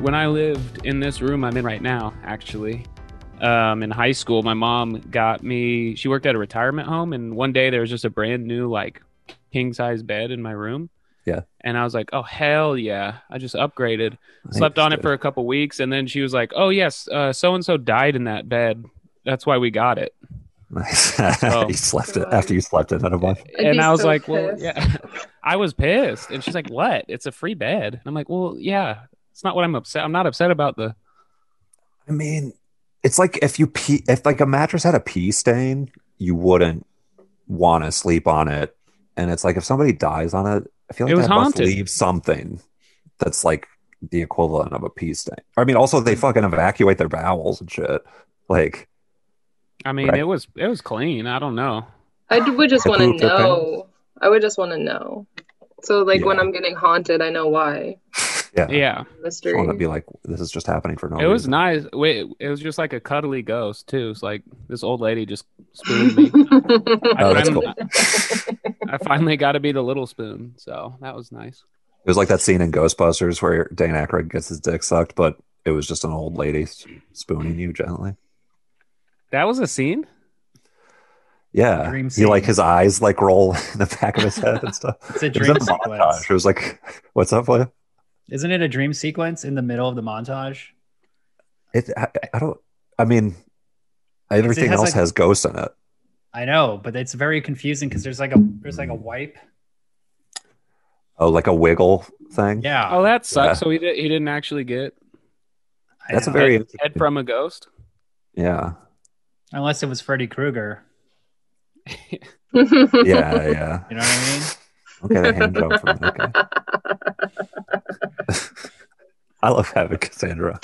when I lived in this room I'm in right now, actually, um, in high school, my mom got me. She worked at a retirement home, and one day there was just a brand new like king size bed in my room. Yeah. And I was like, oh hell yeah! I just upgraded. Slept on it for a couple weeks, and then she was like, oh yes, so and so died in that bed. That's why we got it. Nice. Oh. you slept it after you slept it. Not a month. I'd and be I was so like, well, pissed. yeah. I was pissed. And she's like, what? It's a free bed. And I'm like, well, yeah. It's not what I'm upset. I'm not upset about the. I mean, it's like if you pee, if like a mattress had a pee stain, you wouldn't want to sleep on it. And it's like if somebody dies on it, I feel like It was that must haunted. leave something that's like the equivalent of a pee stain. I mean, also they fucking evacuate their bowels and shit. Like, I mean, Right. it was it was clean. I don't know. I d- would just I want to pooped their know. I would just want to know. So like when Yeah. I'm getting haunted, I know why. yeah, Yeah, I Mystery. want to be like, this is just happening for no. it was reason. nice. Wait, it was just like a cuddly ghost too. It's like this old lady just spooned me. I, Oh, that's finally, cool. I finally got to be the little spoon, so that was nice. It was like that scene in Ghostbusters where Dan Aykroyd gets his dick sucked, but it was just an old lady s- spooning you gently. That was a scene. Yeah, Dream he like scene. his eyes like roll in the back of his head and stuff. It's a It was dream a montage. sequence. It was like, what's up, William? Isn't it a dream sequence in the middle of the montage? It, I, I don't. I mean, everything has, else like- has ghosts in it. I know, but it's very confusing because there's like a there's like a wipe. Oh, like a wiggle thing. Yeah. Oh, that sucks. Yeah. So he did, he didn't actually get I that's a know. very head from a ghost. yeah, unless it was Freddy Krueger. yeah, yeah. You know what I mean? Okay, the hand job from okay. I love having Cassandra.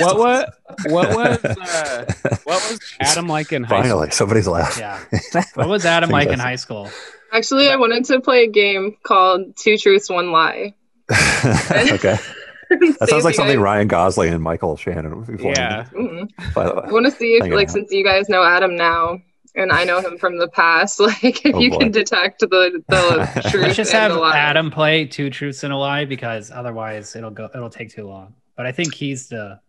What what what was uh, what was Adam like in high school? Finally, somebody's laughing. Yeah. What was Adam like in high school? Actually, I wanted to play a game called Two Truths, One Lie. okay. That sounds like something Ryan Gosling and Michael Shannon would be playing, Yeah. Mm. By the I way, want to see if, Hang on. like, since you guys know Adam now and I know him from the past, like, if Oh, you boy. can detect the the truth Let's just and have the lie. Adam play two truths and a lie because otherwise it'll go it'll take too long. But I think he's the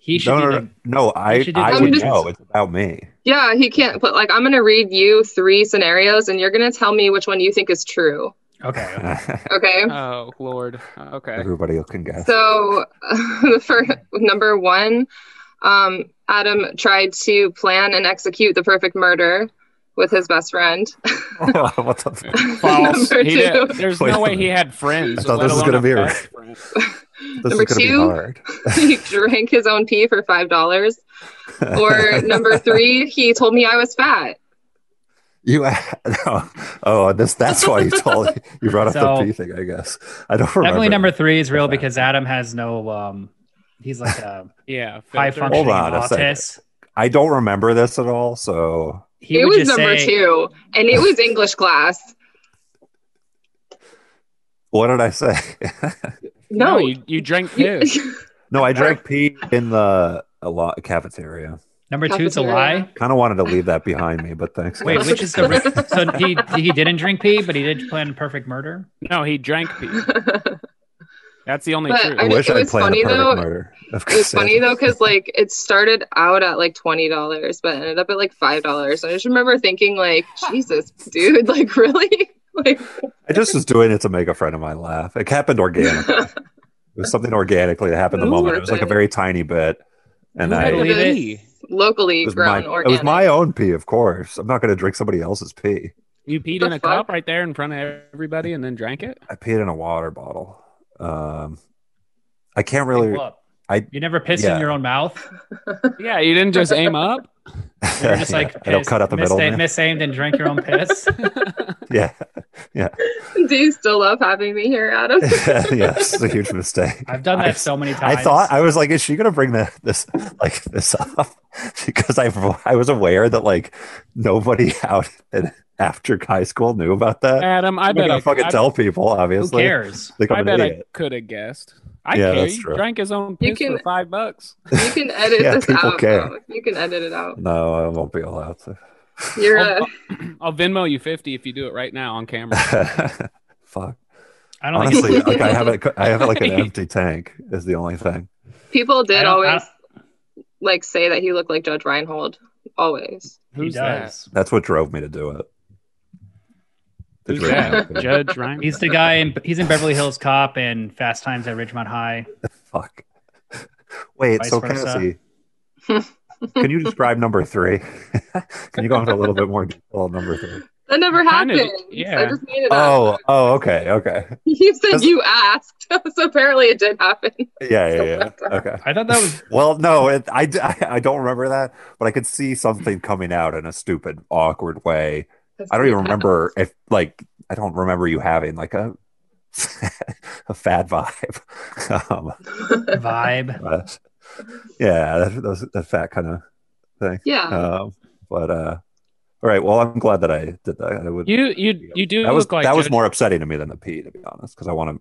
he should no, be no, the- no, no, I, should do I the- would I'm just- know. It's about me. Yeah, he can't. But like, I'm gonna read you three scenarios, and you're gonna tell me which one you think is true. okay. Okay. Oh Lord. Okay. Everybody can guess. So, for number one, um, Adam tried to plan and execute the perfect murder with his best friend. what the fuck? False. Number He two. did, there's Wait no a way he minute. had friends. I thought let this was alone gonna be a a- best friend. This Number is going to be two? hard. he drank his own pee for five dollars. Or number three, he told me I was fat. You no. oh this that's why you told you brought up So- the pee thing I guess I don't remember Definitely number three is real Okay. because Adam has no um he's like a Yeah. high filter. functioning Hold on a second. autist. I don't remember this at all so He it would was just number say, two, and it was English class. what did I say No, No, you, you drank piss. no I drank pee in the a lot cafeteria number two is a Cafeteria. lie. kind of wanted to leave that behind me but thanks Wait, guys. which is the so he he didn't drink pee, but he did plan perfect murder. No, he drank pee. That's the only But truth. I I- wish it I'd was planned the funny, perfect though. murder of it was funny Cassandra. though because like it started out at like twenty dollars, but ended up at like five dollars. I just remember thinking like, Jesus, dude, like really, like I just was doing it to make a friend of mine laugh it happened organically it was something organically that happened the It was moment it worth was like a it. very tiny bit and Who I had believe it. pee? locally it was, my, grown it organic. was my own pee of course I'm not going to drink somebody else's pee You peed The in a fuck? cup right there in front of everybody and then drank it? I peed in a water bottle. Um, I can't Like, really. what? I- you never pissed yeah. in your own mouth. Yeah, you didn't just aim up? You were just like I don't pissed, cut out the middle. misa- man. misaimed and drank your own piss. Yeah, Do you still love having me here, Adam? yeah, this is a huge mistake. I've done I- that so many I times. thought I was like, is she gonna bring the, this like this up? Because I I was aware that like nobody out in, after high school knew about that. Adam, I I'm bet gonna I, fucking I, tell people. who Obviously, cares? Think I I'm bet an I idiot. could have guessed. I Yeah, care. that's He true. drank his own You piss can- for five bucks. You can edit Yeah, this people out. care. though. You can edit it out. No, I won't be allowed to. You're I'll, Um, uh, I'll Venmo you 50 if you do it right now on camera. Fuck. I don't think Honestly, it's like I have it. I have it like an empty tank is the only thing. People I did don't- I always like say that he looked like Judge Reinhold. Always. don't- he Who's that? does. That's what drove me to do it. The Who's Drake that? outfit. Judge Ryan. He's the guy in he's in Beverly Hills Cop and Fast Times at Ridgemont High. Fuck. Wait, Vice so versa. Cassie, can you describe number three? can you go into a little bit more detail on number three? That never Kinda, happened. I yeah. just made it up. Oh, oh, okay, okay. You said That's- you asked, so apparently it did happen. Yeah, yeah, yeah. Okay. I thought that was Well, no, it, I, I, I don't remember that, but I could see something coming out in a stupid, awkward way. I don't even remember if, like, I don't remember you having like a a fad vibe. Um, vibe. but, yeah, that, that, that fat kind of thing. yeah. Uh-huh. Um, but uh, all right. Well, I'm glad that I did that. I would. You you you do that was look like that was Judge- more upsetting to me than the pee, to be honest, because I want to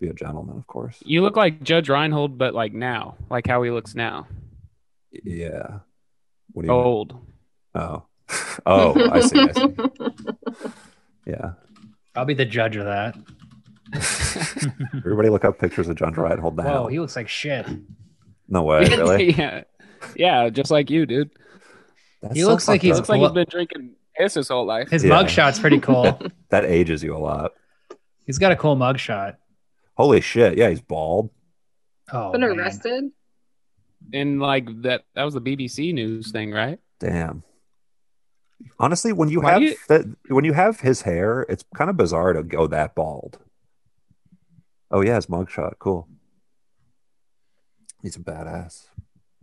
be a gentleman, of course. You look like Judge Reinhold, but like now, like how he looks now, Yeah. What do you? mean? old. Oh. Oh, I see. I see. Yeah. I'll be the judge of that. Everybody look up pictures of John Reinhold now. Whoa, he looks like shit. no way, really? yeah, yeah, just like you, dude. That's He looks like fucked he's- up. Looks like he's Well- been drinking piss his whole life. His Yeah. mugshot's pretty cool. that ages you a lot. He's got a cool mugshot. Holy shit! Yeah, he's bald. Oh, Been man. arrested. And like that, that was the BBC news thing, right? Damn. Honestly, when you Why have do you- that, when you have his hair, it's kind of bizarre to go that bald. Oh yeah, his mugshot, cool. He's a badass.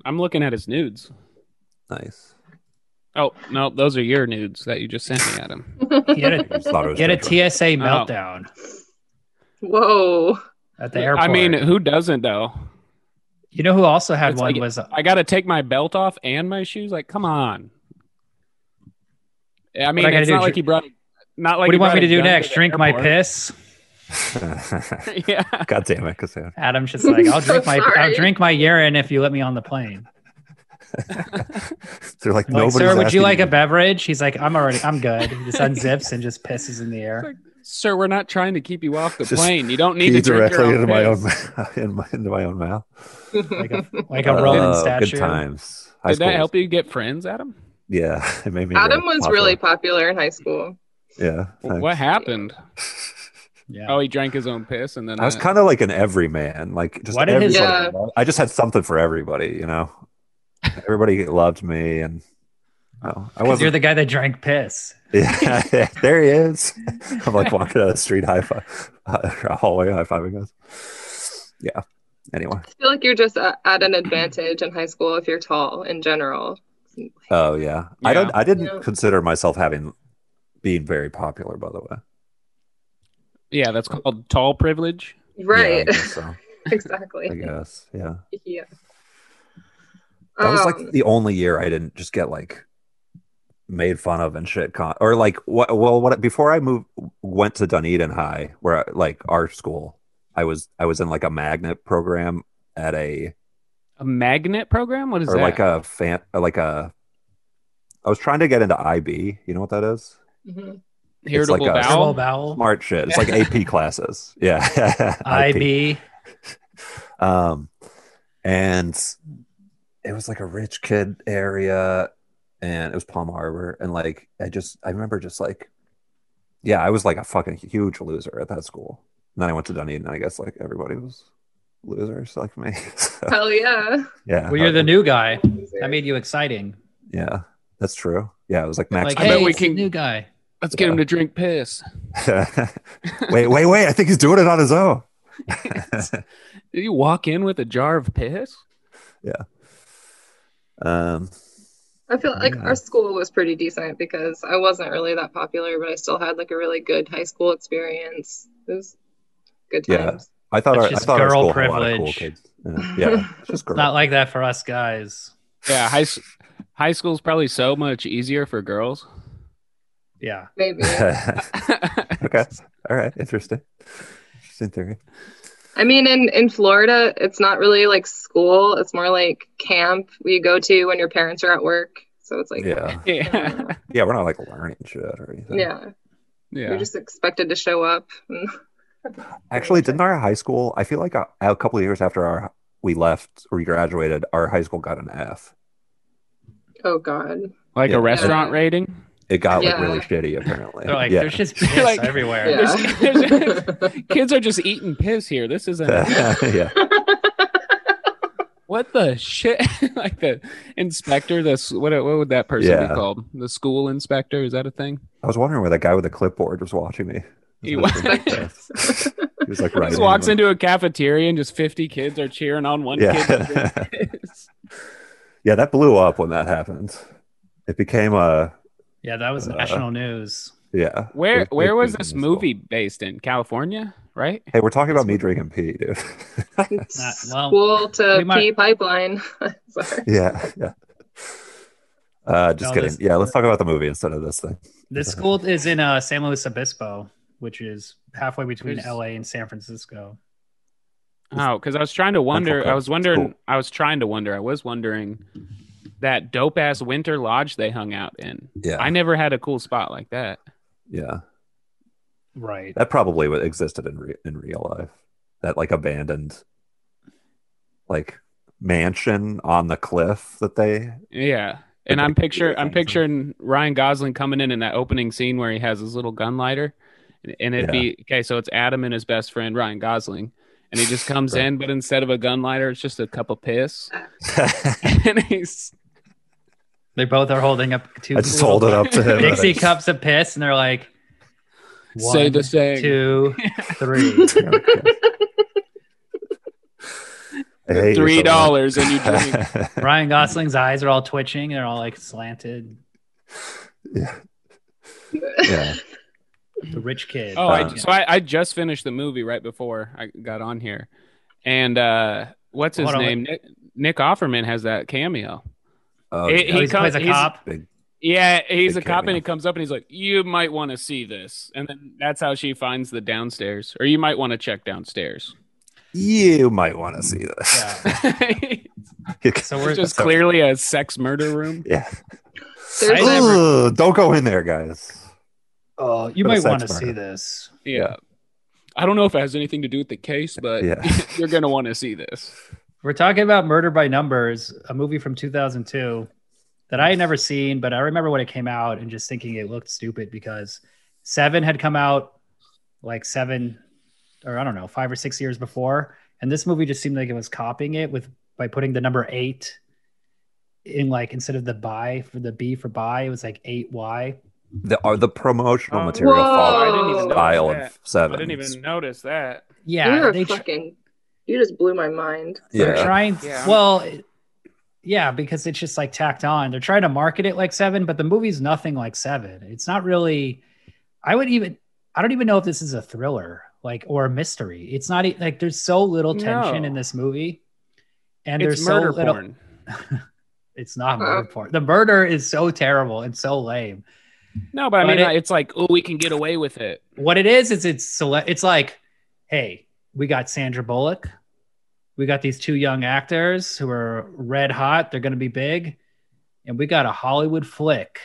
I'm looking at his nudes. Nice. Oh no, those are your nudes that you just sent me, Adam. He had a, I just thought it was he had a different. Oh. TSA meltdown Whoa. at the airport. I mean, who doesn't though? you know who also had It's one like- was uh, I got to take my belt off and my shoes. Like, come on. I mean, What I gotta it's do, not like dr- he brought. Not like what do he you want me brought to do a gun next? the Drink my airport. piss? yeah. God damn it, Cassandra. Adam's just like, I'll I'm so drink my I'll sorry. drink my urine if you let me on the plane. They're I'm Like, like nobody's. sir, would you asking like a beverage? He's like, I'm already I'm good. He just unzips and just pisses in the air. Sir, we're not trying to keep you off the Just plane. You don't need pee to drink directly your into my own piss. in my, into my own mouth. Like a like a Roman Oh, statue. Good times. High Did school that was- help you get friends, Adam? Yeah, it made me. Adam really was popular. really popular in high school. Yeah. thanks. What happened? Yeah. Oh, he drank his own piss, and then I was kind of like an everyman, like just What did his- everybody- I just had something for everybody, you know. Everybody loved me, and no, I Because you're wasn't. the guy that drank piss. yeah, there he is. I'm like walking down the street, high five, uh, hallway, high fiving us. Yeah. Anyway, I feel like you're just a- at an advantage in high school if you're tall in general. oh yeah, I don't. I didn't Yeah. consider myself having being very popular, by the way. yeah, that's called tall privilege. Right. Yeah, I guess so exactly. I guess. Yeah. Yeah. That was Um, like the only year I didn't just get like made fun of and shit. Con- or like what? Well, what before I moved went to Dunedin High, where like our school, I was I was in like a magnet program at a A magnet program? What is or that? like a fan or like a. I was trying to get into IB. You know what that is? mhm. it's like Irritable a- bowel. Bowel bowel. Smart shit. It's like AP classes. Yeah. IB. um and it was like a rich kid area and it was palm harbor and like i just i remember just like yeah i was like a fucking huge loser at that school and then i went to dunedin and i guess like everybody was losers like me so, Hell yeah. yeah Well, you're the new guy. That made you exciting. yeah that's true yeah it was like max Like, I bet hey, we it's the can- new guy. Let's get him to drink piss. wait wait wait i think he's doing it on his own Did you walk in with a jar of piss? um I feel like Yeah. our school was pretty decent because I wasn't really that popular, but I still had like a really good high school experience. It was good Yeah. times. i thought It's our, i just thought our girl school had a lot of cool privilege. kids yeah, yeah it's just girl Not like that for us guys. Yeah, high s- high school's probably so much easier for girls. Yeah. Maybe. okay. All right. Interesting. Interesting theory. I mean, in, in Florida, it's not really like school. It's more like camp you go to when your parents are at work. So it's like, yeah. yeah, yeah, Yeah. We're not like learning shit or anything. yeah. yeah. you're just expected to show up. And Actually, didn't our high school, I feel like a, a uh, couple of years after our we left, we graduated, our high school got an F. Oh God. Like Yeah. a restaurant Yeah. rating? It got Yeah. like really shitty, apparently. They're like, yeah. there's just piss Like- everywhere. Yeah. There's- Kids are just eating piss here. This isn't yeah. what the shit. like the inspector, the s- what what would that person be Yeah. called? The school inspector? Is that a thing? I was wondering where that guy with the clipboard was watching me. He was. was. he was like, He right. just walks into a cafeteria and just 50 kids are cheering on one kid. Yeah. yeah, that blew up when that happened. It became a Yeah, that was Uh, national news. yeah. Where It- it where was became this a- movie based in? California, right? Hey, we're talking about me drinking pee, dude. Not- well, School we to might- pee pipeline. Sorry. yeah, yeah. Uh, just No, kidding. this- yeah, let's talk about the movie instead of this thing. This school is in uh, San Luis Obispo, which is halfway between There's- LA and San Francisco. Oh, because I was trying to wonder. I Coast. was wondering. Cool. I was trying to wonder. I was wondering that dope ass winter lodge they hung out in. Yeah, I never had a cool spot like that. yeah. Right. That probably would- existed in re- in real life. That like abandoned, like mansion on the cliff that they. Yeah. And I'm picture I'm picturing Ryan Gosling coming in in that opening scene where he has his little gun lighter, and it'd be okay. So it's Adam and his best friend Ryan Gosling, and he just comes Right. in, but instead of a gun lighter, it's just a cup of piss, and he's They both are holding up two. I just hold it up to him. and Dixie I just- cups of piss, and they're like, say "One, the saying. two, three. I hate you so Three much. dollars and you drink. Ryan Gosling's eyes are all twitching. They're all like slanted. yeah. yeah. The rich kid. Oh, I, Um, so I, I just finished the movie right before I got on here, and uh, what's his Hold on, name? Nick, Nick Offerman has that cameo. Oh, It- yeah. Oh, he, he come- plays a he's- cop. Big- Yeah, he's Big a cop, and cameo. he comes up and he's like, "You might want to see this," and then that's how she finds the downstairs, or you might want to check downstairs. you might want to see this. it's So we're just So- clearly a sex murder room. Yeah. There's I never- Ugh, don't go in there, guys. Oh, uh, you For the might sex want to see murder. this. Yeah. I don't know if it has anything to do with the case, but Yeah. you're gonna want to see this. We're talking about Murder by Numbers, a movie from 2002 that I had never seen, but I remember when it came out and just thinking it looked stupid because Seven had come out like seven or I don't know, five or six years before. And this movie just seemed like it was copying it with by putting the number eight in like instead of the buy for the B for buy, it was like eight Y. The are the promotional Oh. material Whoa. I followed didn't even Oh. notice style that. of seven. I didn't even notice that. Yeah. You're they a tr- fucking. You just blew my mind. They're Yeah. trying. Yeah. Well, it- yeah, because it's just like tacked on. They're trying to market it like Seven, but the movie's nothing like Seven. It's not really. I would even. I don't even know if this is a thriller, like or a mystery. It's not e- like there's so little tension No. in this movie, and it's there's so murder little. porn. Uh-huh. It's not Uh-uh. murder porn. The murder is so terrible and so lame. No, but I But mean, it- it's like, oh, we can get away with it. What it is is it's sele- It's like, hey, we got Sandra Bullock. We got these two young actors who are red hot. They're going to be big. And we got a Hollywood flick.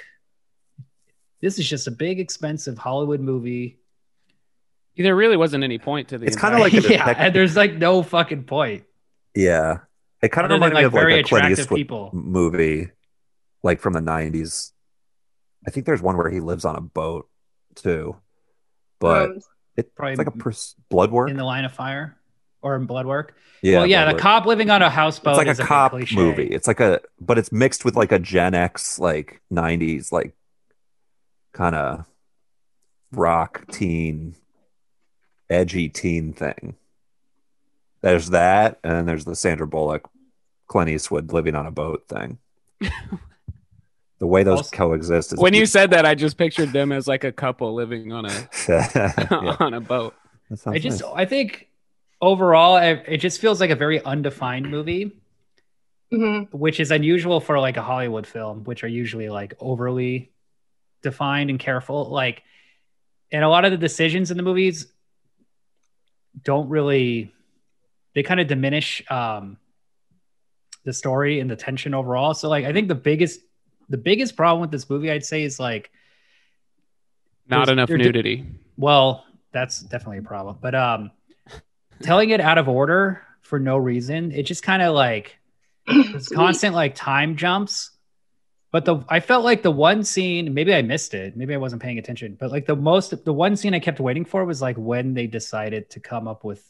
This is just a big, expensive Hollywood movie. There really wasn't any point to the. It's kinda entire- like a yeah, detective- and there's like no fucking point. Yeah. It kind of Other than reminded like me of like very a Clint attractive Eastwood people. movie, like from the '90s. I think there's one where he lives on a boat too, but Um, it, probably it's like a pers- blood work. In Oh, the line of fire or in blood work. yeah, well, yeah, blood the work. cop living on a houseboat It's like is a cop big cliche. movie. It's like a, but it's mixed with like a Gen X, like '90s, like kind of rock teen, edgy teen thing. There's that, and then there's the Sandra Bullock, Clint Eastwood living on a boat thing. the way those Also- coexist is when you said that, I just pictured them as like a couple living on a yeah, on a boat. that sounds I just, nice. I think overall, I, it just feels like a very undefined movie. mhm. which is unusual for like a Hollywood film, which are usually like overly defined and careful. Like, and a lot of the decisions in the movies don't really, they kind of diminish um, the story and the tension overall. So, like, I think the biggest, the biggest problem with this movie, I'd say, is like, Not There's- enough they're di- nudity. well, that's definitely a problem. But um, telling it out of order for no reason. It just kind of like it's Sweet. constant like time jumps. But the I felt like the one scene, maybe I missed it, maybe I wasn't paying attention, but like the most the one scene I kept waiting for was like when they decided to come up with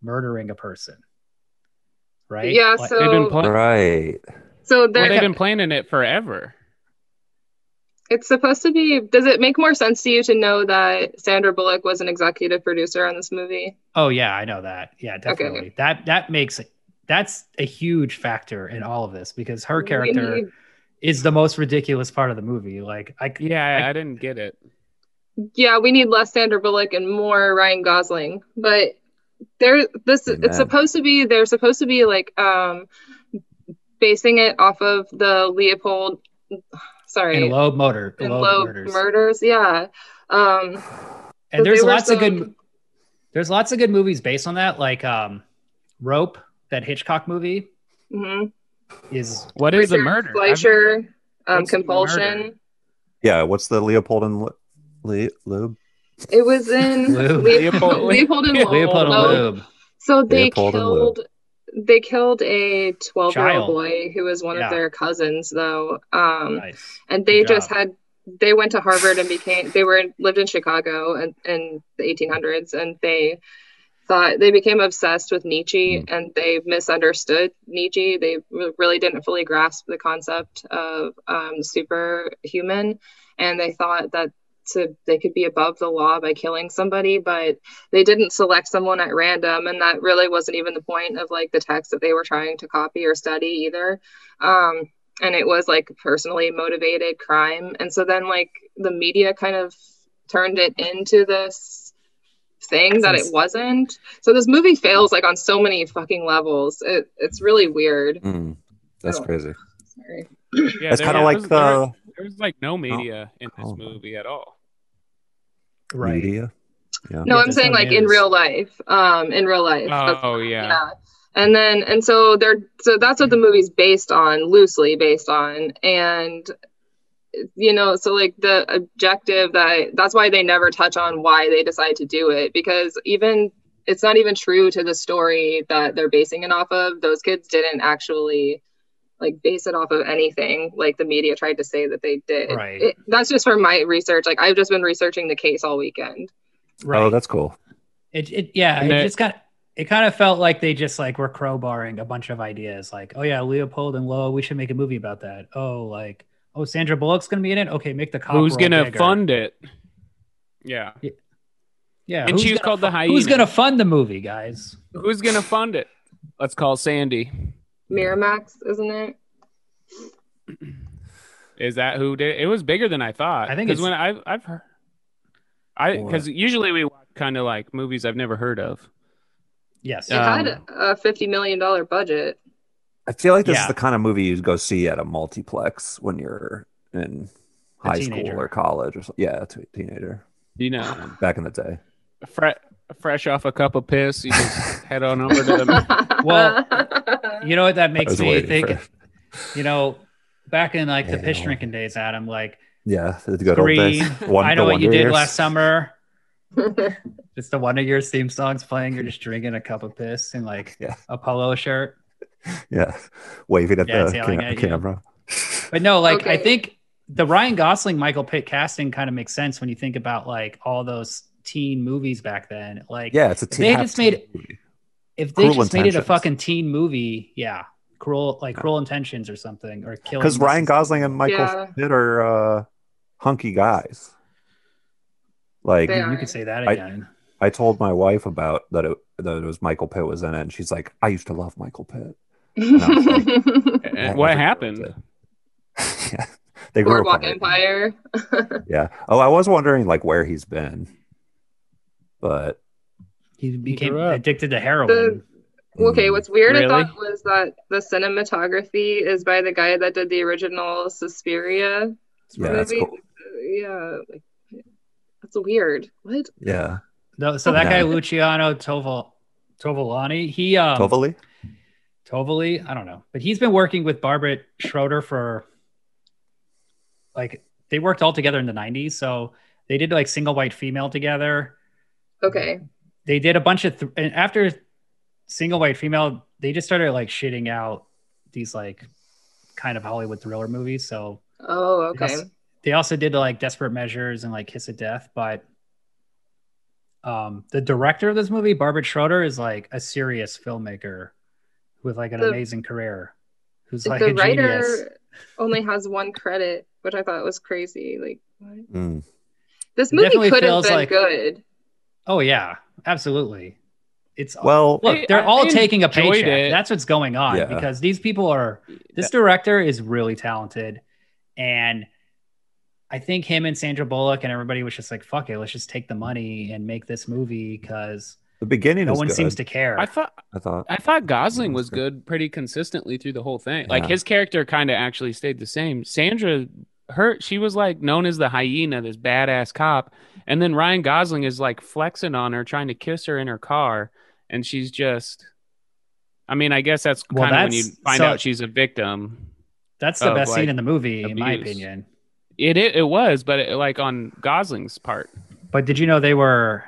murdering a person. Right? Yeah, Like- They've been So- playing. Right. So Well, there, they've been planning it forever. it's supposed to be. Does it make more sense to you to know that Sandra Bullock was an executive producer on this movie? Oh yeah, I know that. Yeah, definitely. That that makes that's a huge factor in all of this because her character is the most ridiculous part of the movie. Like I c- Yeah, I, I- I didn't get it. yeah, we need less Sandra Bullock and more Ryan Gosling. But there, this Amen. it's supposed to be. They're supposed to be like um, basing it off of the Leopold. Sorry, and Loeb Motor, and Loeb Loeb murders. murders. Yeah. Um, and So there's they were lots of so- good there's lots of good movies based on that like um rope that hitchcock movie mhm. is What is a Richard murder? I've- Fleischer, um, What's the compulsion. murder? Yeah. What's the Leopold and Le- Le- Lube? It was in Lube. Leopold, Leopold- Leopold and Leopold leopold and Oh. lube So they Leopold and Lou. killed they killed a 12-year-old Child. boy who was one Yeah. of their cousins though. Um nice and they Good job. just had they went to Harvard and became they were lived in Chicago in, in the 1800s and they thought they became obsessed with Nietzsche Mm. and they misunderstood Nietzsche. They re- really didn't fully grasp the concept of um, superhuman and they thought that to they could be above the law by killing somebody but they didn't select someone at random and that really wasn't even the point of like the text that they were trying to copy or study either um and it was like personally motivated crime and so then like the media kind of turned it into this thing that it Since- wasn't so this movie fails like on so many fucking levels it, it's really weird Mm, that's Oh. crazy. Sorry. Yeah, that's there kind of was- like there was- the there was like no media in this Oh. movie at all. right media. no Yeah, i'm there's saying no like in news. real life um in real life That's- Oh yeah. yeah and then and so they're so that's what the movie's based on loosely based on and you know so like the objective that that's why they never touch on why they decide to do it because even it's not even true to the story that they're basing it off of those kids didn't actually like base it off of anything like the media tried to say that they did Right. It- that's just from my research like i've just been researching the case all weekend right Oh, that's cool. it, it yeah And it they- just got it kind of felt like they just like were crowbarring a bunch of ideas like oh yeah leopold and lowe we should make a movie about that oh like oh sandra bullock's gonna be in it okay make the cop Who's role gonna bigger. fund it? Yeah. yeah and who's she was gonna called the hyena. who's gonna fund the movie guys Who's gonna fund it? Let's call Sandy. miramax isn't it Is that who did? It was bigger than I thought. I think 'Cause it's- when I've I've heard, I because usually we watch kind of like movies I've never heard of. yes it Um, had a 50 million dollar budget I feel like this Yeah. is the kind of movie you go see at a multiplex when you're in A high teenager. school or college or something. Yeah, a t- teenager You know, back in the day. fre- fresh off a cup of piss, you just head on over to the. Well, you know what that makes was me waiting think for- you know back in like the Yeah. pitch drinking days adam like Yeah, the good old green days. One- i the know what you Wonder did Years. last summer it's the one of your theme songs playing you're just drinking a cup of piss and like Yeah. a polo shirt Yeah, waving at Yeah, the it's yelling ca- at you. camera. but no like i Okay. think the ryan gosling michael pitt casting kind of makes sense when you think about like all those teen movies back then like Yeah, it's a If teen. they half just made teen movie. if they Cruel just made it a Intentions. fucking teen movie yeah cruel like cruel intentions or something or killing because Ryan Gosling and Michael Yeah. Pitt are uh, hunky guys. Like They are. you could say that I- again I told my wife about that it that it was Michael Pitt was in it, and she's like, "I used to love Michael Pitt." And what happened? yeah, they grew Boardwalk apart. Empire. Yeah. Oh, I was wondering like where he's been, but he became grew up. addicted to heroin The- Okay, mm, what's weird Really? I thought was that the cinematography is by the guy that did the original Suspiria yeah, movie. that's cool. Yeah, like, that's weird. What? Yeah, No, so that No. guy Luciano Toval Tovolani, he um, Tovali. Tovoli, I don't know, but he's been working with Barbara Schroeder for like they worked all together in the '90s. So they did like single white female together. Okay, They did a bunch of th- and after single white female, they just started like shitting out these like kind of Hollywood thriller movies. So Oh, okay. Yes. they also did like Desperate Measures and like Kiss of Death, but um the director of this movie, Barbara Schroeder, is like a serious filmmaker with like an The- amazing career. Who's The like a writer genius. only has one credit, which I thought was crazy. Like what? Mm. this It movie definitely could have feels been like- good. Oh yeah, absolutely. It's Well, look, I- they're I all taking a enjoyed paycheck. it. That's what's going on Yeah. because these people are this director is really talented and i think him and sandra bullock and everybody was just like fuck it let's just take the money and make this movie because the beginning no is one good, seems to care I thought I thought. I thought Gosling was good pretty consistently through the whole thing. Like Yeah. his character kind of actually stayed the same. Sandra, her she was like known as the hyena, this badass cop, and then Ryan Gosling is like flexing on her, trying to kiss her in her car, and she's just. I mean, I guess that's Well, kind of when you that's- find so- out she's a victim. that's the Oh, best like, scene in the movie in my abuse. opinion It it, it was, but it, like on Gosling's part, but did you know they were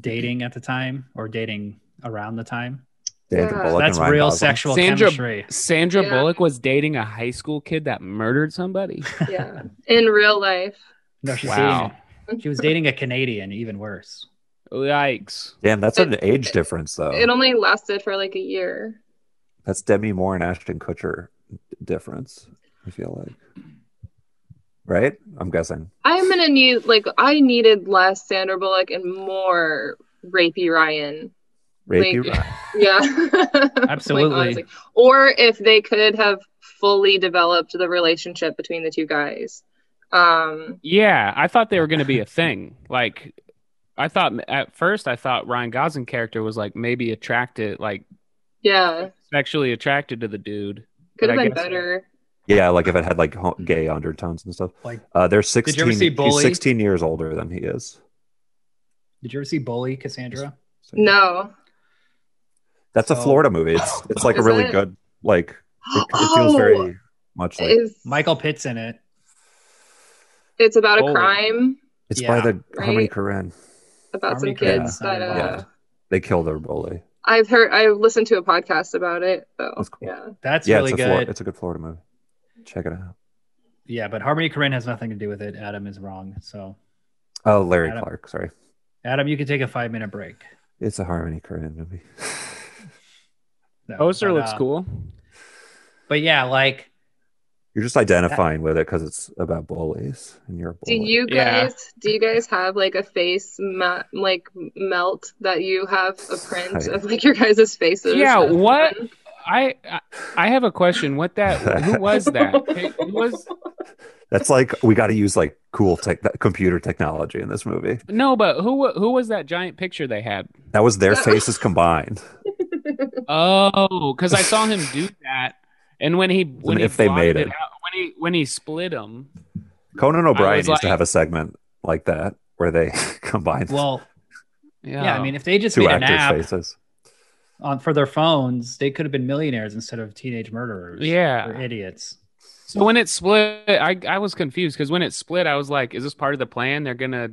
dating at the time or dating around the time Sandra Yeah. Bullock that's and Ryan real Gosling. sexual Sandra- chemistry Sandra Yeah. Bullock was dating a high school kid that murdered somebody. Yeah. In real life. no she's Wow. dating she was dating a canadian even worse Yikes! Damn, that's It- an age difference though. It only lasted for like a year. That's Demi Moore and Ashton Kutcher difference. I feel like, right? I'm guessing. I'm gonna need like I needed less Sandra Bullock and more rapey Ryan. Rapey Like- Ryan. Yeah. Absolutely. Like, honestly. or if they could have fully developed the relationship between the two guys. Um Yeah, I thought they were going to be a thing. Like, I thought at first, I thought Ryan Gosling character was like maybe attracted, like yeah. sexually attracted to the dude. Could But have I been guess- better. Yeah, like if it had like ho- gay undertones and stuff. Like- uh, they're you ever sixteen. see Bully? He's sixteen years older than he is. did you ever see bully cassandra So- No. that's a So- Florida movie. It's it's like a Is really it? good like. It, it feels Oh, very much like is michael pitt's in it it's about a Oh. crime it's yeah, by the Harmony right? Korine. about Harmony some Korine kids is not that uh involved. They killed their bully. I've heard I've listened to a podcast about it though. That's cool. Yeah. that's yeah, really it's a good Flor- it's a good Florida movie. Check it out. Yeah, but Harmony Korine has nothing to do with it. Adam is wrong. So, Oh, Larry Adam- Clark. Sorry, Adam, you can take a five minute break. it's a Harmony Korine movie. No, Poster but, looks uh, cool. But yeah, like, You're just identifying with it because it's about bullies and you're a Do bully. you Yeah. guys do you guys have like a face ma- like melt that you have a print I- of like your guys' faces? Yeah, That's what- fun. I, I I have a question. What that? Who was that? Who was That's like we got to use like cool tech computer technology in this movie. no, but who wa- who was that giant picture they had? That was their faces combined. Oh, because I saw him do that, and when he when he if they made blotted it. out, when he when he split them, Conan I O'Brien was used to like- have a segment like that where they combined well, yeah, yeah, I mean, if they just two made an actors' app faces. on for their phones, they could have been millionaires instead of teenage murderers. Yeah. Or idiots. So when it split, I I was confused because when it split, I was like, "Is this part of the plan? They're gonna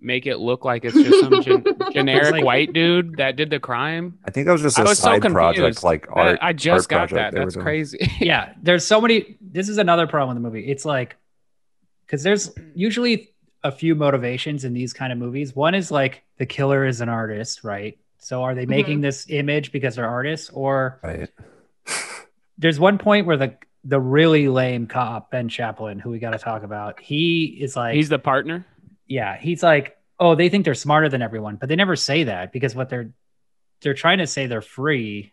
make it look like it's just some gen- generic Like- white dude that did the crime." I think that was just I a was so side project, confused. like art. I, I just art got project that. they were That's doing. crazy. Yeah, there's so many. This is another problem with the movie. It's like, because there's usually a few motivations in these kind of movies. One is like the killer is an artist, right? So are they making this image because they're artists or Right. there's one point where the the really lame cop Ben Chaplin, who we got to talk about, he is like, He's the partner. yeah, he's like, oh, they think they're smarter than everyone, but they never say that because what they're they're trying to say they're free.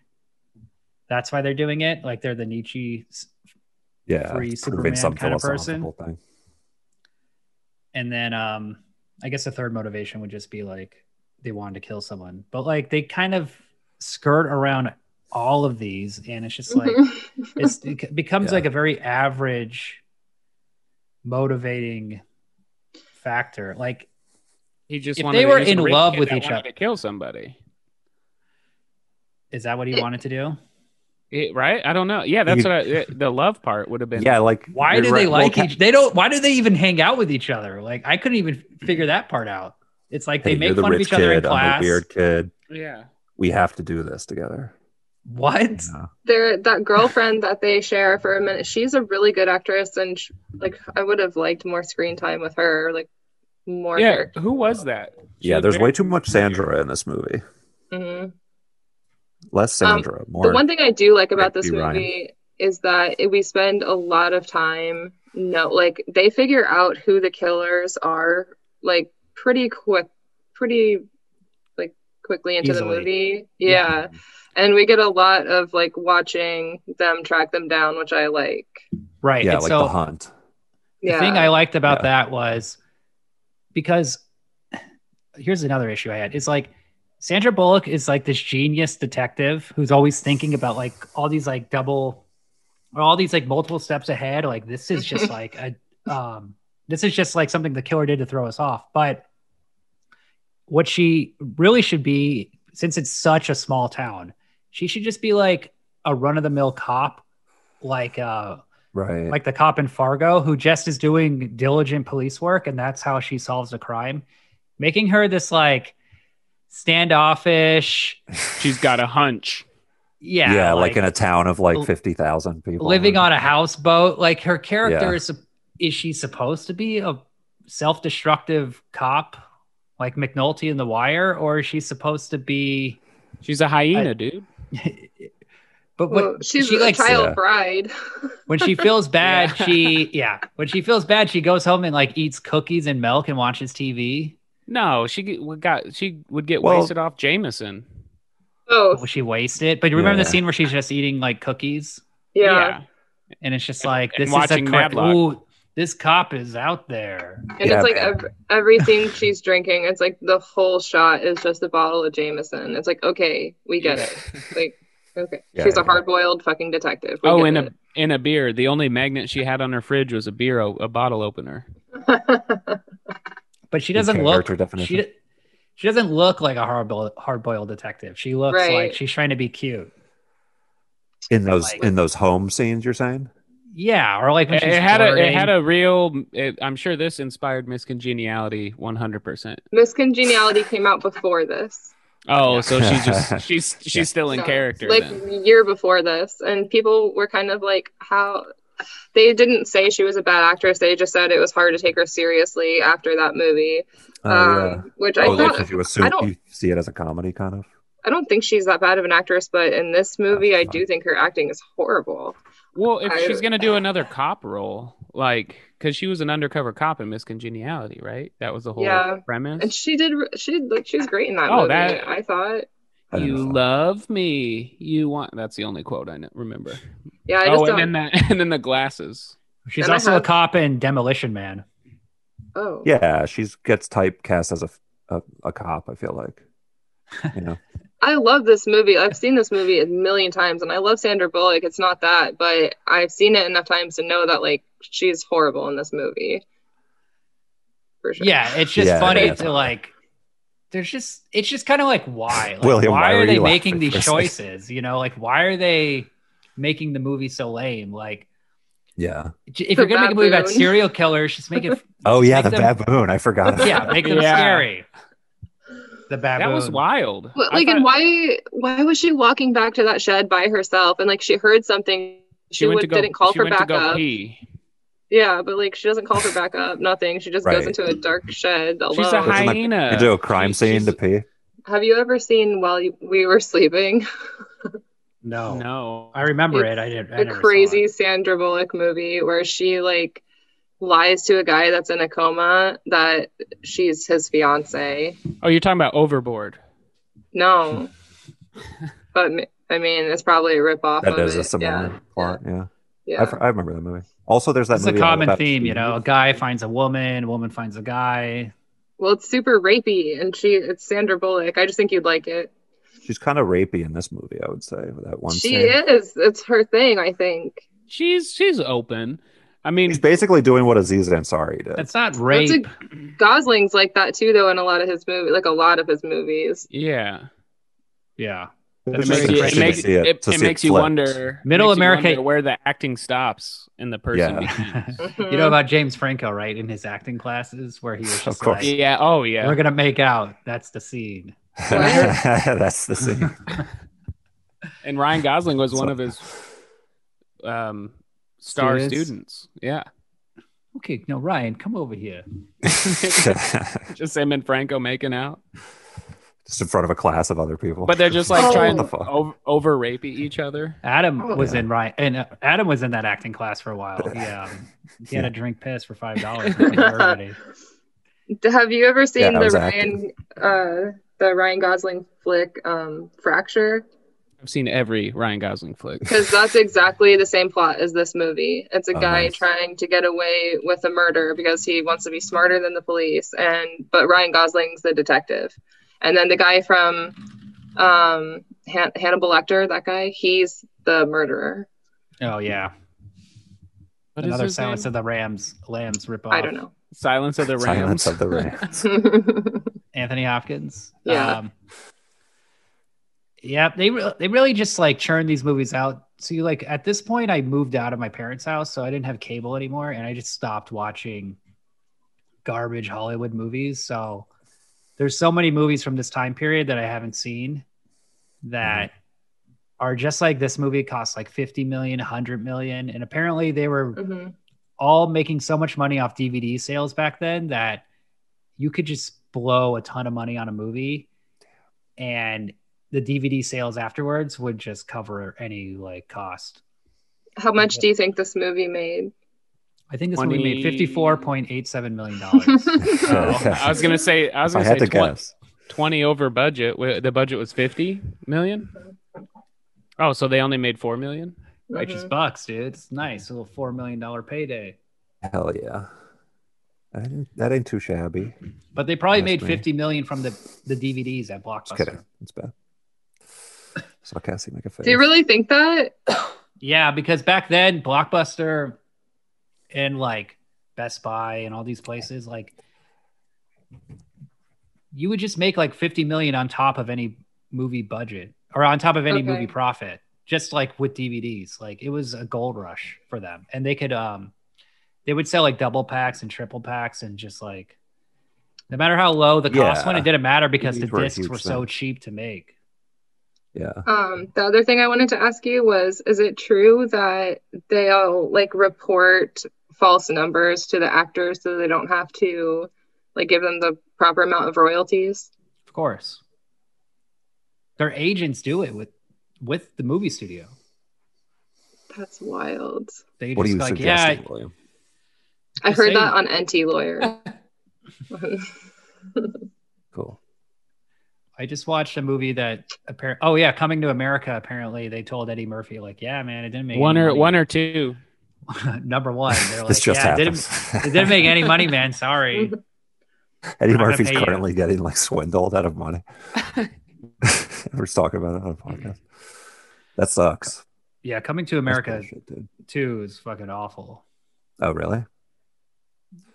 That's why they're doing it. Like they're the Nietzsche, s- Yeah. Free proving Superman kind of person. philosophical thing. and then um, I guess the third motivation would just be like they wanted to kill someone, but like they kind of skirt around all of these, and it's just like it's, it becomes Yeah. like a very average motivating factor like He just If wanted they to- were he's a in rich love kid with that each wanted other. to kill somebody, is that what he It- wanted to do It- right? I don't know. Yeah, that's You- what I, it- the love part would have been. Yeah, like why you're do they right. Well, like ca- each they don't why do they even hang out with each other like i couldn't even figure that part out it's like hey, they you're make the fun of rich each other in kid, I'm class the weird kid. yeah. we have to do this together. What? Yeah. There, that girlfriend that they share for a minute, she's a really good actress, and sh like I would have liked more screen time with her, like more. yeah, who was that? She Yeah, was there's very- way too much Sandra in this movie. hmm Less Um, Sandra, more. The one thing I do like about Rick this D. movie Ryan. is that it, we spend a lot of time. No, like they figure out who the killers are, like pretty quick, pretty like quickly into Easily. the movie. Yeah. Yeah. and we get a lot of like watching them track them down, which I like. Right. yeah, and like so the hunt. the Yeah, thing I liked about Yeah. that was because here's another issue I had. It's like Sandra Bullock is like this genius detective who's always thinking about like all these like double or all these like multiple steps ahead. Like this is just like a um this is just like something the killer did to throw us off. But what she really should be, since it's such a small town, she should just be like a run of the mill cop, like uh Right. like the cop in Fargo who just is doing diligent police work and that's how she solves a crime. Making her this like standoffish, She's got a hunch. yeah, yeah, like, in a town of like l- 50,000 people. living on a houseboat. Like her character Yeah. is is she supposed to be a self-destructive cop like McNulty in The Wire, or is she supposed to be? She's a hyena, dude. But Well, what she's she a like child Yeah. bride. when she feels bad, Yeah. she yeah. When she feels bad, she goes home and like eats cookies and milk and watches TV. No, she get- would got she would get Well- wasted off Jameson. Oh, Will she waste it? But you remember the Yeah. scene where she's just eating like cookies, yeah. and it's just And- like and this watching is a cra- Matlock. ooh, this cop is out there. And Yeah, it's like man. ev- everything she's drinking, it's like the whole shot is just a bottle of Jameson. It's like, okay, we get it. Like, okay. Yeah, She's yeah. a hard boiled fucking detective. We oh, get in a it. in a beer. The only magnet she had on her fridge was a beer, o- a bottle opener. But she Good doesn't look. character definition. She she doesn't look like a hard hard boiled detective. She looks Right. like she's trying to be cute. in those like- in those home scenes you're saying? Yeah, or like when It, she's it had a it flirting. had a real. It, I'm sure this inspired miscongeniality 100. percent Miss Congeniality came out before this. Oh, Yeah. so she's just she's she's Yeah. still in No, character. Like then. year before this. And people were kind of like, how they didn't say she was a bad actress. They just said it was hard to take her seriously after that movie. Oh, yeah. um, which I oh, like, thought if you assume don't- you see it as a comedy kind of. I don't think she's that bad of an actress, but in this movie, I fine. do think her acting is horrible. Well, if I- she's gonna do another cop role, like because she was an undercover cop in Miss Congeniality, right? That was the whole Yeah. And premise. she did. She like she was great in that Oh, movie. that- I thought. I don't you know. love me. You want. That's the only quote I kn- remember. Yeah. I just oh, don't. and then that, and then the glasses. she's and I also have- a cop in Demolition Man. oh. Yeah, she's gets typecast as a, a a cop, I feel like. You know. I love this movie. I've seen this movie a million times, and I love Sandra Bullock. It's not that, but I've seen it enough times to know that like she's horrible in this movie. For sure. Yeah, it's just Yeah, funny that's to like. There's just it's just kind of like why like, William, why, why are were they you making laughing these for a second? choices? You know, like why are they making the movie so lame? Like Yeah. j- if you're gonna make a movie about baboon. serial killers, just make it. Oh just yeah, make the them- baboon. I forgot. about Yeah, make them Yeah. scary. The baboon. That was wild. But, I like, thought and why? Why was she walking back to that shed by herself? And like, she heard something. She, went would, to go. didn't call she for went to go backup. pee. Yeah, but like, she doesn't call for backup. Nothing. She just Right. goes into a dark shed alone. She's a Doesn't like- hyena. You do a crime She- scene she's- to pee. Have you ever seen while you, we were sleeping no. No. I remember It's it. I didn't. I the never saw crazy it. Sandra Bullock movie where she like lies to a guy that's in a coma that she's his fiance? Oh, you're talking about Overboard. No, but m- I mean it's probably a ripoff. That of does it. a similar plot. Yeah. Yeah, I, fr- I remember that movie. Also, there's that It's a movie common about- theme, you know. A guy finds a woman, a woman finds a guy. well, it's super rapey, and she it's Sandra Bullock. I just think you'd like it. She's kind of rapey in this movie, I would say. with That one she scene. is. It's her thing. I think. She's she's open. I mean, He's basically doing what Aziz Ansari did. That's not That's a- rape. Gosling's like that too, though, in a lot of his movie, like a lot of his movies. yeah. yeah. But It's It just makes, you, it interesting to makes, see it- it- to it see makes you flipped. wonder. Middle makes you America- wonder where the acting stops and the person. Yeah. begins. You know about James Franco, right? In his acting classes, where he was Of just course. like, yeah. Oh yeah. "We're gonna make out." That's the scene. That's the scene. And Ryan Gosling was So- one of his um, star Students? students. Yeah. Okay, no, Ryan, come over here. Just him and Franco making out. just in front of a class of other people. But they're just like Oh. trying What the fuck? to over rape each other. Adam Oh, was yeah. in Ryan, and uh, Adam was in that acting class for a while. Yeah, he had a drink piss for five dollars. Have you ever seen I the was Ryan uh, the Ryan Gosling flick um, Fracture? I've seen every Ryan Gosling flick. Because that's exactly the same plot as this movie. It's a Oh, guy nice. trying to get away with a murder because he wants to be smarter than the police, and but Ryan Gosling's the detective, and then the guy from um, Han- Hannibal Lecter, that guy, he's the murderer. Oh yeah, What is another his Silence name? of the Rams Lambs ripoff. I don't know. Silence of the Rams. Silence of the Rams. Anthony Hopkins. Yeah. Um, yeah, they re- they really just like churn these movies out. So you like at this point, I moved out of my parents' house, so I didn't have cable anymore, and I just stopped watching garbage Hollywood movies. So there's so many movies from this time period that I haven't seen that Mm-hmm. are just like this movie costs like 50 million, 100 million, and apparently they were hmm all making so much money off DVD sales back then that you could just blow a ton of money on a movie and the DVD sales afterwards would just cover any like cost. How much do you think this movie made? I think this movie made 20 $54.87 million. dollars. Oh, I was gonna say. I was If I had gonna say to 20, guess. 20 over budget. Wh- The budget was fifty million. Oh, so they only made four million. Righteous bucks, dude. It's nice. A little $4 million dollar payday. Hell yeah. That ain't, that ain't too shabby. But they probably That's made me. 50 million from the, the DVDs at Just Blockbuster. kidding. It's bad. So Cassie make a face. Do you really think that? Yeah, because back then Blockbuster and like Best Buy and all these places, like you would just make like 50 million on top of any movie budget or on top of any Okay. movie profit, just like with DVDs. Like it was a gold rush for them. And they could um they would sell like double packs and triple packs and just like no matter how low the cost went, Yeah. it didn't matter because the DVDs were a discs huge were so thing. cheap to make. Yeah. Um, the other thing I wanted to ask you was, is it true that they'll like report false numbers to the actors so they don't have to like give them the proper amount of royalties? Of course. Their agents do it with with the movie studio. That's wild. They What are just you like, suggesting, yeah, William? I Just heard saying. that on NT Lawyer. Cool. I just watched a movie that apparent. Oh yeah, Coming to America. Apparently, they told Eddie Murphy like, yeah, man, it didn't make One any or money." one or two. number one. They're like, this just yeah, it happens. didn't, it didn't make any money, man. Sorry. Eddie I'm gonna Murphy's pay you. currently getting like swindled out of money. We're just talking about it on Mm-hmm. a podcast. That sucks. That's Yeah, Coming to America bullshit, dude. too is fucking awful. Oh, really?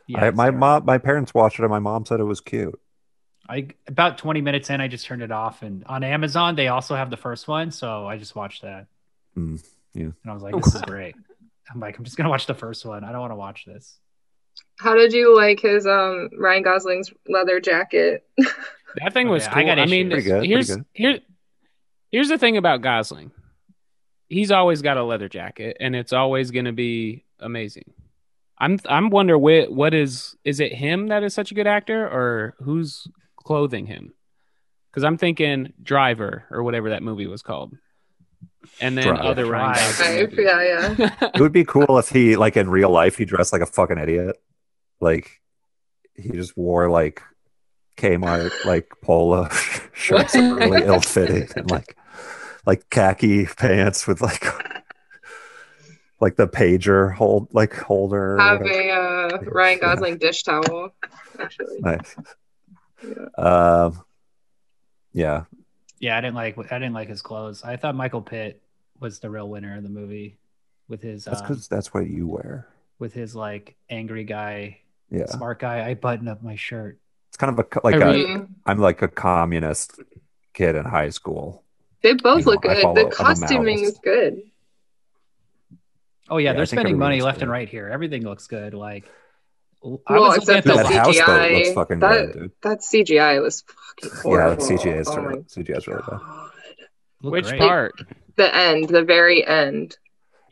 Yeah, I, it's my terrible. mom, my parents watched it, and my mom said it was cute. I about twenty minutes in, I just turned it off. And on Amazon, they also have the first one, so I just watched that. Mm, yeah. And I was like, this is great. I'm like, I'm just gonna watch the first one. I don't want to watch this. How did you like his um Ryan Gosling's leather jacket? That thing was Okay, cool. I I, got mean, issues. Pretty good, pretty here's good. here, here's the thing about Gosling. He's always got a leather jacket, and it's always going to be amazing. I'm I'm wonder what what is is it him that is such a good actor, or who's clothing him? Because I'm thinking Driver or whatever that movie was called, and then Drive. other Ryan Drive. Gosling Right? movies. Yeah, yeah. It would be cool if he, like in real life, he dressed like a fucking idiot. Like he just wore like Kmart like polo shirts, that were really ill fitting, and like like khaki pants with like like the pager hold like holder. or Have whatever. a uh, Ryan Gosling dish towel, actually. Nice. Um, yeah, Yeah, I didn't like I didn't like his clothes. I thought Michael Pitt was the real winner of the movie with his that's um, because that's what you wear. with his like angry guy, Yeah, smart guy. I button up my shirt. it's kind of a co- like I a, read- Mhm. I'm like a communist kid in high school. They both You look know, I good. follow- I'm The a costuming is Maoist. good. Oh Yeah, yeah, I they're think Oh, spending money everyone looks left and good. right here. Everything looks good. Like I was Well, looking at except the That that li- houseboat CGI looks fucking that- good, dude. That CGI was fucking Yeah, horrible. that CGI is Oh terrible. my CGI is really bad. God. looked Which great. part? The end, the very end.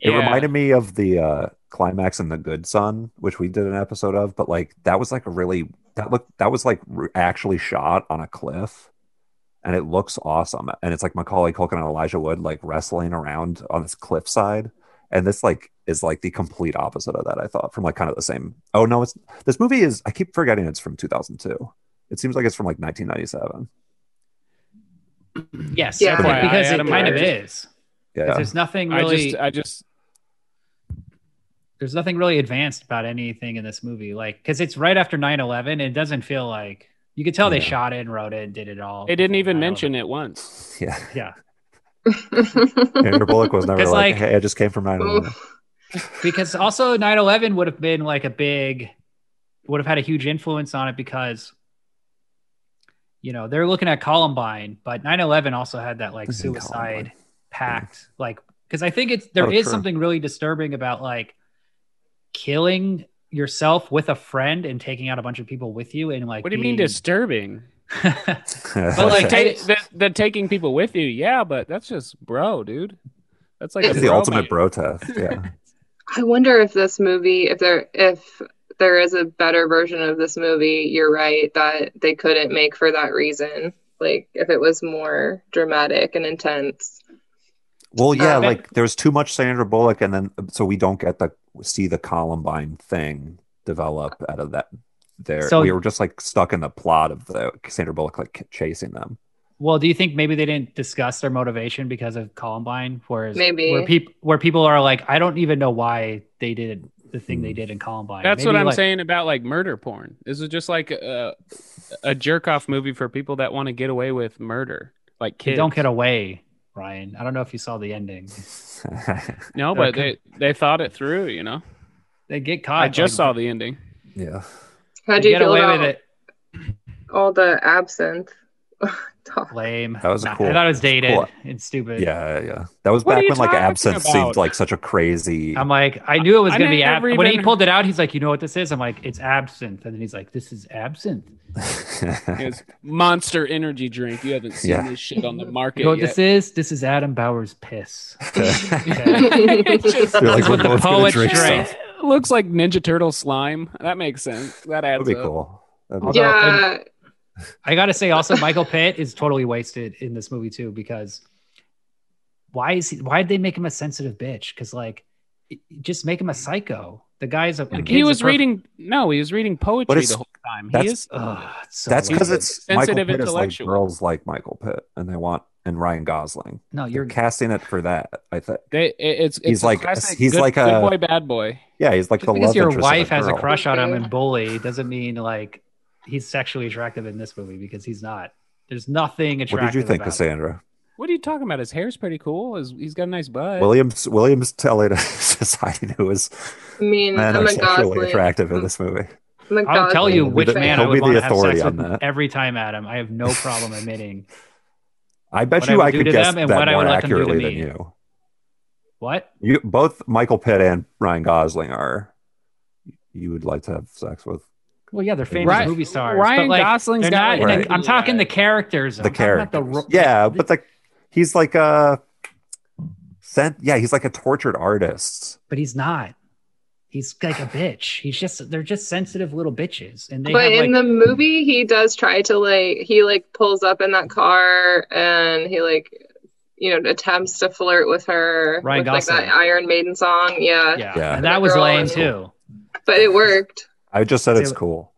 It Yeah. reminded me of the uh, climax in The Good Son, which we did an episode of, but like that was like a really that looked that was like re- actually shot on a cliff, and it looks awesome. And it's like Macaulay Culkin and Elijah Wood like wrestling around on this cliffside, and this like is like the complete opposite of that. I thought from like kind of the same. Oh no, it's this movie is I keep forgetting it's from 2002. It seems like it's from like 1997. Yes, Yeah. that's why- Yeah, because it Adam kind of Myers. is. 'Cause Yeah, There's nothing I really. just, I just, there's nothing really advanced about anything in this movie like because it's right after 9-11 and it doesn't feel like you could tell they Yeah. shot it and wrote it and did it all they didn't before even 9/11. mention it once. yeah. yeah Andrew Bullock was never 'Cause, like, like- "Hey, I just came from 9 because also 9-11 would have been like a big would have had a huge influence on it because you know they're looking at columbine but 9-11 also had that like This isn't suicide Columbine. pact like because i think it's there Oh, is true. something really disturbing about like killing yourself with a friend and taking out a bunch of people with you and like What do you mean being- disturbing? But, Ta- like, Titus- the, the taking people with you, yeah, but that's just bro, dude. That's like a It's the bro ultimate move. bro test. Yeah. I wonder if this movie, if there, if there is a better version of this movie, you're right, that they couldn't make for that reason. Like if it was more dramatic and intense. Well, yeah, Um, like there's too much Sandra Bullock, and then so we don't get the see the Columbine thing develop out of that. There, So- we were just like stuck in the plot of the Sandra Bullock like chasing them. Well, do you think maybe they didn't discuss their motivation because of Columbine? Whereas Maybe. where people where people are like, I don't even know why they did the thing they Hmm. did in Columbine. That's Maybe, what I'm like- saying about like murder porn. This is just like a, a jerk off movie for people that want to get away with murder, like You kids. don't get away, Ryan. I don't know if you saw the ending. No, but Okay. they they thought it through. You know, They get caught. I just like, saw the ending. yeah, How'd they you get feel away about with it. all the absinthe talk? Lame. That was a Nah, cool- I thought it was dated cool- and stupid. yeah, yeah. That was What are back you when like talking absinthe about? seemed like such a crazy. I'm like, I knew it was I gonna be ab- never when he even- pulled it out. He's like, you know what this is? I'm like, it's absinthe, and then he's like, this is absinthe. It was Monster Energy drink. You haven't seen Yeah. this shit on the You market know what yet. this is? This is Adam Bauer's piss. You're It's just- like, That's we're what the both gonna poets drink drink. stuff. it looks like Ninja Turtle slime. That makes sense. That That'd adds be up. cool. That'd be- Although- Yeah, I gotta say, also Michael Pitt is totally wasted in this movie too because why is he? Why did they make him a sensitive bitch? Because like, it- just make him a psycho. The guy's a. The He kid's a was perf- reading. No, he was reading poetry it's- the whole time. He that's- is. Ugh, it's so That's because lame. it's Michael Sensitive Pitt is like intellectual. girls like Michael Pitt, and they want and Ryan Gosling. no, You're you're casting it for that. I think. They, it, it's, it's He's a like- classic he's good- like a- good boy, bad boy. Yeah, he's like just the because love your interest of wife has a girl. crush on him and bully doesn't mean like he's sexually attractive in this movie because he's not. There's nothing What attractive. did you think, about him. Cassandra? What are you talking about? His hair's pretty cool. His, he's got a nice butt. Williams Williams telling society who is I mean, men Emma are sexually Gosling. attractive Hmm. in this movie. Emma I'll tell Gosling you is which the- great. man I he'll would be the want to have authority sex on with that. every time, Adam. I have no problem admitting I bet What I you would I, do could to guess them and that what I more would let them do to accurately than me. you. what You both Michael Pitt and Ryan Gosling are you would like to have sex with. Well, yeah, they're famous Right. movie stars. Ryan but like, Gosling's they're got not. a in a- Right. I'm talking the characters. The I'm talking about the characters. ro- yeah, but the he's like a sent yeah, he's like a tortured artist. but he's not. He's like a bitch. He's just. They're just sensitive little bitches, and they. But have, in like, the movie, he does try to like he like pulls up in that car and he like you know attempts to flirt with her Ryan with, like that Gosling. Iron Maiden song. Yeah, yeah, Yeah. and that was Girl, lame it's too. but it worked. I just said See, it's cool.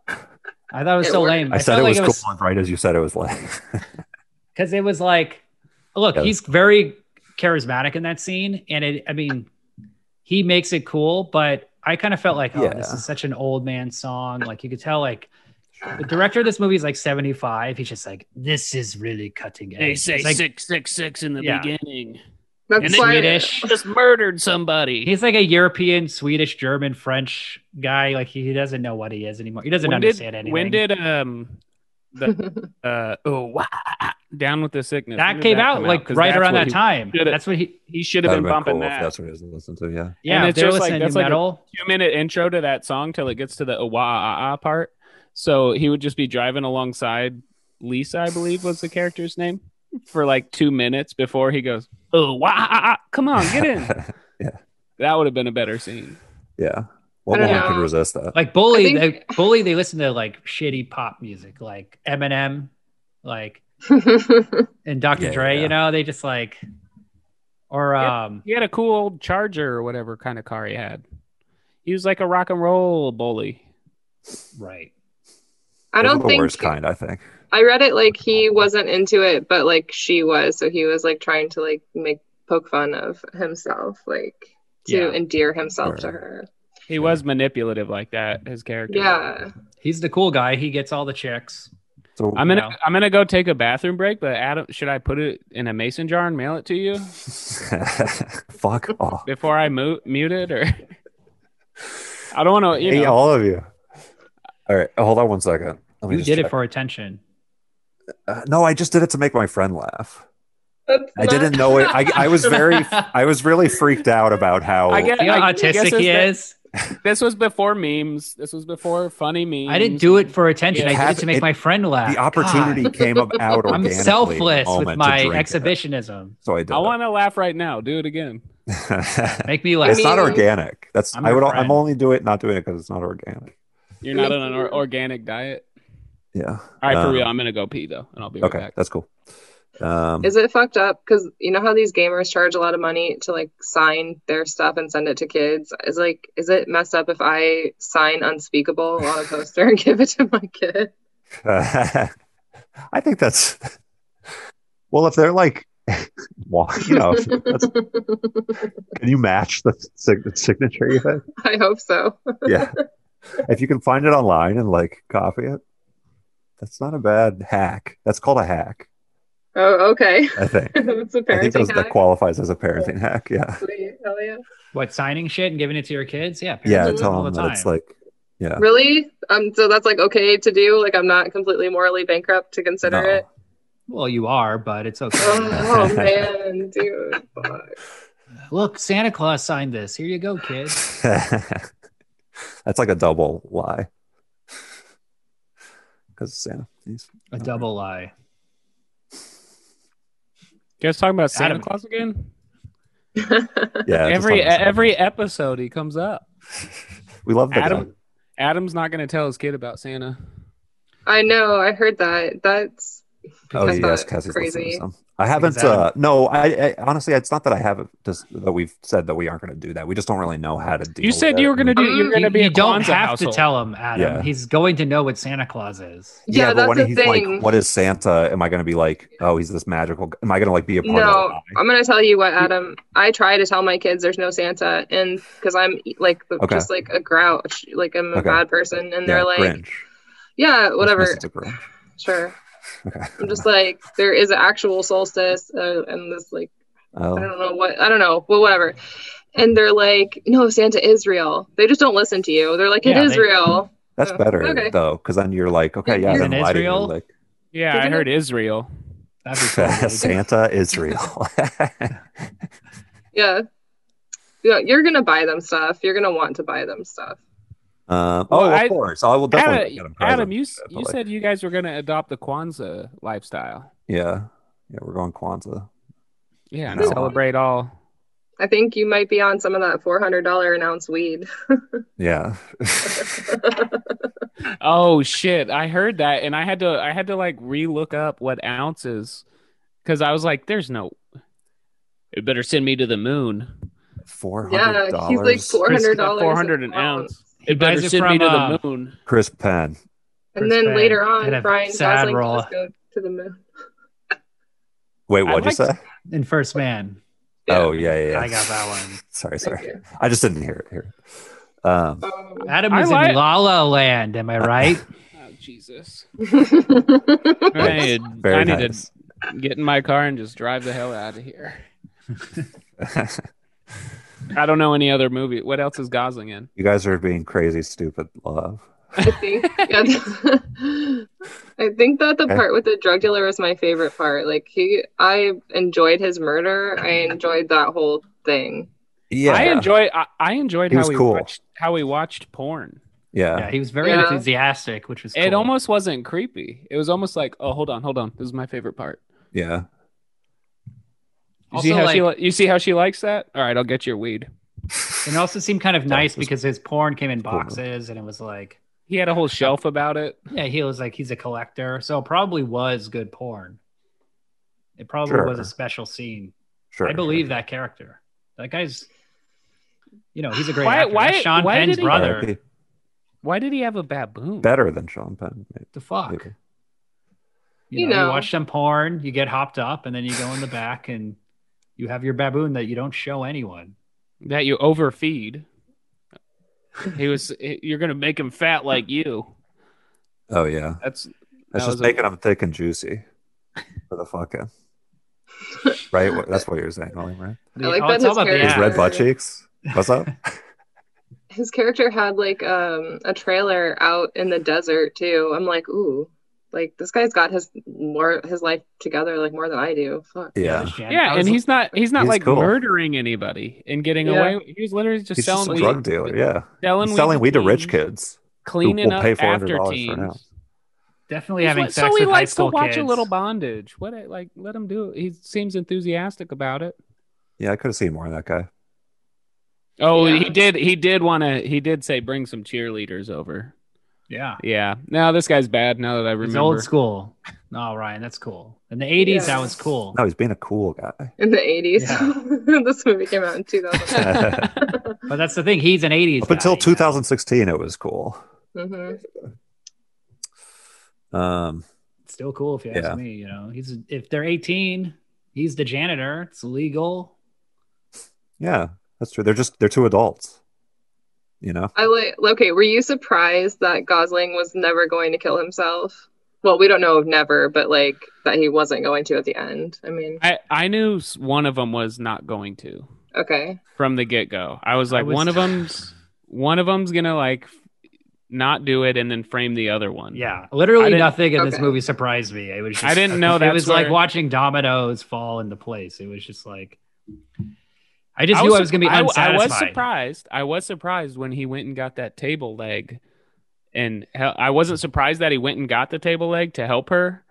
I thought it was It so worked. lame. I, said felt it was like cool right as you said it was like because it was like, look, Yeah. he's very charismatic in that scene, and it. I mean, he makes it cool, but I kind of felt like, oh, this Yeah. is such an old man song. Like you could tell, like the director of this movie is like 75. He's just like, this is really cutting edge. They say It's like, six six six in the Yeah. beginning. That's And why Swedish. Just murdered somebody. He's like a European, Swedish, German, French guy. Like he, he doesn't know what he is anymore. He doesn't When understand did, anything. when did um the, uh, oh, wah, down with the sickness. When that did came out come like 'Cause right that's around what that he- time. should've- That's what he. He should have That'd been been bumping cool if that. that's what he was listening to. Yeah. Yeah, And if it's they're just like- listening that's to like a- metal. two minute intro to that song till it gets to the uh, wah ah ah part. So he would just be driving alongside Lisa, I believe was the character's name, for like two minutes before he goes, Oh wah ah, ah, ah. come on, get in. that would have been a better scene. yeah. What I don't woman know. could resist that? like bully, I they, think- bully. They listen to like shitty pop music, like Eminem, like and Dr. Yeah, Dre. yeah. You know, they just like, or Yeah. um, He had a cool old charger or whatever kind of car he had. He was like a rock and roll bully. right. I Those are don't the think worst kind, I think. I read it like he wasn't into it, but like she was, so he was like trying to like make poke fun of himself, like to Yeah. endear himself to Right. her. He was manipulative like that, his character. Yeah. He's the cool guy. He gets all the chicks. So I'm gonna Yeah. I'm gonna go take a bathroom break, but Adam should I put it in a mason jar and mail it to you fuck off. before I mu- mute it or I don't wanna Oh, you Hey, know all of you. All right. Hold on one second. Let me You just did it check. for attention. Uh, no, I just did it to make my friend laugh. That's I didn't know it. I, I was very, I was really freaked out about how. I get You know how I guess autistic it's he that- is. This was before memes. This was before funny memes. I didn't do it for attention. It I did happened- it to make it- my friend laugh. the opportunity God. came up out I'm organically. in the selfless with moment to my drink it. exhibitionism. So I did. I want to laugh right now. Do it again. it. Make me laugh. it's not mean- organic. That's I'm i your would. friend. I'm only doing it, not doing it because it's not organic. You're not on an or- organic diet. Yeah. All right, for Um, real. I'm gonna go pee though, and I'll be right Okay, back. that's cool. Um, Is it fucked up? Because you know how these gamers charge a lot of money to like sign their stuff and send it to kids. Is like, is it messed up if I sign unspeakable on a poster and give it to my kid? I think that's well. If they're like, well, you know, if that's, can you match the sig- signature? You think? I hope so. Yeah. If you can find it online and like copy it, that's not a bad hack. That's called a hack. Oh, okay. I think. it's a I think parenting those- that hack. qualifies as a parenting hack. Yeah. Sweet. Hell yeah. What signing shit and giving it to your kids? Yeah, parents Yeah. do it Tell all them the that time. it's like, yeah. Really? Um, so that's like okay to do. Like I'm not completely morally bankrupt to consider no. it. well, you are, but it's okay. Oh, oh, man, dude. Fuck. Look, Santa Claus signed this. Here you go, kid. That's like a double lie. Because Santa, he's A double lie. You guys talking about Santa Adam- Claus again? yeah. just every talking about Santa. every episode he comes up. we love that. Adam Adam's not gonna tell his kid about Santa. I know. I heard that. That's guy. Oh that's yes, not Cassie's listening crazy. to some. I haven't. Because Adam- Uh, no, I, I honestly, it's not that I haven't. Just that we've said that we aren't going to do that. We just don't really know how to deal. You said you were gonna to. do. You were You, gonna be you a don't Kwanzaa have household. to tell him, Adam. Yeah. He's going to know what Santa Claus is. Yeah, Yeah, but that's when the he's thing. like, "What is Santa?" Am I going to be like, "Oh, he's this magical"? g- Am I going to like be a part of no. um, that? I'm gonna tell you what, Adam. I try to tell my kids there's no Santa, and because I'm like the- Okay. just like a grouch, like I'm a Okay. bad person, and they're yeah, like, Grinch. yeah, whatever, It's a Grinch. sure. Okay. I'm just like there is an actual solstice, uh, and this like. Oh. I don't know what I don't know, but whatever. And they're like, no, Santa is real. They just don't listen to you. They're like, it Yeah, is they- real. That's Oh, better okay. though, because then you're like, okay, yeah, You're then in why do you Israel? like Yeah, I heard Israel. That'd be cool, dude. Santa Israel? Yeah. Yeah, you're gonna buy them stuff. You're gonna want to buy them stuff. um, Well, oh, of I- course, I will definitely get him Adam, present. Adam, you s- but, you like- said you guys were gonna adopt the Kwanzaa lifestyle. yeah, yeah, we're going Kwanzaa. Yeah, and No. celebrate all. I think you might be on some of that four hundred dollar an ounce weed. Yeah, Oh shit! I heard that, and I had to I had to like re-look up what ounces because I was like, "There's no." It better send me to the moon. four Yeah, hundred he's like dollars. four hundred dollars. Four hundred an ounce. It better buys it send me from, to uh, the moon. Chris Penn. And then Chris later Penn on, had a Brian sad Gosling can role. just go to the moon. Wait, I what'd you say? liked- In First Man. Yeah. Oh yeah, yeah, yeah. I got that one. sorry, Thank sorry. you. I just didn't hear it here. Um, Um, Adam I is like- in La La Land, am I right? Oh Jesus! I Nice. need, I very need nice. to get in my car and just drive the hell out of here. I don't know any other movie. What else is Gosling in? you guys are being crazy, stupid love. I think yeah, I think that the Okay. part with the drug dealer was my favorite part. Like he I enjoyed his murder. I enjoyed that whole thing. Yeah. I enjoy. I, I enjoyed He how was we cool. watched how we watched porn. Yeah. yeah, he was very Yeah. enthusiastic, which was It cool. almost wasn't creepy. It was almost like, oh, hold on, hold on. This is my favorite part. Yeah. You Also, see how she like- li- you see how she likes that? All right, I'll get your weed. And it also seemed kind of nice because his porn came in cool. boxes, and it was like, He had a whole shelf about it. yeah, he was like he's a collector, so it probably was good porn. It probably was Sure. a special scene. Sure. I believe that character. That guy's, you know, he's a great Why- actor. why- That's Sean why Penn's did he- brother. RIP. Why did he have a baboon? Better than Sean Penn. maybe. The fuck. Maybe. You, You know, you know. watch some porn, you get hopped up, and then you go in the back and you have your baboon that you don't show anyone. that you overfeed. He was. You're gonna make him fat like you. Oh yeah. That's That's That just was a- making them thick and juicy for the fucking. right? What- That's what you're saying, William, right? The- like oh, that it's all his about the character- His ass. red butt cheeks. What's up? His character had like um a trailer out in the desert too. I'm like, ooh, like this guy's got his more his life together like more than I do. Fuck. Yeah. Those gen- I yeah, was and he's not. He's not He's like cool. murdering anybody and getting Yeah. away. He was literally just He's selling just a weed. drug dealer. Yeah. selling He's weed selling weed to rich teens, kids. cleaning will up pay after $400 for teens. now. definitely He's having like- sex so he with high likes to school watch kids. a little bondage. What like let him do it. He seems enthusiastic about it. Yeah, I could have seen more of that guy. Oh, Yeah. he did. He did want to. He did say bring some cheerleaders over. Yeah. Yeah. No, this guy's bad. Now that I It's remember. old school. No, Ryan, that's cool. In the 80s, that Yeah. was cool. No, he's being a cool guy. In the 80s. this movie came out in 2000. But that's the thing. He's an 80s. Up until guy, you know? 2016, it was cool. hmm Um, Still cool if you ask Yeah. me. You know, he's if they're 18, he's the janitor. It's legal. yeah, that's true. They're just they're two adults. You know, I like okay, were you surprised that Gosling was never going to kill himself? Well, we don't know of never, but like that he wasn't going to at the end. I mean, I I knew s- one of them was not going to okay. from the get go. I was like was- one of them's one of them's gonna like f- not do it and then frame the other one. Yeah. I Literally didn't- nothing in this Okay. movie surprised me. It was just, I didn't know It that's was like where- watching dominoes fall into place. It was just like, I just I knew was, I was going to be I, unsatisfied. I was surprised. I was surprised when he went and got that table leg, and hel- I wasn't surprised that he went and got the table leg to help her.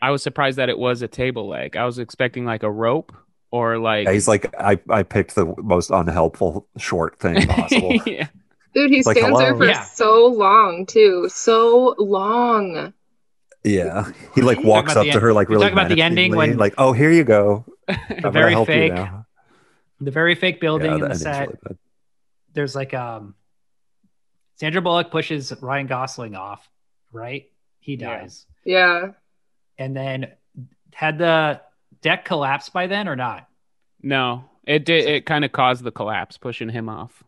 I was surprised that it was a table leg. I was expecting like a rope or like Yeah, he's like I I picked the most unhelpful short thing possible. yeah. Dude, he It's like, stands there hello? for Yeah. so long too. So long. yeah, he like You're talking walks about up the to her like you're really. talking about the ending menacingly, when- like oh here you go, I'm gonna very help you fake now. The very fake building Yeah, in the ending's set. really bad. there's like um Sandra Bullock pushes Ryan Gosling off, right? He Yeah. dies. Yeah. And then had the deck collapsed by then or not? No, it did. It kind of caused the collapse, pushing him off.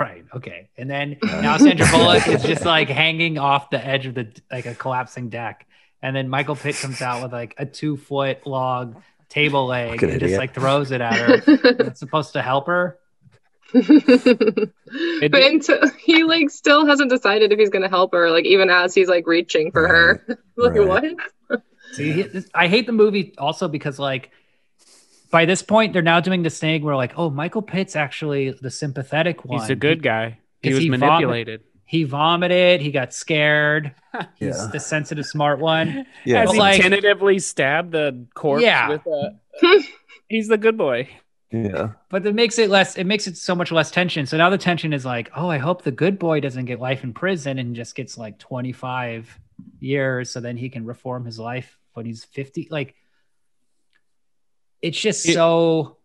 Right. Okay. And then Yeah. now Sandra Bullock is just like hanging off the edge of the like a collapsing deck. And then Michael Pitt comes out with like a two foot long table leg Fucking and just idiot. like throws it at her. That's supposed to help her. but until he like still hasn't decided if he's gonna help her, like even as he's like reaching for her. like Right. what? See, he- this- I hate the movie also because like by this point they're now doing this thing where like, oh, Michael Pitt's actually the sympathetic one. He's a good guy. He 'cause was he vom- manipulated. He, he vomited. He got scared. He's Yeah. the sensitive, smart one. Yeah, As But he like- tentatively stabbed the corpse Yeah. with a. he's the good boy. yeah. But it makes it less. It makes it so much less tension. So now the tension is like, oh, I hope the good boy doesn't get life in prison and just gets like twenty five years, so then he can reform his life when he's fifty. Like, it's just It- so.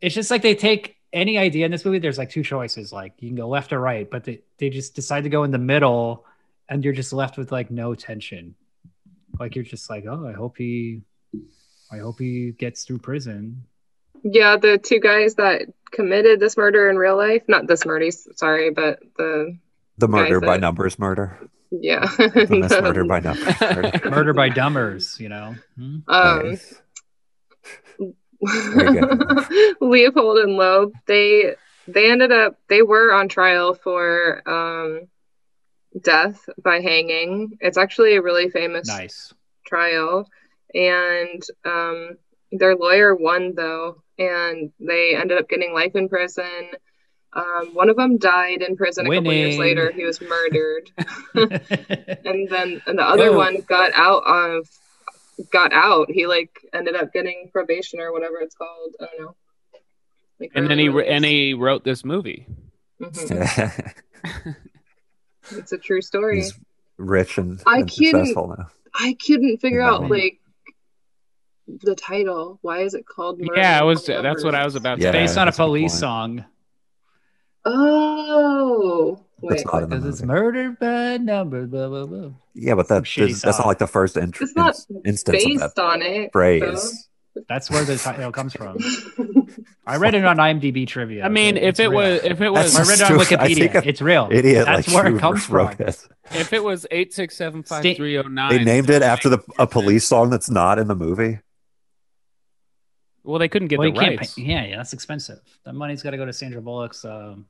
It's just like they take any idea in this movie. There's like two choices. Like you can go left or right, but they they just decide to go in the middle, and you're just left with like no tension. Like you're just like, oh, I hope he, I hope he gets through prison. Yeah, the two guys that committed this murder in real life. Not this murder, s- sorry, but the The murder Guys, by uh, numbers murder. yeah. The mass murder by numbers. murder. murder by dumbers you know Hmm? um Nice. Very Leopold and Loeb, they they ended up they were on trial for um death by hanging. It's actually a really famous Nice. trial and um, their lawyer won though and they ended up getting life in prison um, one of them died in prison a couple years Winning. later he was murdered That's and then and the other Ew. one got out of got out he like ended up getting probation or whatever it's called i don't know Like, and then he early wr- and he release. wrote this movie. Mhm. it's a true story He's rich and, I and couldn't- successful now. i couldn't figure Wow. out like the title why is it called Murder Yeah, I was. on the That's what I was Upper about. Yeah, to based on a that's a good police point. song. Oh, That's wait. not in the Because it's movie. murder by number. Blah, blah, blah. yeah, but that shitty is, that's song. not like the first int- It's not in- instance of that based on it. phrase. That's where the title comes from. so- I read it on IMDb trivia. I mean, It's if it real. was, if it I was, That's- read it on Stupid. I think Wikipedia. I'm It's real. Idiot, That's like where you it comes wrote from. it. if it was eight six seven five three zero nine, They named it after the a police song that's not in the movie. Well, they couldn't get Well, the you can't rights. pay- yeah, yeah, that's expensive. That money's got to go to Sandra Bullock's. Um,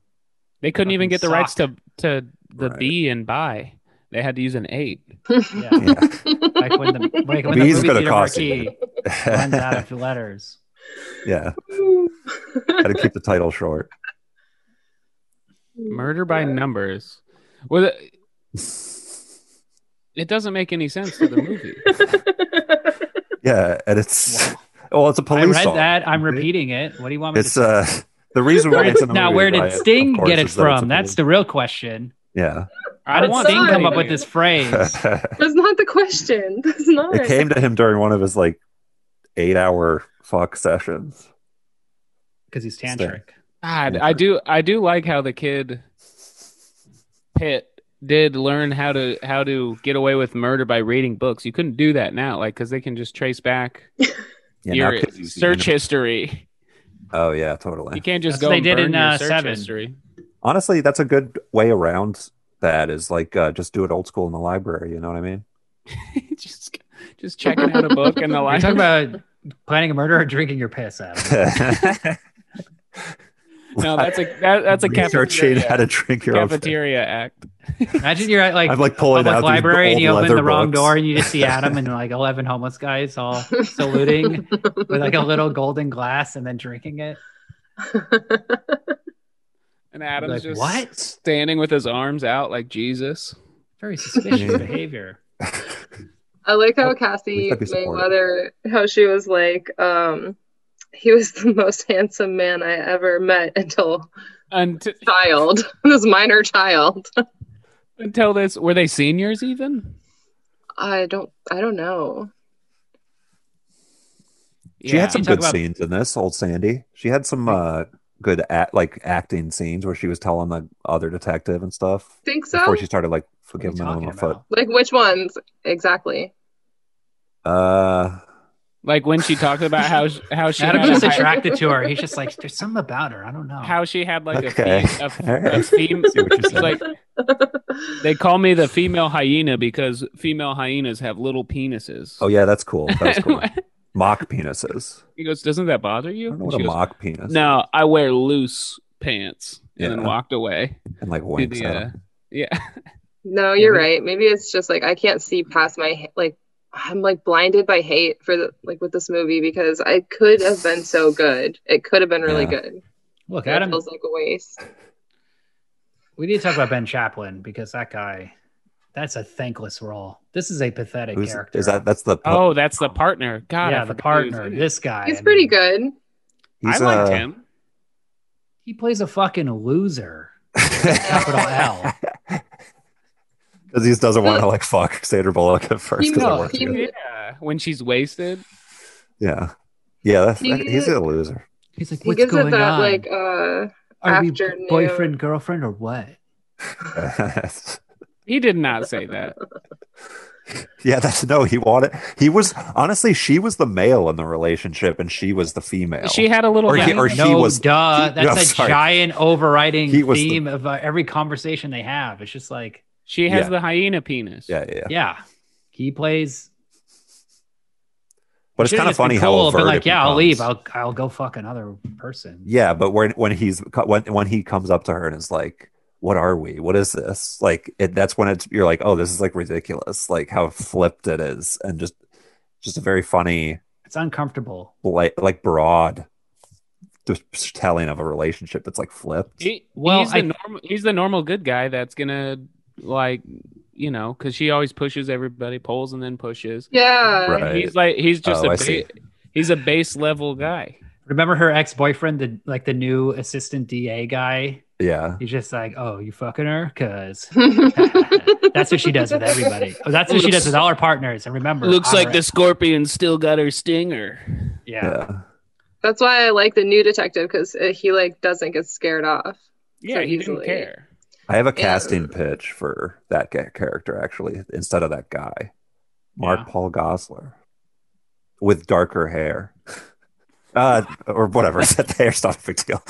They couldn't even fucking get the rights to sock. to the Right. B and buy. They had to use an eight. yeah, Yeah. like when the like when the Bees movie gonna theater cost you. marquee runs out of letters. yeah, gotta keep the title short. Murder by Yeah. numbers. Well, it- it doesn't make any sense to the movie. Yeah, and it's well, it's a I police read song. that. I'm repeating it. What do you want me It's to say? uh the reason why it's in the now, movie, where did right, of Sting course, get it is that it's a from? That's the real question. police- How did want Sting come somebody up to with do this phrase? yeah. That's not the question. That's not. it came to him during one of his like eight hour fuck sessions. Because he's Sting. tantric. God, I do I do like how the kid Pitt did learn how to how to get away with murder by reading books. You couldn't do that now, like because they can just trace back Yeah, now your kids use the search internet. history. Oh yeah, You totally. can't just That's go. what and they did burn in, your uh, search Seven. history. Honestly, that's a good way around that is like uh, just do it old school in the library, you know what I mean? just just checking out a book and the Are like. you talking about planning a murder or drinking your piss out? No, that's a that, that's a researching cafeteria, how to drink your own piss. cafeteria act. Imagine you're at like I'm like pulling out public these library and old you open leather the wrong books. door and you just see Adam and like 11 homeless guys all saluting with like a little golden glass and then drinking it. And Adam's Like, just what? standing with his arms out like Jesus. Very suspicious Yeah. behavior. I like how Oh, Kathy gotta be supportive. Mayweather, how she was like, um, he was the most handsome man I ever met until And t- child, this minor child. until this, were they seniors even? I don't, I don't know. She had some You talk good about- scenes in this, old Sandy. She had some uh, good act, like acting scenes where she was telling the other detective and stuff Think so? before she started like What are you forgiving him talking a foot. about? Like which ones exactly? Uh, Like when she talked about how sh- how she Adam had was a high- attracted to her. He's just like, there's something about her. I don't know. how she had like Okay. a, fe- a, All right. a fem- See what you're she's saying. like they call me the female hyena because female hyenas have little penises. oh yeah, that's cool. That's cool. mock penises. he goes, doesn't that bother I you? don't know And what she a goes, mock penis. no, I wear loose pants, and then Yeah. walked away. is. and like To winks the, at uh, him. yeah. No, you're Maybe. right. Maybe it's just like I can't see past my ha- like I'm like blinded by hate for the like with this movie because I could have been so good. It could have been really Yeah. good. Look, It Adam, feels like a waste. we need to talk about Ben Chaplin because that guy, that's a thankless role. This is a pathetic Who's character. is that? That's the Oh, that's the partner. God, yeah, I the forgot he was partner. in it. This guy. He's I pretty mean, good. I he's, liked uh, him. He plays a fucking loser. Capital L. Because he doesn't want to like fuck Sandra Bullock at first. He 'cause they knows- work he- together. Yeah, when she's wasted. yeah, yeah. That's, He- he's a loser. He's like, He what's gives going it that on? like uh Are we afternoon- boyfriend, girlfriend, or what? He did not say that. yeah, that's no. He wanted. He was honestly. She was the male in the relationship, and she was the female. She had a little. Or he- thing. or no, was- duh. he- That's I'm a sorry. giant overriding He was the- theme of uh, every conversation they have. It's just like, she has yeah. the hyena penis. yeah, yeah. yeah. yeah, he plays. But it's should've kind of just been funny how cool, overt but like, it yeah, I'll becomes. leave. I'll I'll go fuck another person. Yeah, but when when he's when when he comes up to her and is like, what are we? What is this? Like it, that's when it's you're like, oh, this is like ridiculous, like how flipped it is, and just just a very funny, It's uncomfortable. like like broad just telling of a relationship. It's like flipped. He, Well, he's the I- normal he's the normal good guy that's gonna like you know because she always pushes everybody, pulls and then pushes. Yeah. Right. He's like he's just Oh, a I ba- see. he's a base level guy. Remember her ex boyfriend, the like the new assistant DA guy. Yeah. He's just like, oh, you fucking her, cause That's that's what she does with everybody. Oh, that's what she does with all her partners. And remember, honor it. scorpion still got her stinger. Yeah. Yeah. That's why I like the new detective because he like doesn't get scared off. Yeah, So he didn't easily. care. I have a Yeah. casting pitch for that ga- character actually instead of that guy, Mark Paul Gosler, with darker hair, uh, or whatever. That hair's not a big deal.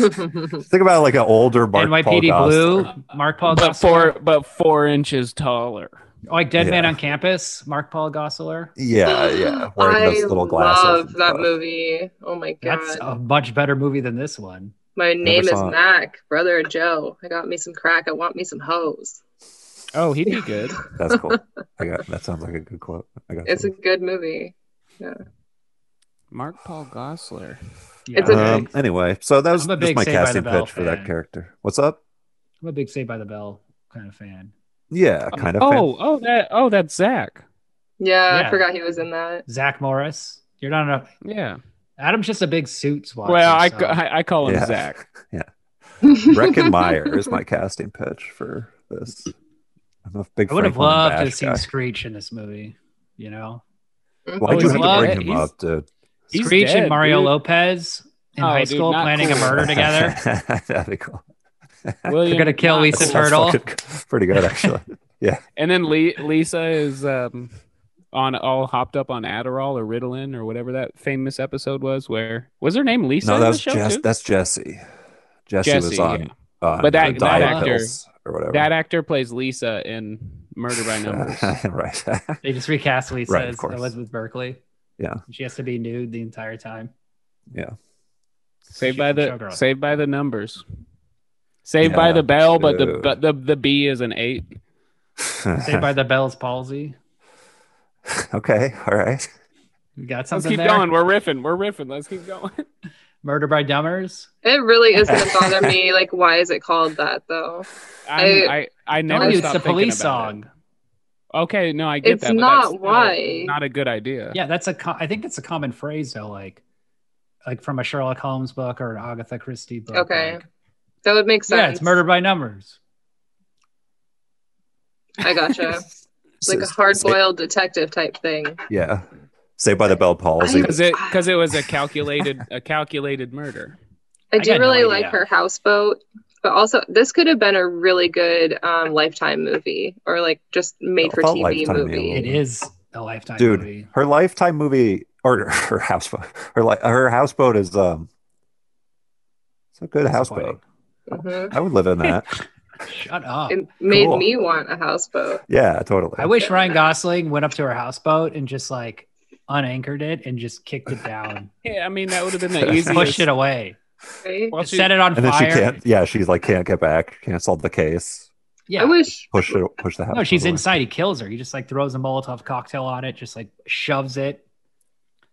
Think about like an older Mark Paul NYPD Blue, Gosselaar. Mark Paul but Gosselaar, four but four inches taller. like Dead Man Yeah. on Campus, Mark Paul Gosselaar. Yeah, yeah. Wearing I those little glasses. love and that stuff. movie. Oh my god. That's a much better movie than this one. My name is saw it. Mac, brother Joe. I got me some crack. I want me some hoes. Oh, he'd be good. That's cool. I got that. Sounds like a good quote. I got It's a that. good movie. Mark Paul Gossler. Yeah. It's a- um, anyway, so that was I'm a just big my Saved by the casting Bell pitch for that fan. character. What's up? I'm a big Saved by the Bell kind of fan. Yeah, kind of. Oh, oh that oh that's Zach. Yeah, Yeah. I forgot he was in that. Zach Morris, you're not enough. Yeah. Adam's just a big suits watcher. Well, I, so- I I call him Yeah. Zach. Breckin Meyer is my casting pitch for this. I'm a big. I would Franklin have and loved to have Bash seen guy. Screech in this movie. You know, Why'd Oh, you he's have loved to it. bring him He's- up, dude? He's Screech dead, and Mario dude. Lopez in Oh, high dude, school not planning a cool. murder together. That'd be cool. William They're gonna kill Gosselaar. Lisa That's Turtle. fucking Pretty good, actually. And then Le- Lisa is um, on all hopped up on Adderall or Ritalin or whatever that famous episode was. Where was her name Lisa? no, in the that's show Jess. too? That's Jesse. Jesse, was Jesse, on, on But that- uh, that diet actor- pills or whatever. That actor plays Lisa in Murder by Numbers. right. They just recast Lisa Right, of as course. Elizabeth Berkeley. Yeah. she has to be nude the entire time. Yeah. saved by the Showgirl. Saved by the Numbers. Saved Yeah, by the Bell, but the dude. but the the B is an eight. Saved by the Bell's palsy. okay. All right. You got Let's something keep there? going. We're riffing. We're riffing. Let's keep going. Murder by Dumbers. It really is gonna bother me. Like, why is it called that though? I'm, I- I I No, never. it's stop the thinking police about it. song. Okay, no, I get It's that. but not that's still why. Not a good idea. Yeah, that's a. Co- I think that's a common phrase though, like, like from a Sherlock Holmes book or an Agatha Christie book. Okay. like, That would make sense. yeah, it's Murder by Numbers. I gotcha. It's like a Sa- hard sa- boiled detective type thing. Yeah. Saved by the Bell palsy. I- because it because it was a calculated a calculated murder. I, I do got no really idea. like her houseboat, but also this could have been a really good um, lifetime movie or like just made for About TV Lifetime, movie. yeah. It is a lifetime Dude. movie. Her lifetime movie or her houseboat. Her li- her houseboat is um. It's a good houseboat. Mhm. I would live in that. Shut up. It made Oh, Cool. me want a houseboat. Yeah, totally. I wish Ryan Gosling went up to her houseboat and just like unanchored it and just kicked it down, Yeah, I mean that would have been the easiest. pushed it away, Right? Well, she- set it on and then fire. she can't. Yeah, she's like can't get back. Can't solve the case. Yeah. I wish Push it. Push the house. No, she's away. inside. He kills her. He just like throws a Molotov cocktail on it, just like shoves it.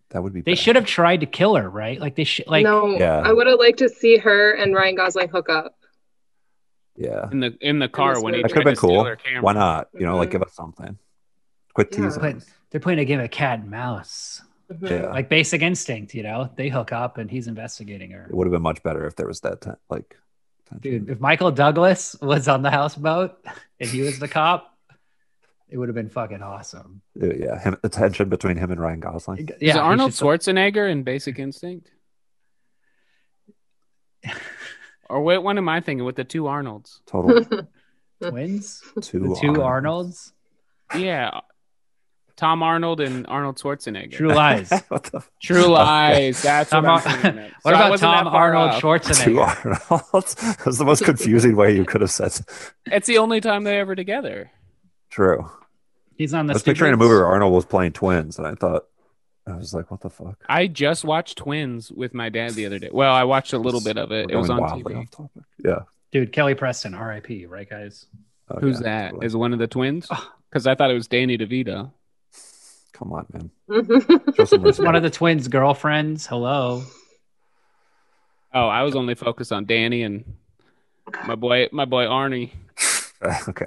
That would be. They bad. should have tried to kill her, right? Like they should, like no. Yeah. I would have liked to see her and Ryan Gosling hook up. Yeah. in the in the car when he That could've tried to been steal cool. her camera. Why not? You know, like Mhm. give us something. Quit Yeah. teasing. But- they're playing a game of cat and mouse, Mhm. Yeah. like Basic Instinct. You know, they hook up and he's investigating her. It would have been much better if there was that. T- like. tension. Dude, if Michael Douglas was on the houseboat and he was the cop, it would have been fucking awesome. Uh, Yeah. Him, the tension between him and Ryan Gosling. Yeah, Is he Arnold should- Schwarzenegger in Basic Instinct? or wait, what am I thinking with the two Arnolds? Total twins, two. the two Arnolds. Arnolds, Yeah, Tom Arnold and Arnold Schwarzenegger. True Lies. what the True Lies. That's Tom what I'm Ar- thinking of. So What I about wasn't that Tom far Arnold off. two Schwarzenegger? Arnolds? That's the most confusing way you could have said. It's the only time they're ever together. True. He's on I the. was picturing a Stooges. movie where Arnold was playing twins, and I thought, I was like, what the fuck? I just watched Twins with my dad the other day. Well, I watched a little bit of it. We're It was going on wildly TV. off topic. Yeah. Dude, Kelly Preston, R.I.P. Right, guys. Oh, yeah, Who's that? Is totally. Ah. it one of the twins? Because I thought it was Danny DeVito. Come on, man. Show That's some It's one respect. of the twins' girlfriends. Hello. Oh, I was only focused on Danny and my boy, my boy Arnie. okay.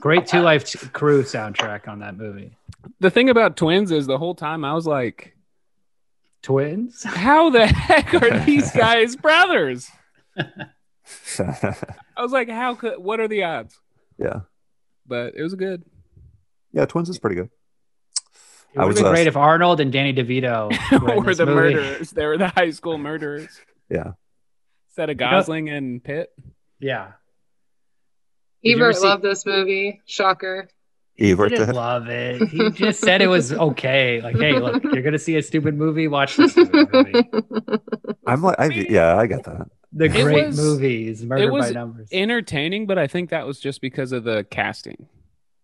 Great Two Life T- Crew soundtrack on that movie. The thing about twins is the whole time I was like, Twins? how the heck are these guys brothers? I was like, how could? What are the odds? yeah. But it was good. Yeah, twins is pretty good. It I would was, have uh, been great if Arnold and Danny DeVito were, in Or this the movie. murderers. They were the high school murderers. Yeah. Instead of know- Gosling and Pitt. Yeah. you ever Ebert see- loved this movie. Shocker. He Ebert. didn't love it. He just said it was okay. Like, hey, look, you're going to see a stupid movie? Watch this stupid movie. I'm like, I, yeah, I get that. The It great was- movies, Murder was by Numbers. entertaining, but I think that was just because of the casting.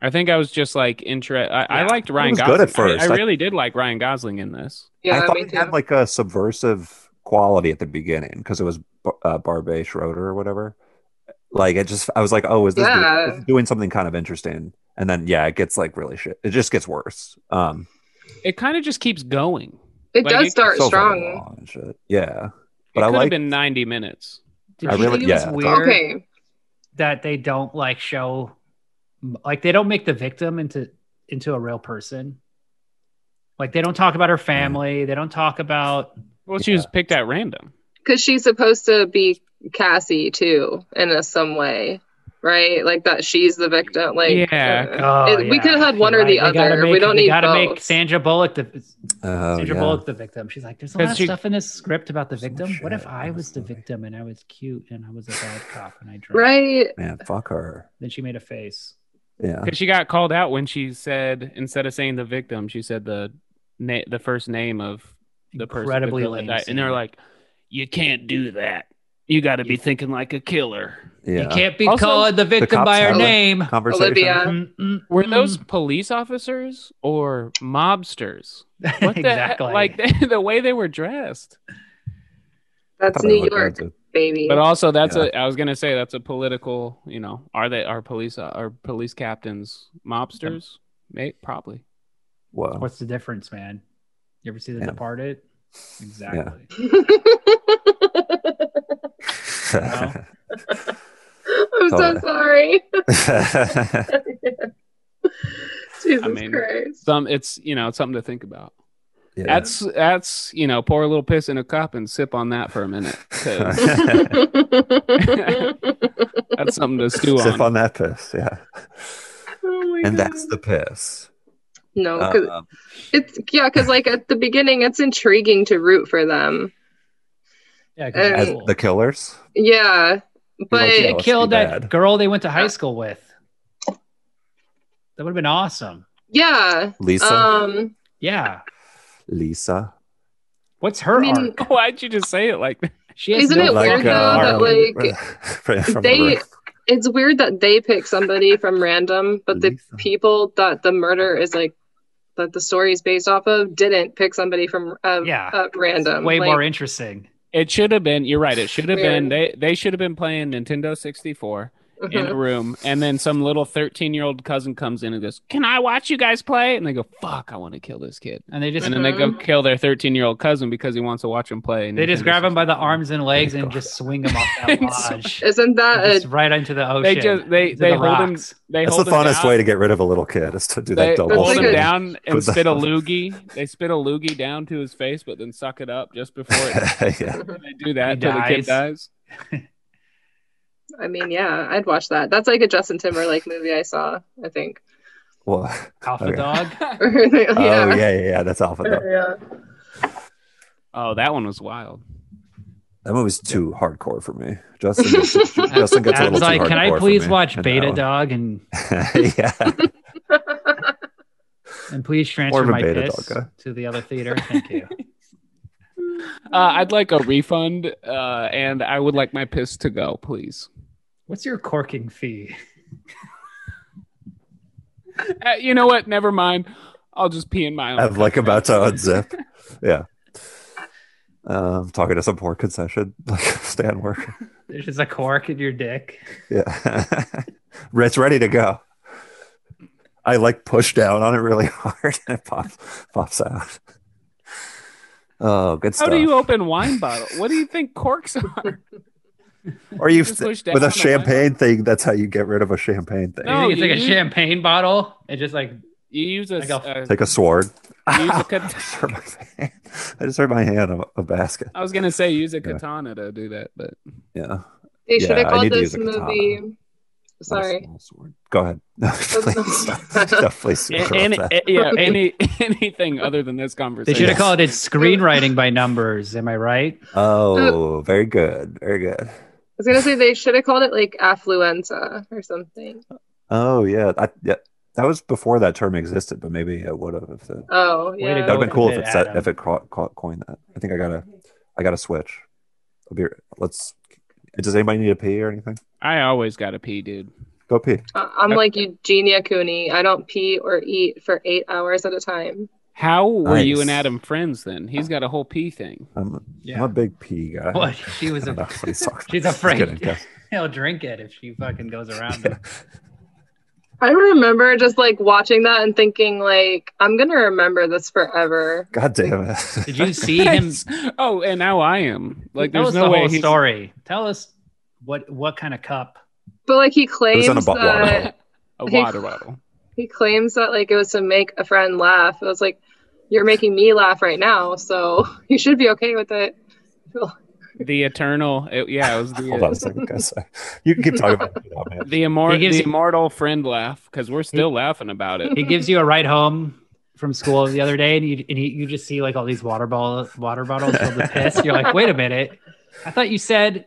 I think I was just like interested. I, I Yeah. liked Ryan was Gosling. good at I- I, first. I- really did like Ryan Gosling in this. I Yeah, thought me it too. had like a subversive quality at the beginning because it was uh, Barbe Schroeder or whatever. Like it just, I was like, oh, is this, Yeah. this is doing something kind of interesting? And then yeah, it gets like really shit. It just gets worse. Um, It kind of just keeps going. it like, does it- start so fucking strong. long and shit. Yeah, It but I could have like. been ninety minutes. Did I you really- think it was yeah, I thought- weird Okay. that they don't like show, like they don't make the victim into into a real person. Like they don't talk about her family. They don't talk about. Well, she was picked at random. Because she's supposed to be Cassie too, in a, some way, right? Like that she's the victim. Like, Yeah. uh, Oh, It- we yeah. could've had one or the They gotta other. We make- don't they need gotta make both. Sandra Bullock the Oh, Sandra yeah. Bullock the victim. She's like, there's a 'Cause lot of she- stuff in this script about the Some victim. What if shit I in was this the movie. victim and I was cute and I was a bad cop and I drank? Right? Man, fuck her. Then she made a face. Yeah. Because she got called out when she said instead of saying the victim, she said the na- the first name of the person. Incredibly the girl that lame died. and they're scene. like, "You can't do that. You got to be thinking like a killer." You Yeah. can't be Also, called the victim cops by her have a- name. Conversation. Olivia. Mm, mm, Were mm. those police officers or mobsters? What the exactly? heck? like they, the way they were dressed. That's New York, baby. But also that's Yeah. a I was going to say that's a political, you know, are they are police are police captains mobsters? May probably. Whoa. What's the difference, man? You ever see The Yeah. Departed? Exactly. yeah. I'm so Totally. sorry. I Jesus I mean, Christ. Some it's, you know, it's something to think about. That's That's that's, you know, pour a little piss in a cup and sip on that for a minute. 'cause that's something to stew sip on. on that piss. Yeah. Oh my And that's God. the piss. no, Oh, 'cause Um, it's yeah, because like at the beginning, it's intriguing to root for them. Yeah, 'cause And- they're as cool. the killers. Yeah, but Like, they yeah. must be killed that bad. girl they went to high school with. That would have been awesome. yeah, Lisa. um, Yeah. Lisa. What's her I mean, arc? Why'd you just say it like that? She has isn't no it fucking weird, though, uh, that, arc. like, right from the they- roof. it's weird that they pick somebody from random, but the Lisa. people that the murder is like that the story is based off of didn't pick somebody from uh, Yeah. uh, random. way Like, more interesting. It should have been, you're right, it should have been Weird. they they should have been playing Nintendo 64. in Uh-huh. a mhm. room, and then some little thirteen-year-old cousin comes in and goes, "Can I watch you guys play?" And they go, "Fuck, I want to kill this kid." And they just And then they go kill their thirteen-year-old cousin because he wants to watch him play. Uh-huh. they just grab him by the 64. arms and legs and just swing him off that And lodge. Isn't that Just a right into the ocean. They just they into they the hold him. rocks. They That's the hold him funnest down. way to get rid of a little kid is to do that They double hold him That's swing. down and Put that- spit a loogie. They spit a loogie down to his face, but then suck it up just before it. yeah. they do that He till the kid dies. dies. I mean, yeah, I'd watch that. That's like a Justin Timberlake movie I saw, I think. Well, Alpha Okay. dog. yeah. oh yeah, yeah, yeah. That's alpha. Dog. yeah. oh, that one was wild. That movie's too hardcore for me. Justin, gets- Justin gets a That's little like, too hardcore can I for please me watch in that Beta one. Dog and yeah, and please More transfer of a my Beta piss Dog guy. to the other theater? Thank you. Uh, I'd like a refund, uh, and I would like my piss to go, please. What's your corking fee? Uh, you know what? Never mind. I'll just pee in my own. I'm like about to unzip. Yeah, Um, talking to some poor concession like stand worker. There's just a cork in your dick. Yeah. It's ready to go. I like push down on it really hard and it pops pops out. Oh, good How stuff. do you open wine bottle? What do you think corks are? or you Just push down with on a the champagne thing, that's how you get rid of a champagne thing. No, you think you it's like use- a champagne bottle and just like You use a, uh, Like a- a- Take a sword. you use a I kat- just hurt my hand. I just hurt my hand on a basket. I was gonna say use a Yeah. katana to do that, but Yeah. They should Yeah, have I called need to this use a katana. movie. Not a Sorry. small sword. Go ahead. No, please. stop. No, please. A- interrupt any, that. a- yeah, any anything other than this they conversation. should have Yes. called it screenwriting by numbers. Am I right? Oh, very good. Very good. I was gonna say they should have called it like affluenza or something. Oh yeah. I, yeah. That was before that term existed, but maybe it would have if it, Oh Way to yeah. that would have with been cool if it, it said, Adam. if it caught, caught coined that. I think I gotta I gotta switch. I'll be let's does anybody need a pee or anything? I always got to pee, dude. Go pee. Uh, I'm like Eugenia Cooney. I don't pee or eat for eight hours at a time. How were you Nice. and Adam friends then? He's got a whole pee thing. I'm, Yeah. I'm a big pee guy. What? She was I don't know a, what he's talking she's about. Just afraid. kidding, guys. he'll drink it if she fucking goes around. Yeah. him. I remember just like watching that and thinking like I'm gonna remember this forever. God damn it. Did you see him? Oh, and now I am. Like, Tell there's us no the way whole he's. story. Tell us what what kind of cup. But like he claims It was on a bu- water that bottle. A Hey. water bottle. he claims that like it was to make a friend laugh. It was like you're making me laugh right now, so you should be okay with it. The eternal. it- yeah, it was Hold on the a second, guys. You can keep talking about it, now, man. the, immor- He gives the you- immortal friend laugh because we're still laughing about it. He gives you a ride home from school the other day, and you and he, you just see like all these water ball water bottles filled with piss. You're like, wait a minute. I thought you said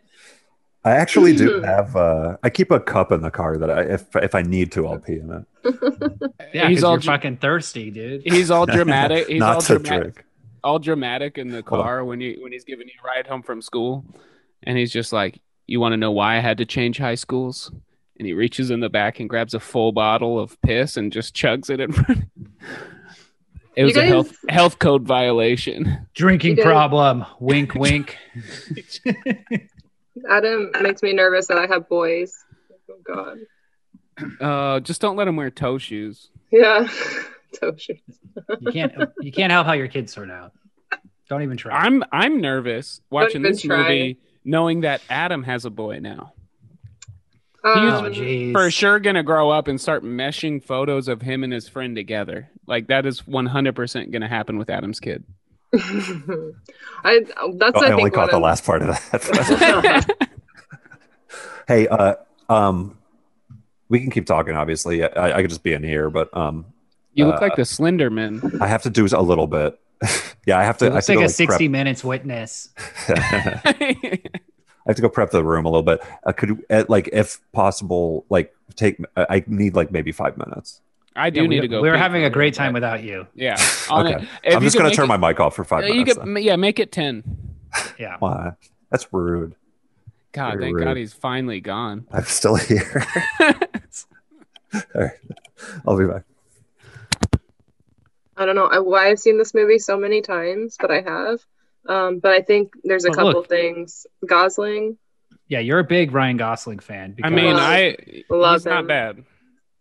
I actually do have. Uh, I keep a cup in the car that I, if if I need to, I'll pee in it. yeah, he's he's all all dr- fucking thirsty, dude. He's all dramatic. He's Not all to dramatic. drink. all dramatic in the Hold on. car when you when he's giving you a ride home from school, and he's just like, "You want to know why I had to change high schools?" And he reaches in the back and grabs a full bottle of piss and just chugs it in front. It You was a guys- health health code violation. You Drinking guys- problem. Wink, wink. Adam makes me nervous that I have boys. Oh God. Uh, just don't let him wear toe shoes. Yeah. Toe shoes. You can't you can't help how your kids turn out. Don't even try. I'm I'm nervous watching even this try. movie, knowing that Adam has a boy now. oh Um, jeez. For sure, gonna grow up and start meshing photos of him and his friend together. Like that is 100% gonna happen with Adam's kid. I that's Oh, I I only think caught the one of- last part of that. hey, uh, um, we can keep talking. Obviously, I, I could just be in here, but um, You look Uh, like the Slender Man. I have to do a little bit. yeah, I have to. It I have looks to like go, a like, 60 prep- minutes witness. I have to go prep the room a little bit. Uh, could uh, like, if possible, like take. I I need like maybe five minutes. I do Yeah, need we, to go. We were pee having for a great little time bit. without you. Yeah. On Okay. it. If I'm you just could gonna make turn my it- mic off for five uh, You minutes. could, then. ma- yeah, make it ten. Yeah. Why? That's rude. God, You're thank rude. God he's finally gone. I'm still here. All right. I'll be back. I don't know I- why I've seen this movie so many times, but I have. Um, but I think there's a But couple look. things. Gosling, Yeah, you're a big Ryan Gosling fan. I Because mean, Love- I love he's not him. bad.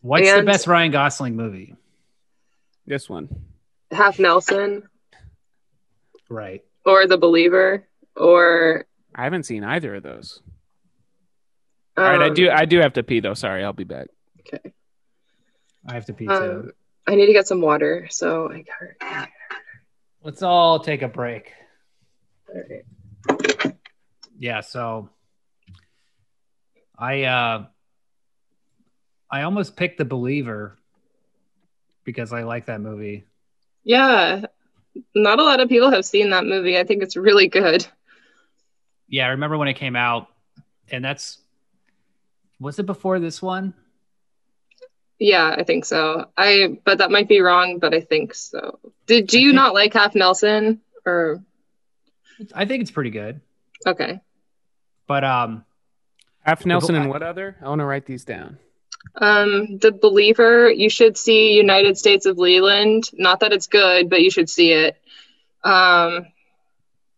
what's and- the best Ryan Gosling movie? This one. Half Nelson, Right. or The Believer, or I haven't seen either of those. um, All right, I do. I do have to pee though. Sorry, I'll be back. Okay, I have to pee too. um, I need to get some water. So I got. Let's all take a break. All right. Yeah, so I uh I almost picked The Believer because I like that movie. Yeah, not a lot of people have seen that movie. I think it's really good. Yeah, I remember when it came out and that's was it before this one? Yeah, I think so. I but that might be wrong, but I think so. Did do I you think- not like Half Nelson or I think it's pretty good. okay? But um F. Nelson I- and what other? I want to write these down. Um, The Believer, you should see United States of Leland. Not that it's good, but you should see it. Um,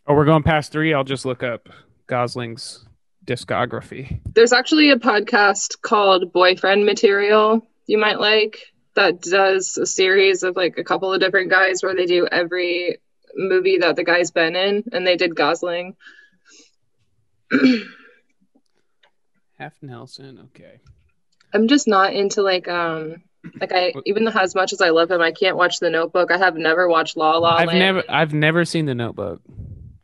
Oh, we're going past three. I'll just look up Gosling's discography. There's actually a podcast called Boyfriend Material you might like that does a series of like a couple of different guys where they do every movie that the guy's been in, and they did Gosling. Half Nelson. Okay. I'm just not into like um like I even though as much as I love him, I can't watch The Notebook. I have never watched La La I've Land. never I've never seen The Notebook.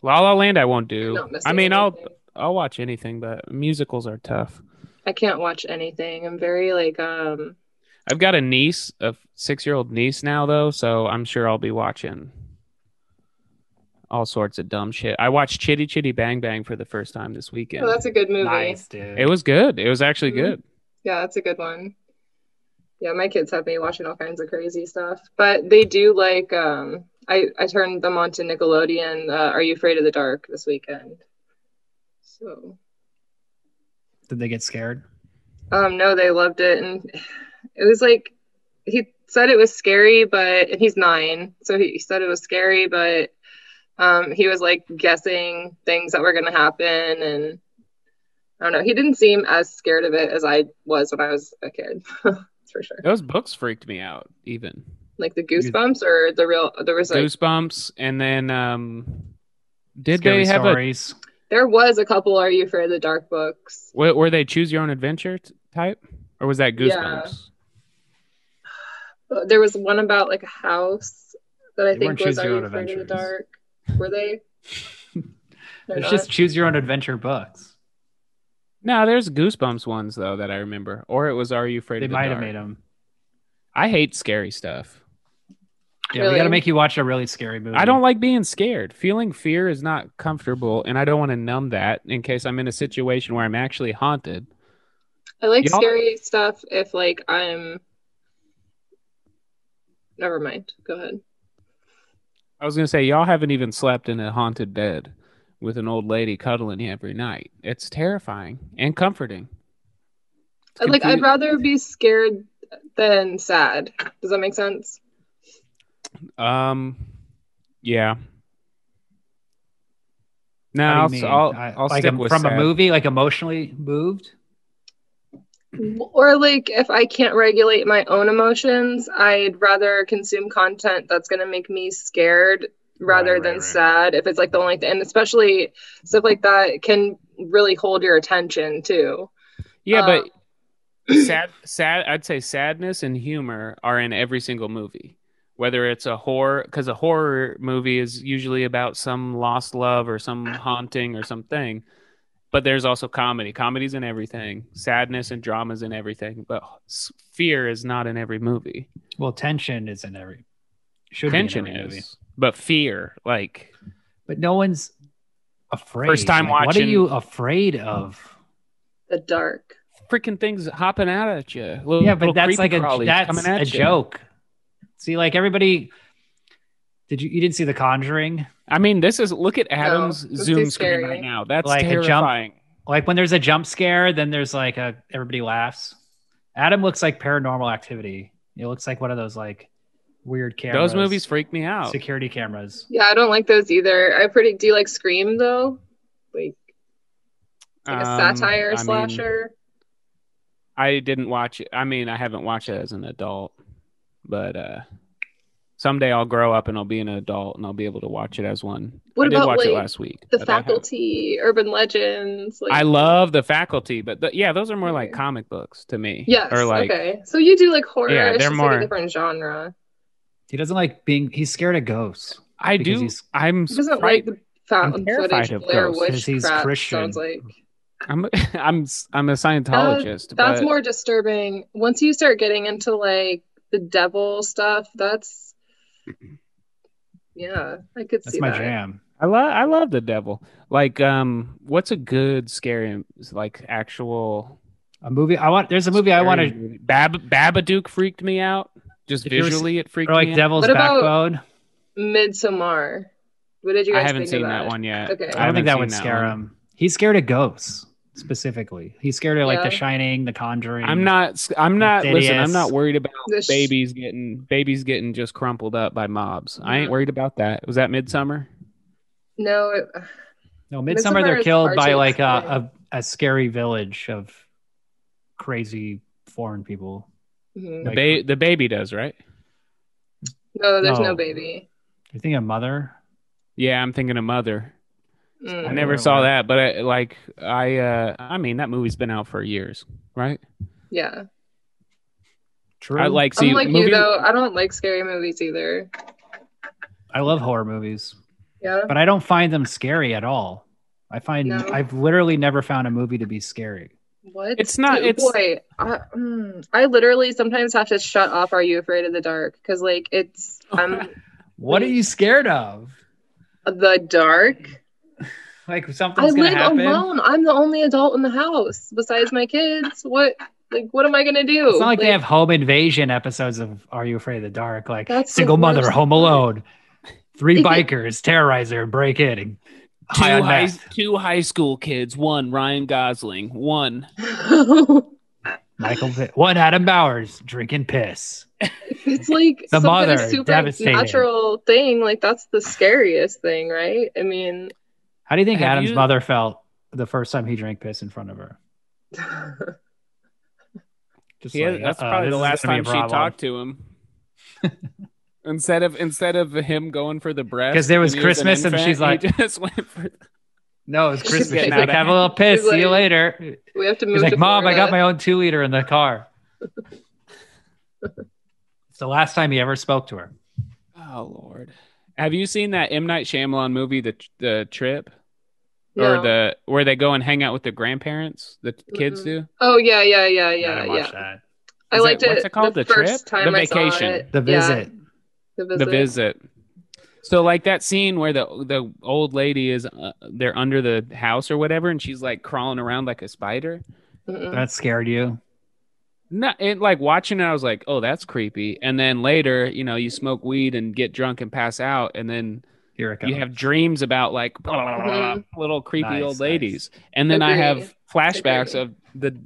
La La Land I won't I'm do. not missing I mean, I'll anything. I'll watch anything, but musicals are tough. I can't watch anything. I'm very like um I've got a niece, a six-year-old niece now though, so I'm sure I'll be watching all sorts of dumb shit. I watched Chitty Chitty Bang Bang for the first time this weekend. oh, that's a good movie. Nice, dude. it was good. It was actually Mhm. good. Yeah, that's a good one. Yeah, my kids have me watching all kinds of crazy stuff, but they do like um I I turned them on to Nickelodeon uh, Are You Afraid of the Dark this weekend. So Did they get scared? Um, no, they loved it, and it was like he said it was scary, but and he's nine, so he said it was scary, but um, he was like guessing things that were gonna happen, and I don't know. He didn't seem as scared of it as I was when I was a kid, that's for sure. Those books freaked me out even. Like the goosebumps or the real. There was like Goosebumps and then um did Scary they have a stories. there was a couple Are You Afraid of the Dark books. Were, were they choose your own adventure t- type, or was that Yeah. Goosebumps? But Uh, There was one about like a house that I They think weren't was Choose Are Your You Own Afraid of the Adventures. Dark. Were they? They're It's not? just choose your own adventure books. No, there's Goosebumps ones though that I remember, or it was Are You Afraid? They of the might have Dark? made them. I hate scary stuff. Yeah, we Really? got to make you watch a really scary movie. I don't like being scared. Feeling fear is not comfortable, and I don't want to numb that in case I'm in a situation where I'm actually haunted. I like You know- scary stuff if like I'm never mind. Go ahead. I was gonna say y'all haven't even slept in a haunted bed with an old lady cuddling you every night. It's terrifying and comforting. I like Confu- I'd rather be scared than sad. Does that make sense? Um, yeah. No, What do you I'll, mean? I'll, I- I'll like stick a- with from sad. a movie, like emotionally moved. Or like if I can't regulate my own emotions, I'd rather consume content that's gonna make me scared rather Right, than right, right. sad if it's like the only thing and especially stuff like that can really hold your attention too. Yeah, Uh, but sad, sad. I'd say sadness and humor are in every single movie, whether it's a horror, because a horror movie is usually about some lost love or some haunting or something. But there's also comedy. Comedy's in everything. Sadness and dramas in everything. But s- fear is not in every movie. Well, tension is in every. Should Tension be in every movie. is, but fear, like but no one's afraid. First time Like, What are watching- you afraid of? The dark. freaking things hopping out at you. Little, yeah, but little that's like a creepy-crawlies that's coming at a you. joke. See, like everybody. Did you you didn't see The Conjuring? I mean, this is look at Adam's it's too Zoom screen scary. right now. That's Like a jump. terrifying. Like when there's a jump scare, then there's like a everybody laughs. Adam looks like Paranormal Activity. It looks like one of those like weird cameras. Those movies freak me out. security cameras. Yeah, I don't like those either. I pretty do you like Scream though? Like like a Um, satire I mean, slasher. I didn't watch it. I mean, I haven't watched it as an adult, but uh someday I'll grow up and I'll be an adult and I'll be able to watch it as one. What I did about, watch it like, last week. The but I haven't. faculty, urban legends. Like, I love the faculty, but the, yeah, those are more like Okay. comic books to me. Yes. or like okay. So you do like horror. Yeah, it's they're just like more- a different genre. He doesn't like being. He's scared of ghosts I Because do. he's- I'm He doesn't fright- like the I'm found terrified footage of Blair ghosts, Witch 'cause he's crap. Christian. Sounds like I'm I'm I'm a Scientologist. Uh, that's but more disturbing. Once you start getting into like the devil stuff, that's yeah, I could That's see my that. jam. I love I love the devil. Like um, what's a good scary like actual A movie. I want. There's a movie I want to. Bab Babadook freaked me out. Just If you were- visually, it freaked Or like me out. Devil's What about- Backbone. Midsommar. What did you guys I haven't think seen of that one yet. Okay. I don't I don't haven't think that seen would scare one. him. He's scared of ghosts specifically. He's scared of like The Yeah. Shining, The Conjuring. I'm not. I'm not. Listen, Insidious. I'm not worried about This- babies getting babies getting just crumpled up by mobs. I ain't Yeah. worried about that. Was that Midsummer? No, it, No, Midsummer, Midsommar they're is killed by largely like explained. a, a a scary village of crazy foreign people. mhm. The, ba- Like- the baby does, right? no, there's no, No. baby. You think a mother? Yeah, I'm thinking of Mother. Mm. I I never don't saw know. that, but I, like I, uh, I mean that movie's been out for years, right? Yeah. True. I like see Unlike movie- you though, I don't like scary movies either. I love horror movies, Yeah. but I don't find them scary at all. I find No. I've literally never found a movie to be scary. What? It's not- Dude, it's- boy. I, mm, I literally sometimes have to shut off. Are you afraid of the dark? Because like it's Oh. I'm What are you scared of? the dark. Like I something's gonna live happen. alone. I'm the only adult in the house besides my kids. What like what am I gonna do? It's not like, they have home invasion episodes of Are You Afraid of the Dark? Like That's the single mother, worst home part. alone, three bikers, terrorizer, break in, and two high on high, meth. two high school kids, one Ryan Gosling, one Michael, Pitt- one Adam Bowers drinking piss. it's like The some kind mother, of devastating. supernatural thing. Like that's the scariest thing, right? I mean, How do you think Have Adam's you- mother felt the first time he drank piss in front of her? Just Yeah, like, that's uh-oh, probably this the is last gonna be a time she problem. talked to him. instead of instead of him going for the breast 'Cause there was when he an Christmas and infant, she's like- he just went for. No, it's She's Christmas. She's getting like, out of have a little piss. She's See you like- later. we have to move. He's to like, Mom, I got Florida." my own two liter in the car. it's the last time he ever spoke to her. Oh Lord, have you seen that M Night Shyamalan movie, The The Trip, No. or the where they go and hang out with their grandparents? The t- kids Mm-mm. do. Oh yeah, yeah, yeah, I yeah, didn't yeah. watch that. I Is liked it- it. what's it called? The trip? first time The I saw vacation. it. The Yeah, visit. the the visit. visit. So like that scene where the the old lady is uh, they're under the house or whatever, and she's like crawling around like a spider. Mm-mm. Uh-huh. That scared you. No, it like watching it, I was like, oh, that's creepy. And then later, you know, you smoke weed and get drunk and pass out, and then Here it comes. you have dreams about like blah, blah, blah, blah, blah, Mm-hmm. little creepy Nice, old nice. ladies, and then I Agree. have flashbacks Agree. of the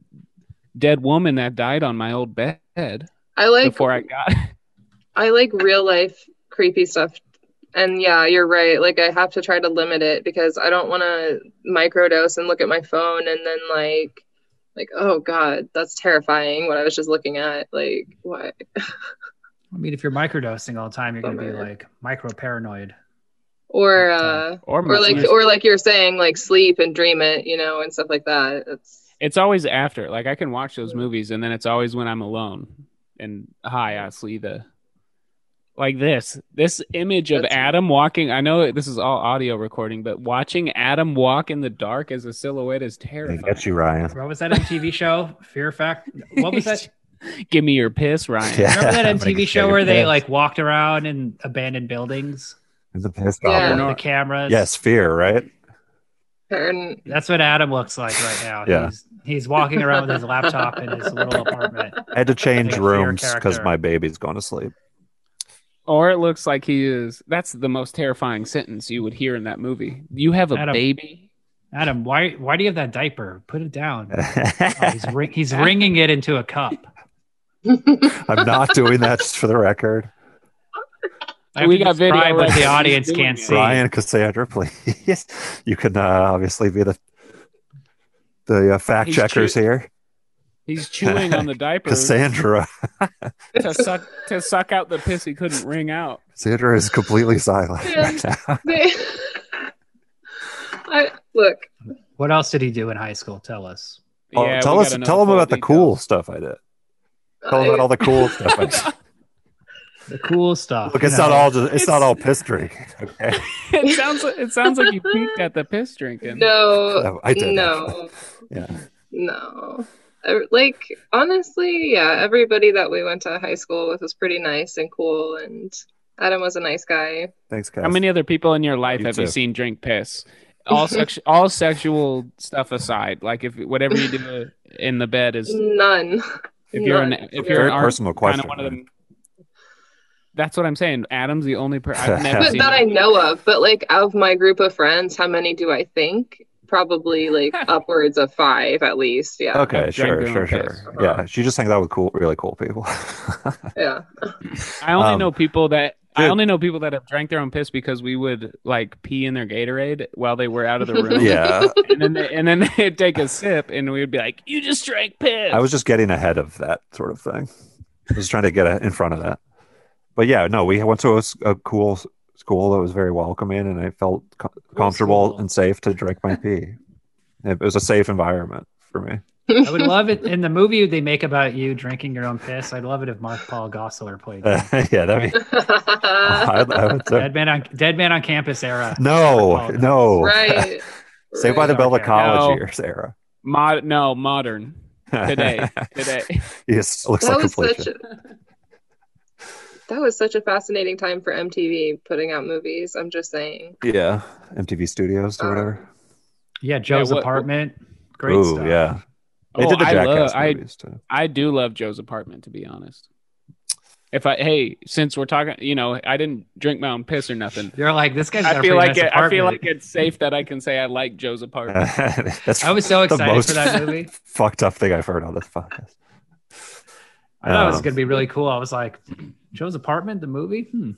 dead woman that died on my old bed I like before I got. I like real life creepy stuff. And yeah, you're right. Like I have to try to limit it because I don't want to microdose and look at my phone and then like like oh god, that's terrifying what I was just looking at. Like what? I mean, if you're microdosing all the time, you're going to be Bummer. like micro paranoid. Or Okay. uh my or like first- or like you're saying like sleep and dream it, you know, and stuff like that. It's it's always after. Like I can watch those movies, and then it's always when I'm alone and high. I see the like this this image of That's- Adam walking. I know this is all audio recording, but watching Adam walk in the dark as a silhouette is I terrifying. get you, Ryan. What was that MTV show? Fear Fact? What was that? Give me your piss, Ryan. Yeah. Remember that I'm gonna MTV get show your where they piss. like walked around in abandoned buildings It's a pissed Yeah. with goblin. the cameras? Yes, fear, right? and That's what Adam looks like right now. Yeah. He's, he's walking around with his laptop in his little apartment. I had to change Like a fear rooms because character. my baby's gone to sleep. Or it looks like he is. That's the most terrifying sentence you would hear in that movie. You have a Adam. baby. Adam, why why do you have that diaper? Put it down. Oh, I'm he's ring, he's wringing it into a cup. not doing that just for the record. I have We to got video describe what right the now. audience He's doing can't it. see. Ryan Cassandra, please. You can uh, obviously be the the uh, fact He's checkers chew- here. He's chewing on the diaper to Cassandra. suck to suck out the piss he couldn't wring out. Cassandra is completely silent right now. they- I look, What else did he do in high school? Tell us. Oh, Yeah, tell we us, gotta know tell them full about the cool details. stuff I did. Tell them I, about all the cool stuff. I did. The cool stuff. Look, you it's know. not all just, it's, It's- not all piss drink. Okay, it sounds like it sounds like you peeked at the piss drinking. no, I did. Uh, no. Yeah, No. I- Like honestly, yeah, everybody that we went to high school with was pretty nice and cool and Adam was a nice guy. thanks, guys. How many other people in your life You have too. you seen drink piss? All sex, all sexual stuff aside, like if whatever you do in the bed is None. if you're an None. if you're Very an art, personal kind question. of one of them. That's what I'm saying. Adam's the only person I've never But seen. that I know of, but like of my group of friends, how many do I think? Probably like upwards of five at least. Yeah. Okay, I've drank sure, their sure, own sure. piss. Yeah, she just hangs out with cool, really cool people. Yeah. I only Um, know people that I Dude. only know people that have drank their own piss because we would like pee in their Gatorade while they were out of the room. yeah. and then they, and then they'd take a sip, and we would be like, "You just drank piss." I was just getting ahead of that sort of thing. I was trying to get a- in front of that. But yeah, no, we went to a, s- a cool s- school that was very welcoming, and I felt co- comfortable school. and safe to drink my pee. It was a safe environment for me. I would love it in the movie they make about you drinking your own piss. I'd love it if Mark Paul Gosselaar played that. yeah, that'd be. I, I would say- Dead man on Dead man on Campus era. no, Oh, no. right. Saved by the Right. Bell of Okay. College No. years era. Mod- no modern today today. yes, looks That like was completion. such. A, that was such a fascinating time for MTV putting out movies. I'm just saying. Yeah, MTV Studios or whatever. Yeah, Joe's what- apartment. Great Ooh, stuff. yeah. They Oh, did the I love- Jackass I- movies too. I do love Joe's apartment, to be honest. If I hey, since we're talking, you know, I didn't drink my own piss or nothing. You're like this guy's. Got I a feel pretty like nice it, I feel apartment. like it's safe that I can say I like Joe's apartment. That's I was so the excited most for that movie. fucked up thing I've heard on this podcast. I thought it was Um, going to be really cool. I was like, Joe's apartment, the movie. Hmm.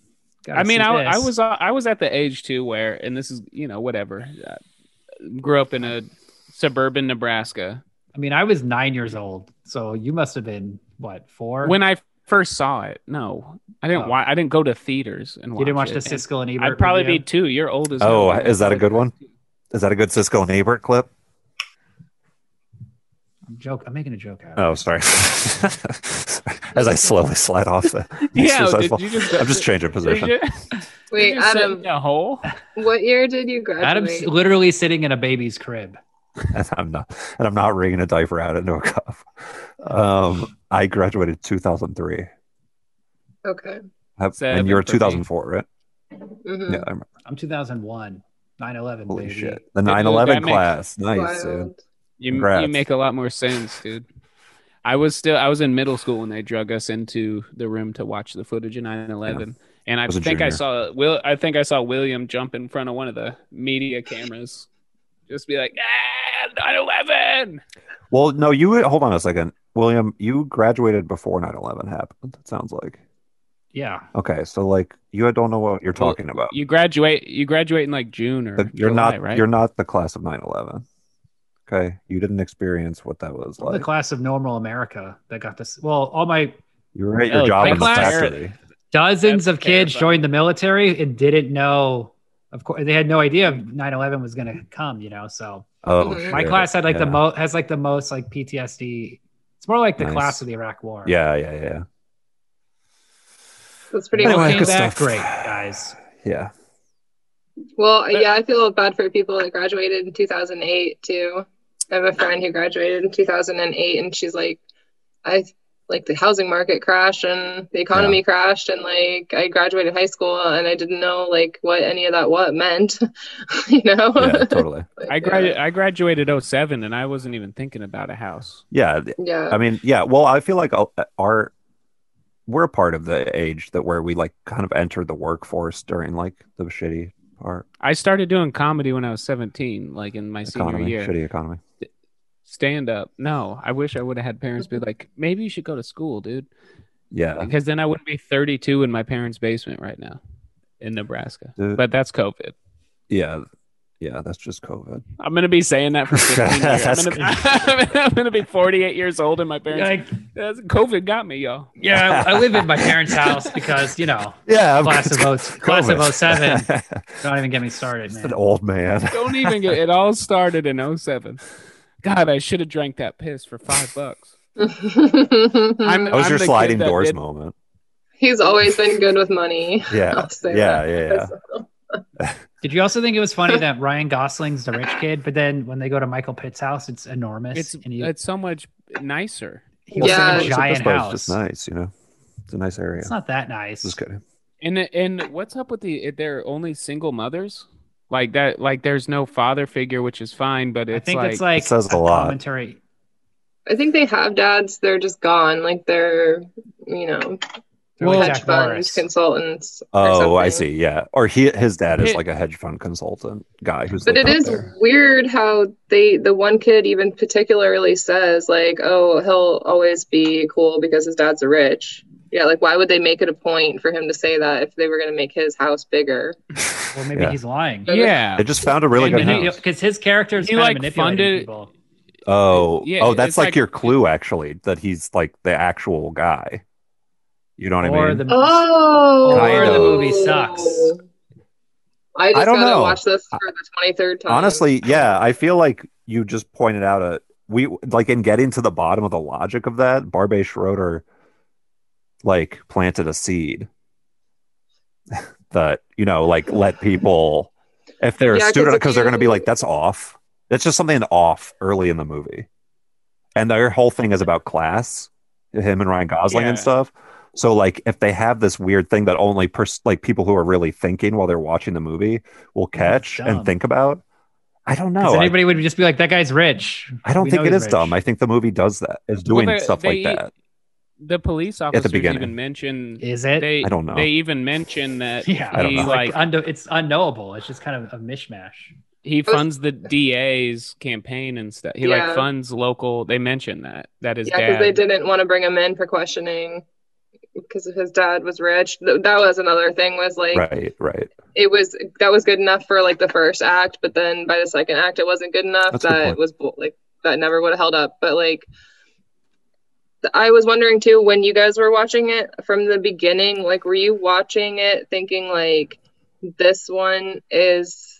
Gotta I mean, see I, I this. was uh, I was at the age too where, and this is you know whatever, I grew up in a suburban Nebraska. I mean, I was nine years old, so you must have been what four? When I first saw it, no, I didn't. Oh. Wa- I didn't go to theaters and watch you didn't watch the it. And Siskel and Ebert. I'd probably review? be two. You're old as Oh, hell. is that a good one? Is that a good Cisco and Ebert clip? I'm joke. I'm making a joke out. of Oh, sorry. As I slowly slide off the Yeah, exercise did ball. you just- I'm just changing Did position. you- Wait, did you sit Adam, in a hole. what year did you Oh. it. Adam's graduate? literally sitting in a baby's crib. And I'm not and I'm not wringing a diaper out into a cup. Um, I graduated 2003. okay. Have- Seven And you're for me. 2004, right? Mhm. Yeah, I remember. I'm 2001, 9/11. Holy baby. shit. The dude, 9 11 that makes- class. Nice, dude. Wild. You you Congrats. make a lot more sense, dude. I was still I was in middle school when they drug us into the room to watch the footage of 9/11, and I was a think I junior. saw Will. I think I saw William jump in front of one of the media cameras, just be like, "Ah, 9/11." Well, no, you hold on a second. William, you graduated before 9 11 happened, it sounds like. Yeah. Okay, so like you don't know what you're Well, talking about. You graduate. You graduate in like June or The- you're July, not right. you're not the class of 9/11. Okay, you didn't experience what that was I'm like. the class of normal America that got this. Well, all my you were at Oh, your job my in the class- factory. dozens That's of kids terrifying. joined the military and didn't know. Of course, they had no idea 9/11 was going to come. You know, so Oh, Mhm. my shit. class had like the Yeah. most has like the most like PTSD. It's more like the Nice. class of the Iraq War. Yeah, yeah, yeah. That's pretty Anyway, cool. came good back stuff. great, guys. Yeah. Well, yeah, I feel bad for people that graduated in 2008 too. I have a friend who graduated in 2008, and she's like, I like the housing market crashed and the economy crashed, and like I graduated high school and I didn't know like what any of that what meant, you know? Yeah, totally. Like, I gradu- I graduated 07 and I wasn't even thinking about a house. Yeah, Yeah. I mean, yeah. Well, I feel like all- our we're a part of the age that where we like kind of entered the workforce during like the shitty part I started doing comedy when I was 17, like in my senior economy, year. shitty economy. stand up. No, I wish I would have had parents be like, maybe you should go to school, dude, Yeah, because then I wouldn't be 32 in my parents' basement right now in Nebraska. Dude. But that's COVID. yeah, yeah. That's just COVID. I'm gonna be saying that for 15 years. I'm That's gonna, I'm gonna be 48 years old and my parents. Like, That's- COVID got me, y'all. yeah, I, I live in my parents' house because you know, Yeah, I'm- Class of O- class of COVID. 07. don't even get me started, Just an man. old man. Don't even get it. All started in 07. God, I should have drank that piss for five bucks. I'm, That was I'm your the kid sliding that doors did- moment. He's always been good with money. Yeah. I'll say Yeah, that. yeah, yeah. Did you also think it was funny that Ryan Gosling's the rich kid, but then when they go to Michael Pitt's house, it's enormous, It's and you, it's so much nicer. he lives Yeah. in a Except giant this place is house. just nice, you know. It's a nice area. It's not that nice. Just kidding. And and what's up with the they're only single mothers? Like that like there's no father figure, which is fine, but I it's think like, it's like It says a a lot. commentary. I think they have dads. They're just gone. Like they're, you know, They're like Well, Jack hedge fund Morris. consultants. or Oh, I something. see. Yeah. Or he his dad is It- like a hedge fund consultant guy who's But like it up is there. weird how they the one kid even particularly says like, "Oh, he'll always be cool because his dad's a rich." Yeah, like why would they make it a point for him to say that if they were going to make his house bigger? Well, maybe Yeah. he's lying. Yeah. They just found a really And good he- house. Because his character is He, kind like, of manipulating funded- people. Oh, Yeah, oh, it's that's like, like- your clue actually that he's like the actual guy. You know what or I mean? the Oh, Or the movie sucks. I just I don't gotta know. watch this for the twenty third time. Honestly, yeah, I feel like you just pointed out a we like in getting to the bottom of the logic of that, Barbe Schroeder like planted a seed that, you know, like let people if they're Yeah, a 'cause student if because they're gonna be you- like, that's off. That's just something off early in the movie. And their whole thing is about class, him and Ryan Gosling and Yeah. stuff. So like if they have this weird thing that only pers- like people who are really thinking while they're watching the movie will catch dumb. and think about, I don't know. Because I- anybody would just be like, that guy's rich. I, don't we think know it he's is dumb. rich. I think the movie does that. It's doing Well, they- stuff like they- that. The police officers beginning. even mention Is it? they I don't know. They even mention that yeah. I don't he know. It's like like, undo- it's unknowable. It's just kind of a mishmash. he funds the DA's campaign and stuff. He Yeah. like funds local they mention that. That is yeah, because dad. they didn't want to bring him in for questioning because his dad was rich. Th- That was another thing. Was like Right, right. it was that was good enough for like the first act, but then by the second act, it wasn't good enough. That's a good that point. was bull- like that never would have held up. But like, th- I was wondering too when you guys were watching it from the beginning. Like, were you watching it thinking like this one is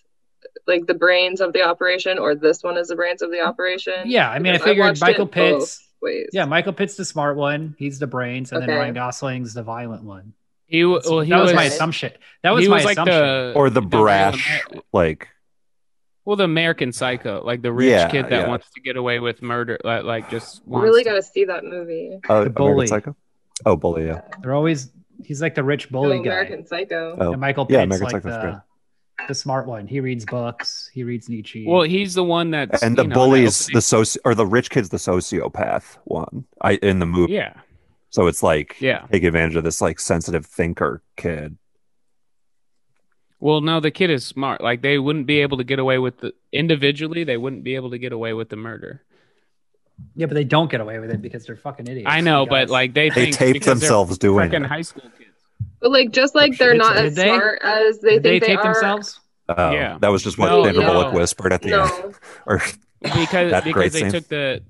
like the brains of the operation, or this one is the brains of the operation? Yeah. I mean, I Because figured watched it Michael both Pitts. ways. Yeah, Michael Pitt's the smart one. He's the brains, and Okay. then Ryan Gosling's the violent one. he, w- That's- well, he that was, was my was- assumption. That was he my was like assumption. the Or the real brash, Amer- like well, the American Psycho, like the rich Yeah, kid that yeah. wants to get away with murder, like, like just wants really to- got to see that uh, movie. The American bully. Psycho. Oh, bully. Yeah. They're always he's like the rich bully Oh, guy. American Psycho. Oh, And Michael Pitt's Yeah, American like Psycho's the, the smart one. He reads books. He reads Nietzsche. Well, he's the one that's and the you know, bully that is the soci or the rich kid's the sociopath one. I in the opening- movie. yeah, So it's like yeah. take advantage of this like sensitive thinker kid. Well, no, the kid is smart. Like they wouldn't be able to get away with the individually. They wouldn't be able to get away with the murder. yeah, but they don't get away with it because they're fucking idiots. I know, but because- like they They think taped because they're themselves doing Fucking it. high school kids. But like, just like shit. they're not Did as they- smart as they Did they think they tape are. themselves. Oh, Yeah. That was just what No, Sandra no. Bullock whispered at the end. No. Or because That because great they scene. took the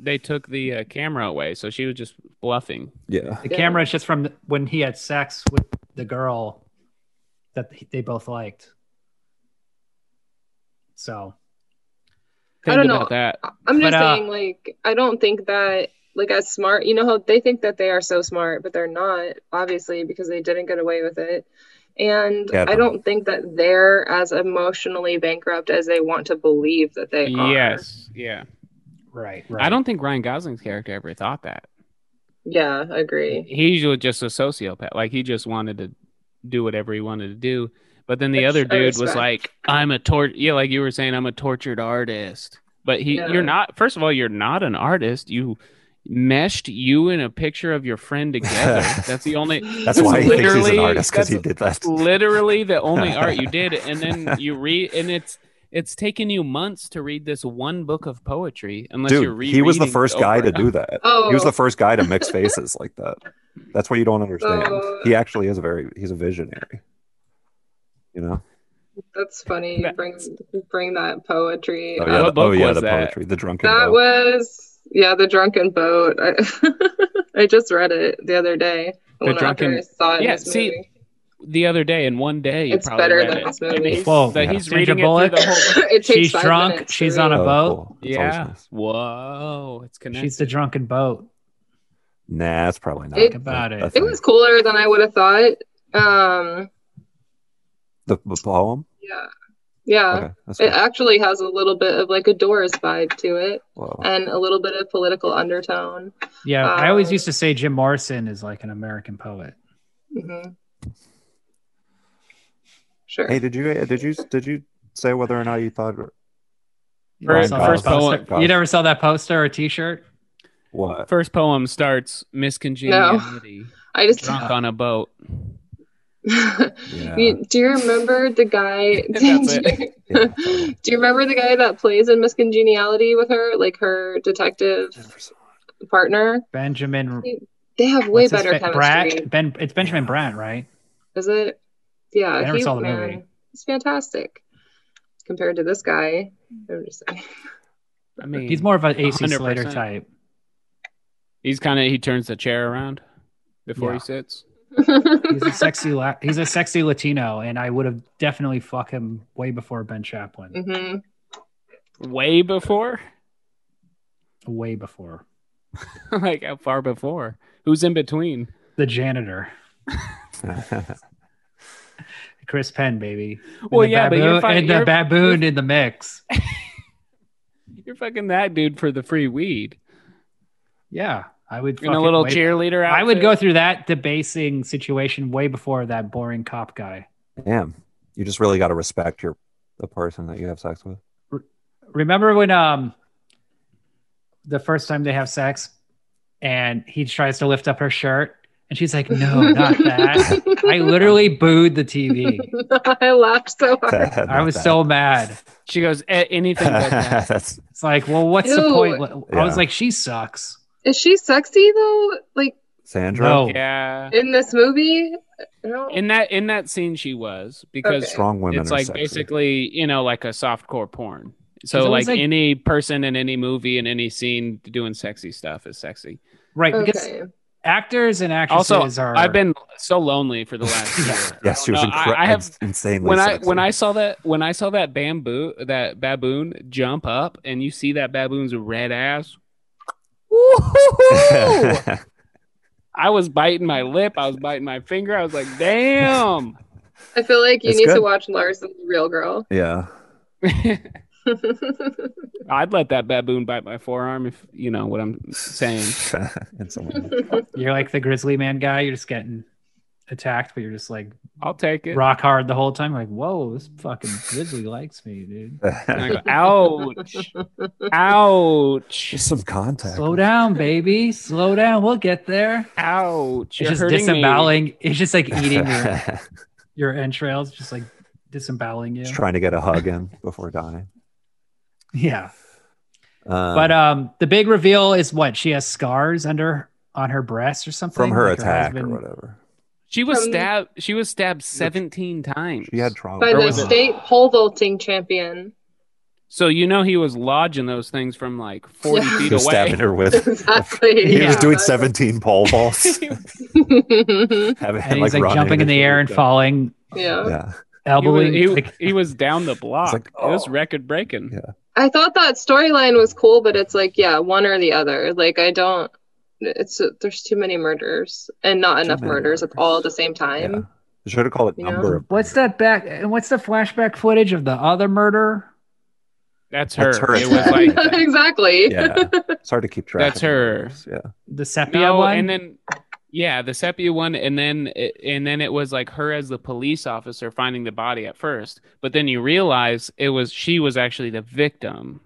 they took the uh, camera away, so she was just bluffing. yeah. The Yeah. camera is just from when he had sex with the girl that they both liked. So Think I don't about know. that. I'm just But, uh, saying, like, I don't think that, like, as smart, you know, how they think that they are so smart, but they're not, obviously, because they didn't get away with it. And Yeah, I I don't- don't think that they're as emotionally bankrupt as they want to believe that they are. Yes, yeah. right, right. I don't think Ryan Gosling's character ever thought that. Yeah, I agree. He was just a sociopath. Like he just wanted to do whatever he wanted to do. But then the Which other I dude was respect. like, "I'm a tort." Yeah, like you were saying, I'm a tortured artist. But he, Yeah. you're not. First of all, you're not an artist. You meshed you and a picture of your friend together. That's the only. That's why he thinks he's an Literally, artist because he that's- did that. literally the only art you did and then you read and it's it's taken you months to read this one book of poetry unless you're Dude, reading he was the first guy to do that. Oh, He was the first guy to mix faces like that. That's what you don't understand. Oh. He actually is a very he's a visionary. You know? that's funny. You Bring, bring that poetry. Oh up. yeah, What the, oh, book yeah, was the that? poetry, the drunken That boat. was, yeah, The Drunken Boat. I, I just read it the other day. The when- after I Drunken- saw it in Yeah, this see, movie. the other day in one day you It's probably better read than it. this I mean, movie. Whoa. that Oh, Yeah. he's Sandra reading Bullock? it through the whole it takes She's five drunk, minutes to she's read. on a Oh, boat? cool. That's always yeah nice. whoa it's connected She's the drunken boat. Nah, that's probably not. It- About it. a It thing. was cooler than I would have thought. Um, the, the poem. yeah, yeah. okay, that's Uh, It cool. actually has a little bit of like a Doors vibe to it, Whoa. and a little bit of political undertone. Yeah, I always Um, used to say Jim Morrison is like an American poet. hmm Sure. Hey, did you did you did you say whether or not you thought You never First- saw that first poster- poem- You never saw that poster or T-shirt? what? first poem starts miscongeniality I just drunk on a boat Yeah. You- do you remember the guy? That's Yeah. Do you remember the guy that plays in Miss Congeniality with her, like her detective partner? Benjamin They have way What's his better fa- chemistry. Bratt, ben, it's Benjamin Bratt, right? Is it? Yeah, I never he- saw the man, movie. He's fantastic compared to this guy. I'm just saying. I mean, He's more of an AC Slater 100%. type. He's kind of he turns the chair around before he Yeah. sits. He's a sexy, la- he's a sexy Latino, and I would have definitely fuck him way before Ben Chaplin, hmm Way before, way before like how far before? Who's in between? the janitor, Chris Penn, baby. And Well, the yeah, but baboon, you're, fi- and the you're, baboon in the mix. you're fucking that dude for the free weed Yeah, I would. in a fucking little wait- cheerleader. Outfit. I would go through that debasing situation way before that boring cop guy. Damn, you just really got to respect your the person that you have sex with. Remember when um the first time they have sex and he tries to lift up her shirt and she's like, No, not that. I literally booed the TV. I laughed so hard. I was so mad. She goes "Eh, anything but that. That's It's like, well, what's the Ew. point? I was Yeah. like, she sucks. Is she sexy though? Like Sandra. No. Yeah. in this movie? No. In that in that scene, she was because Okay. Strong women. it's are like sexy. basically you know like a softcore porn. So always like, like- any person in any movie in any scene doing sexy stuff is sexy. Right. Because okay. actors and actresses are I've been so lonely for the last year. Yes, she was No, I- incre- I have- insanely when I sexy. when I saw that when I saw that bamboo that baboon jump up and you see that baboon's red ass. Woo-hoo-hoo! I was biting my lip. I was biting my finger. I was like, "Damn!" I feel like you It's need to good. watch Larson's Real Girl. yeah. Oh, I'd let that baboon bite my forearm if you know what I'm saying. And someone- you're like the grizzly man guy, you're just getting attacked, but you're just like I'll take it. rock hard the whole time. Like, whoa, this fucking grizzly likes me, dude. And I go, ouch, ouch, Just some contact. Slow down, baby. Slow down. We'll get there. ouch. It's You're just hurting me. disemboweling. It's just like eating your, Just your entrails, just like disemboweling you. trying to get a hug in before dying. Yeah. Um, but uh, um, the big reveal is what she has scars under on her breast or something from her Like attack or husband- whatever, She was From- stabbed. She was stabbed seventeen times. she had trauma. By Where the was it? state pole vaulting champion. So you know he was lodging those things from like forty Yeah. feet He was away. stabbing her with. Exactly. He was Yeah. doing seventeen pole vaults. having And he's like, running jumping in the air and shit. falling, yeah. Yeah, He was, elbowing. he- like, he was down the block. like, It was oh. record breaking. Yeah. I thought that storyline was cool, but it's like, yeah, one or the other. Like, I don't. It's there's too many murders and not enough many murders at murders. all at the same yeah. time. Should have called it You know? number. of what's that back? And what's the flashback footage of the other murder? That's her. That's her It was attack. like exactly. Yeah, it's hard to keep track. That's of her. numbers. Yeah. The sepia no, one. and then yeah, the sepia one, and then it- and then it was like her as the police officer finding the body at first, but then you realize it was she was actually the victim.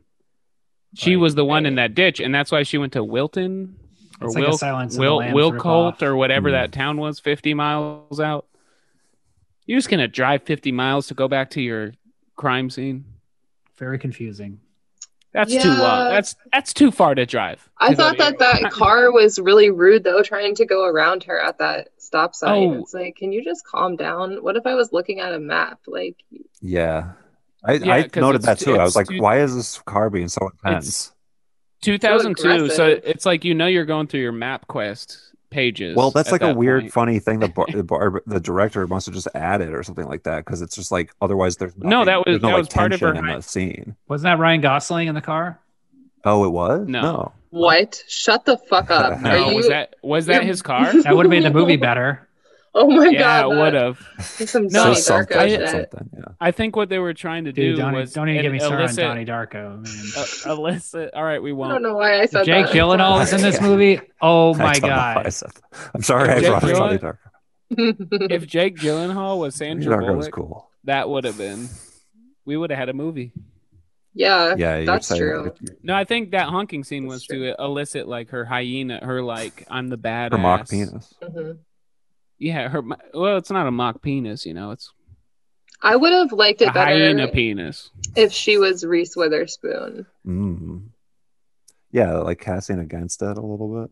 She Right. was the one in that ditch, and that's why she went to Wilton or it's like Wil- a silence Will of the Will Colt or whatever Hmm. Mm. that town was, fifty miles out. You're just gonna drive fifty miles to go back to your crime scene. Very confusing. That's too Yeah. long. That's that's too far to drive. I To go thought to your- that that car was really rude though, trying to go around her at that stop sign. Oh. It's like, can you just calm down? What if I was looking at a map? Like, Yeah. I, Yeah, I 'cause noted it's- that too. I it's was like, too- why is this car being so intense? 2002 so aggressive. it's like you know you're going through your map quest pages Well, that's at like a that weird, point. funny thing. The bar, the, bar, the director must have just added or something like that because it's just like otherwise there's No, nothing- that was- there's no that like was part of her tension in high- the scene. Wasn't that Ryan Gosling in the car? Oh, it was No. what? Shut the fuck up. No, Are no you... was that was that his car That would have made the movie better. Oh my yeah god. it that- would have Some No, Donnie So something, Darko shit. something, yeah. i think what they were trying to Dude, do Donnie, was don't even an- get me started on elicit- Donnie Darko. man. uh, elicit all right we I won't don't know why I If said Jake that. Gyllenhaal is in this movie. Oh I my don't know why I god! said that. I'm sorry I Jake brought it Gyllenhaal? Donnie Darko. if jake gyllenhaal was Donnie sandra Darko was bullock cool. that would have been we would have had a movie yeah. Yeah, you're That's saying- true. no i think that honking scene That's was true. to elicit like her hyena her like i'm the bad Her mock penis. Mhm. yeah her well it's not a mock penis you know it's I would have liked a it better hyena penis if she was Reese Witherspoon. Mm-hmm. Mm. Yeah, like casting against it a little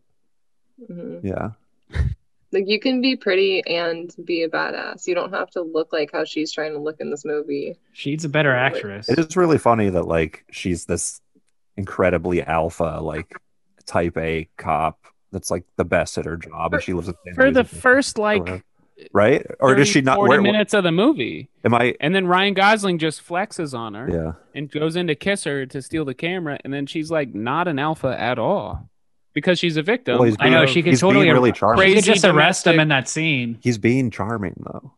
Mhm. bit. Yeah. Like you can be pretty and be a badass. You don't have to look like how she's trying to look in this movie. She's a better actress. It is really funny that like she's this incredibly alpha, like type A cop that's like the best at her job, and she lives in San for the Luis Obispo, first like right? Or 30, does she not? 40 Where, minutes of the movie, am I? and then Ryan Gosling just flexes on her Yeah, and goes in to kiss her to steal the camera, and then she's like not an alpha at all because she's a victim. Well, he's I know of she could he's totally being really really charming. she crazy could just arrest domestic- him in that scene. He's being charming though.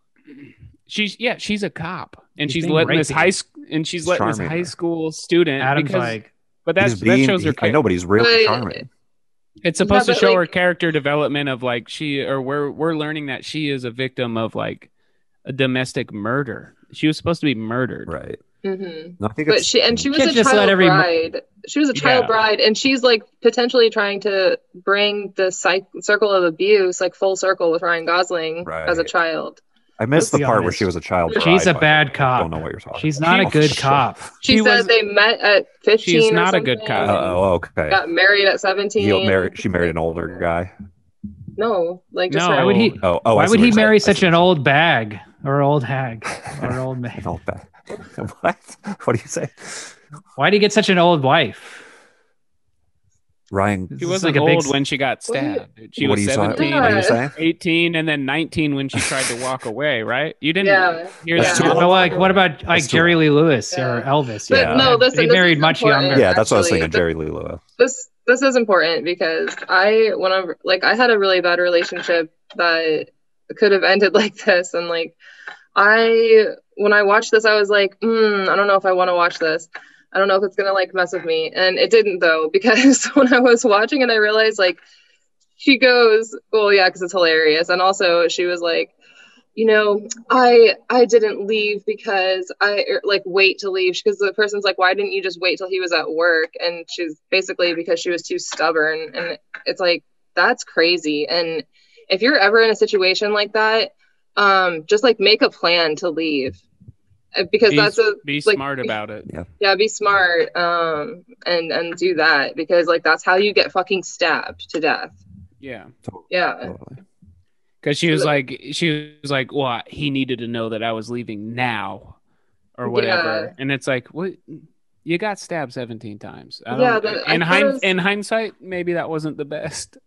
she's yeah, she's a cop, and He's she's being letting this rapey. high sc- and she's He's letting this charming high her. school student Adam's because like, but that's he's being, that shows her he- I know, character. but he's really But- charming. It's supposed Yeah, to but, show her like- character development of like she or we're we're learning that she is a victim of like a domestic murder. She was supposed to be murdered. Right. hmm No, I think But it's- she and she was Can't a just let child every mo- bride. She was a child Yeah. bride, and she's like potentially trying to bring the psych- circle of abuse like full circle with Ryan Gosling as a Right. child. I missed Let's the be part where honest. she was a child. she's bride, a but bad I cop. don't know what you're talking. She's about. not a Oh, good shit. cop. She, She said was- they met at fifteen. She's or not a good something, cop. Oh, okay. Got married at seventeen. He married. She married an older guy. No, like just No. Why would he? Oh, oh. I Why see would what he you're marry saying. such an old bag or old hag or an an old man? old bag? what? What do you say? Why would he get such an old wife? Ryan, She It's wasn't like a big old s- when she got What do you- stabbed. dude. She what was do you say? 17, What do you say? Yeah. 18, and then 19 when she tried to walk away, right? You didn't Yeah. hear That's that. too But like, what about like That's too Jerry Lee Lewis Yeah. or Elvis? But Yeah. no, listen, they this is married much important. younger. Yeah, that's what I was Actually, thinking. Jerry Lee Lewis. this this is important because I when I like I had a really bad relationship that could have ended like this and like I when I watched this I was like mm, I don't know if I want to watch this I don't know if it's gonna like mess with me and it didn't though because when I was watching it I realized like she goes well yeah because it's hilarious and also she was like you know i i didn't leave because i or, like wait to leave because the person's like why didn't you just wait till he was at work and she's basically because she was too stubborn and it's like that's crazy and if you're ever in a situation like that um just like make a plan to leave Uh, because Be, that's a be like- smart about it. yeah be smart um and and do that because like that's how you get fucking stabbed to death Yeah. yeah Totally. Because she was like, she was like, well, I- he needed to know that I was leaving now or whatever. Yeah. And it's like, what? You got stabbed 17 times. I Yeah, don't, but I in, thought hind, it was- in hindsight, maybe that wasn't the best.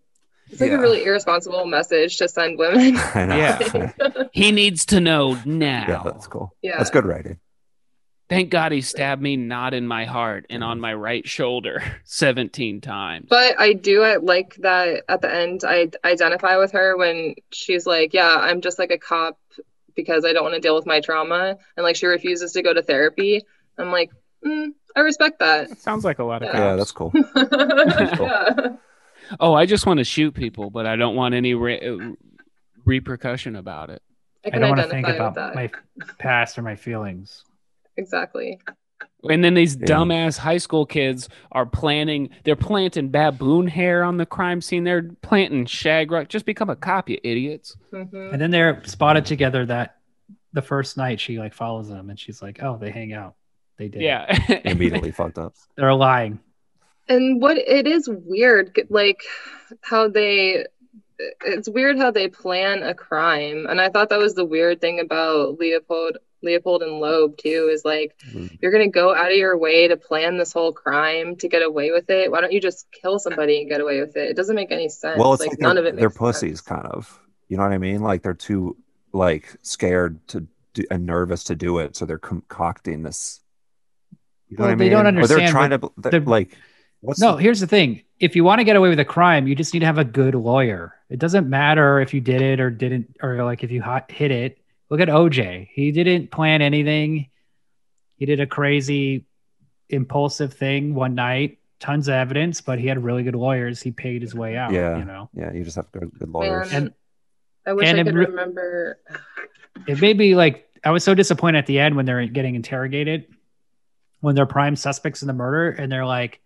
It's like Yeah. a really irresponsible message to send women. I know. Yeah. He needs to know now. yeah, that's cool. Yeah. That's good writing. Thank God he stabbed me not in my heart and on my right shoulder 17 times. But I do I like that at the end I identify with her when she's like, "Yeah, I'm just like a cop because I don't want to deal with my trauma," and like she refuses to go to therapy. I'm like, mm, I respect that. Sounds like a lot of Yeah. cops. Yeah, that's cool. yeah. Oh, I just want to shoot people, but I don't want any re- uh, repercussion about it. I I can don't want to think identify with about that. my past or my feelings. Exactly. And then these Yeah. dumbass high school kids are planning, they're planting baboon hair on the crime scene. They're planting shag rock. Just become a cop, you idiots. hmm And then they're spotted together that the first night she like follows them and she's like, oh, they hang out. They did. Yeah. Immediately fucked up. They're lying. And what it is weird, like how they, it's weird how they plan a crime. And I thought that was the weird thing about Leopold, Leopold and Loeb too, is like you're gonna go out of your way to plan this whole crime to get away with it. Why don't you just kill somebody and get away with it? It doesn't make any sense. Well, it's like, like none they're, of it they're makes sense. pussies, kind of. You know what I mean? Like they're too like scared to do, and nervous to do it, so they're concocting this. You know Well, what I they mean? don't Or they're understand trying to they're, they're- like. What's no, the- here's the thing. If you want to get away with a crime, you just need to have a good lawyer. It doesn't matter if you did it or didn't, or like if you hot, hit it. Look at OJ. He didn't plan anything. He did a crazy, impulsive thing one night. Tons of evidence, but he had really good lawyers. He paid his way out. Yeah. you know. yeah, you just have to go to good Man, lawyers. And- I wish and I it could re- remember. it made me like I was so disappointed at the end when they're getting interrogated, when they're prime suspects in the murder, and they're like,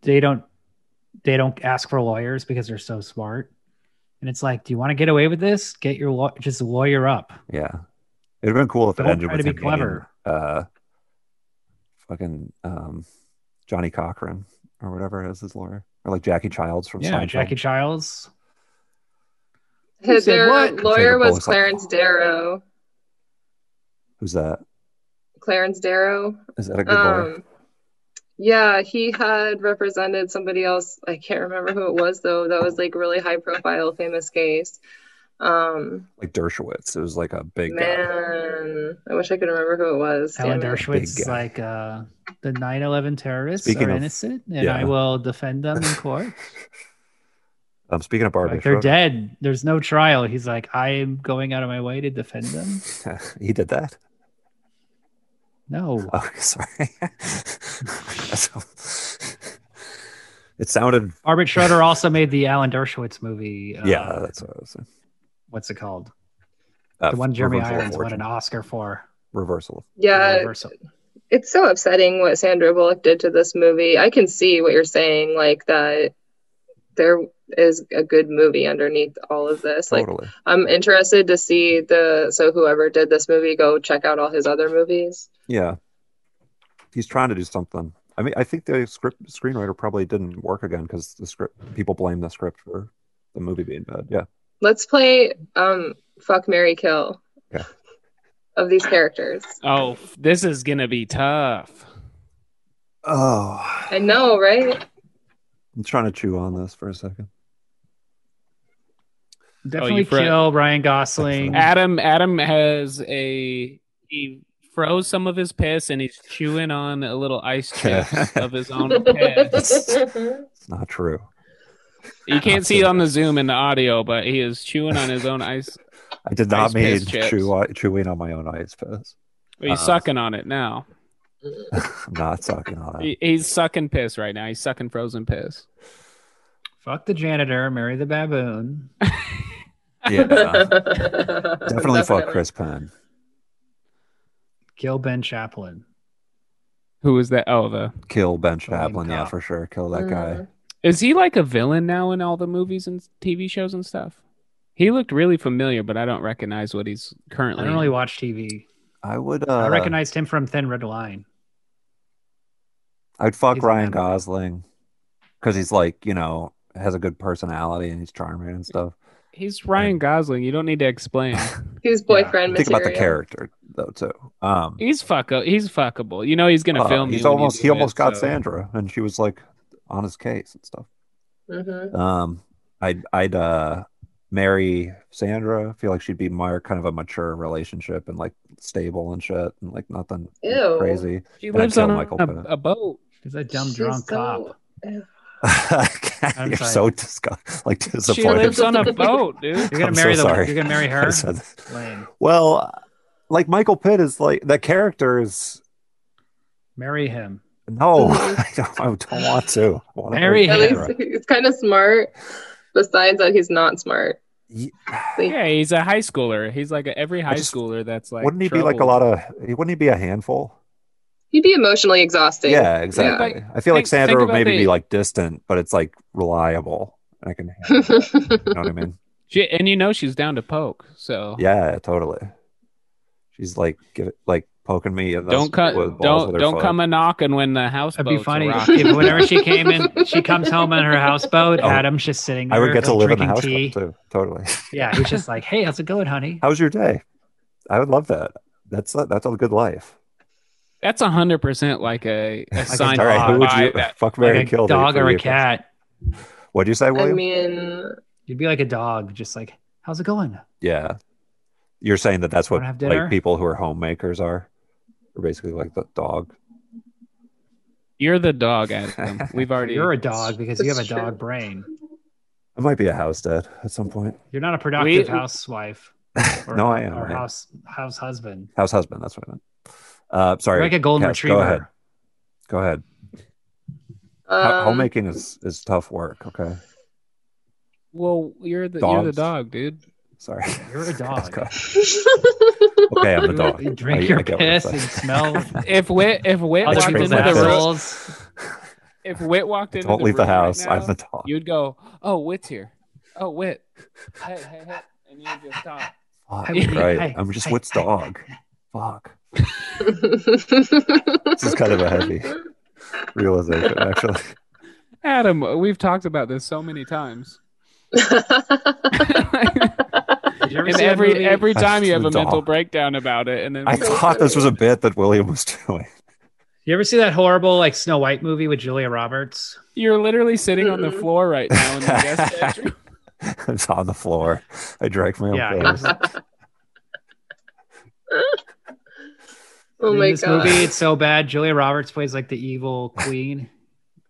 they don't, they don't ask for lawyers because they're so smart, and it's like, do you want to get away with this? Get your law, just lawyer up. Yeah, it'd have been cool if it Don't ended try with to him be being, clever. uh, fucking um, Johnny Cochran or whatever is his lawyer, or like Jackie Childs from Yeah, Seinfeld. Jackie Childs. His, said their what? lawyer Favorite was bullet's like- Clarence Darrow. Who's that? Clarence Darrow. Is that a good lawyer? Um, yeah, he had represented somebody else. I can't remember who it was though. That was like really high profile, famous case. Um, Like Dershowitz. It was like a big guy. man, I wish I could remember who it was. Alan Damn it. Dershowitz Big is guy. like uh, the 9/11 terrorists Speaking are of- innocent, and yeah. I will defend them in court. Um, speaking of Barbie, like they're Schroeder, dead. There's no trial. He's like, I am going out of my way to defend them. he did that. No, Oh, sorry. That's- it sounded. Arbit Schroeder also made the Alan Dershowitz movie. Uh, yeah, that's what I was saying. what's it called? Uh, the one Jeremy Reversal of Irons won Fortune. an Oscar for. Reversal. Yeah, Oh, Reversal. it's so upsetting what Sandra Bullock did to this movie. I can see what you're saying, like that there is a good movie underneath all of this. Like Totally. I'm interested to see the so whoever did this movie go check out all his other movies. Yeah. He's trying to do something. I mean, I think the script screenwriter probably didn't work again because the script people blame the script for the movie being bad. Yeah. Let's play um fuck Mary Kill Yeah. of these characters. Oh, this is gonna be tough. Oh, I know, right? I'm trying to chew on this for a second. Definitely fro- kill Ryan Gosling. Adam Adam has a he froze some of his piss and he's chewing on a little ice chips of his own piss. It's not true. You can't see it on the zoom and the audio, but he is chewing on his own ice. I did not Ice mean piss chips. chew on, chewing on my own ice piss. Well, He's Uh-huh. sucking on it now. I'm not sucking on that. He, he's sucking piss right now. He's sucking frozen piss. Fuck the janitor, marry the baboon. Yeah. Definitely, fuck Chris Penn. Kill Ben Chaplin. Who is that? Oh, the Kill Ben Fucking Chaplin. Yeah, cop. for sure. Kill that Mm-hmm. guy. is he like a villain now in all the movies and TV shows and stuff? He looked really familiar, but I don't recognize what he's I currently. don't really watch TV. I would. Uh, I recognized him from Thin Red Line. I'd fuck He's Ryan memorable. Gosling because he's like you know has a good personality and he's charming and stuff. He's Ryan Gosling. You don't need to explain. Who's boyfriend Think about the material. character though too. Um, he's fuck. He's fuckable. You know he's gonna uh, film. he's you when you almost do he almost it, got so- Sandra and she was like on his case and stuff. Mhm. Um, I'd I'd uh marry Sandra. I feel like she'd be more kind of a mature relationship and like stable and shit and like nothing Ew. crazy. She And I'd lives kill on a, Michael Pitt. a boat. He's a dumb She's drunk so- cop. I'm You're sorry. so disgust like She lives disappointed. on a boat, dude. You're gonna I'm so marry the. sorry. You're gonna marry I her. said that. Lame. Well, like Michael Pitt is like the character is Marry him. no, I don't, I don't want to. I wanna Marry marry Mm-hmm. At him. Sandra. least he's kind of smart. Besides that, he's not smart. Ye- Yeah, he's a high schooler. He's like a, every high just- schooler that's like. wouldn't he be like a troubled. lot of? Wouldn't he be a handful? He'd be emotionally exhausting. Yeah, exactly. Think I feel like think Sandra would about maybe be the- like distant, but it's like reliable, and I can. handle it. you know what I mean? She, and you know she's down to poke. So Yeah, totally. She's like, give it, like poking me. In the don't with come. balls Don't with her don't foot. come a knocking when the house. That'd be boats are funny rocking. if whenever she came in, she comes home on her houseboat. Oh, Adam's just sitting. There, I would get to like, live in the house drinking tea. too. Totally. Yeah, he's just like, "Hey, how's it going, honey?" How's your day? I would love that. That's that's a good life. That's a hundred percent like a, a sign. All right, to who would buy you that- fuck, Mary, Like kill? a dude, dog for or a you? cat. What'd you say, I William? mean, You'd be like a dog, just like, "How's it going?" yeah, you're saying that that's what Wanna have dinner? like people who are homemakers are. They're basically like the dog. You're the dog, Adam. We've already. You're a dog because you have a It's true. dog brain. I might be a house dad at some point. You're not a productive We- housewife. No, I am, Or I am. house house husband. House husband. That's what I meant. Uh, sorry. You're like a golden Cass, retriever. Go ahead. Go ahead. Ho- um, Homemaking is is tough work. Okay. well, you're the you're the Dogs. dog, dude. Sorry. You're a dog. Go- okay, I'm a dog. Oh, You drink I- your I get what you're piss and saying. smell If Wit if Wit other walked into people's the room, assholes. if Wit walked into Don't the leave the room right house. now, I'm the dog. you'd go, "Oh, Wit's here. Oh, Wit. Hey, hey, hey," and you just talk. Fuck, Hey, right. hey, I'm just hey, what's hey, dog. Fuck. This is kind of a heavy realization, actually. Adam, we've talked about this so many times. you ever And see that every movie? every time you have a That's the mental dog. breakdown about it, and then I thought this was a bit that William was doing. You ever see that horrible like Snow White movie with Julia Roberts? you're literally sitting on the Mm-mm. floor right now in the guest bedroom. it's on the floor. I drank my own Yeah, piss. oh Oh, in my this god. movie, it's so bad. Julia Roberts plays like the evil queen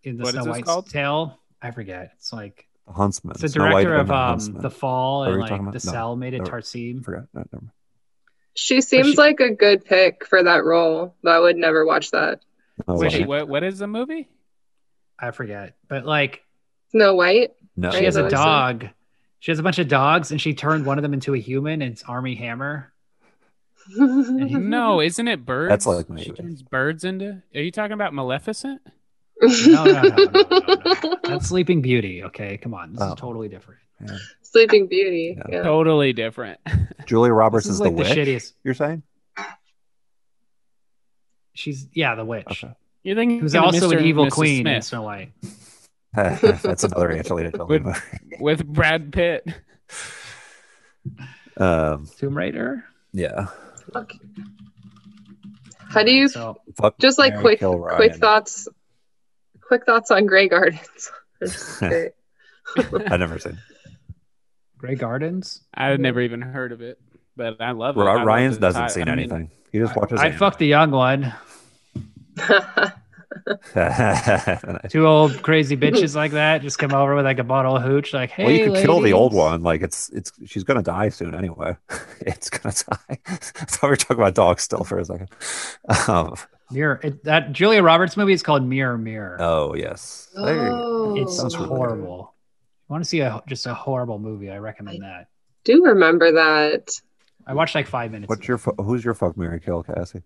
in the What is Snow this White's called? tale. I forget. It's like The Huntsman. it's the Snow White director and of the um Huntsman. The Fall Are we and talking like about- The no, Salmated no. I Tarsim. forgot. No, never mind. She seems she- like a good pick for that role, but I would never watch that. No, Wait, way. Wait, what, what is the movie? I forget. But like Snow White. no. she has a Really? dog. She has a bunch of dogs and she turned one of them into a human and it's Army Hammer. No, isn't it birds? Mm-hmm. That's like my she movie. turns birds into. Are you talking about Maleficent? No, no, no, no, no, no, no. Oh. That's Sleeping Beauty. Okay, come on. This Oh. is totally different. Sleeping Beauty. Yeah. Yeah. Totally different. Julia Roberts this is, is, like the the, witch. shittiest. You're saying? She's yeah, the witch. Okay. You're thinking Who's of also Mr. an and evil Mrs. queen in Smith Snow White. That's another Angelina Jolie Good. movie. with Brad Pitt. Um, Tomb Raider. yeah. Okay. How do you So Fuck just like Mary, quick kill quick Ryan. thoughts quick thoughts on Grey Gardens? It's great. I never seen. Grey Gardens. I've never even heard of it, but I love it. I Ro- love Ryan's the doesn't ti- see I mean, anything. He just watches. I'd fuck the young one. anime. Two old crazy bitches like that just come over with like a bottle of hooch. Like, hey, well, you could kill the old ladies." one. Like it's it's she's gonna die soon anyway. it's gonna die. I thought we were talking about dogs still for a second. Um, Mirror. It, that Julia Roberts movie is called Mirror Mirror. oh yes. There you go. Oh. it's sounds really good. horrible. If you want to see a just a horrible movie? I recommend that. do remember that. I watched like five minutes. What's your fu- who's your fuck Mary Kill Cassie?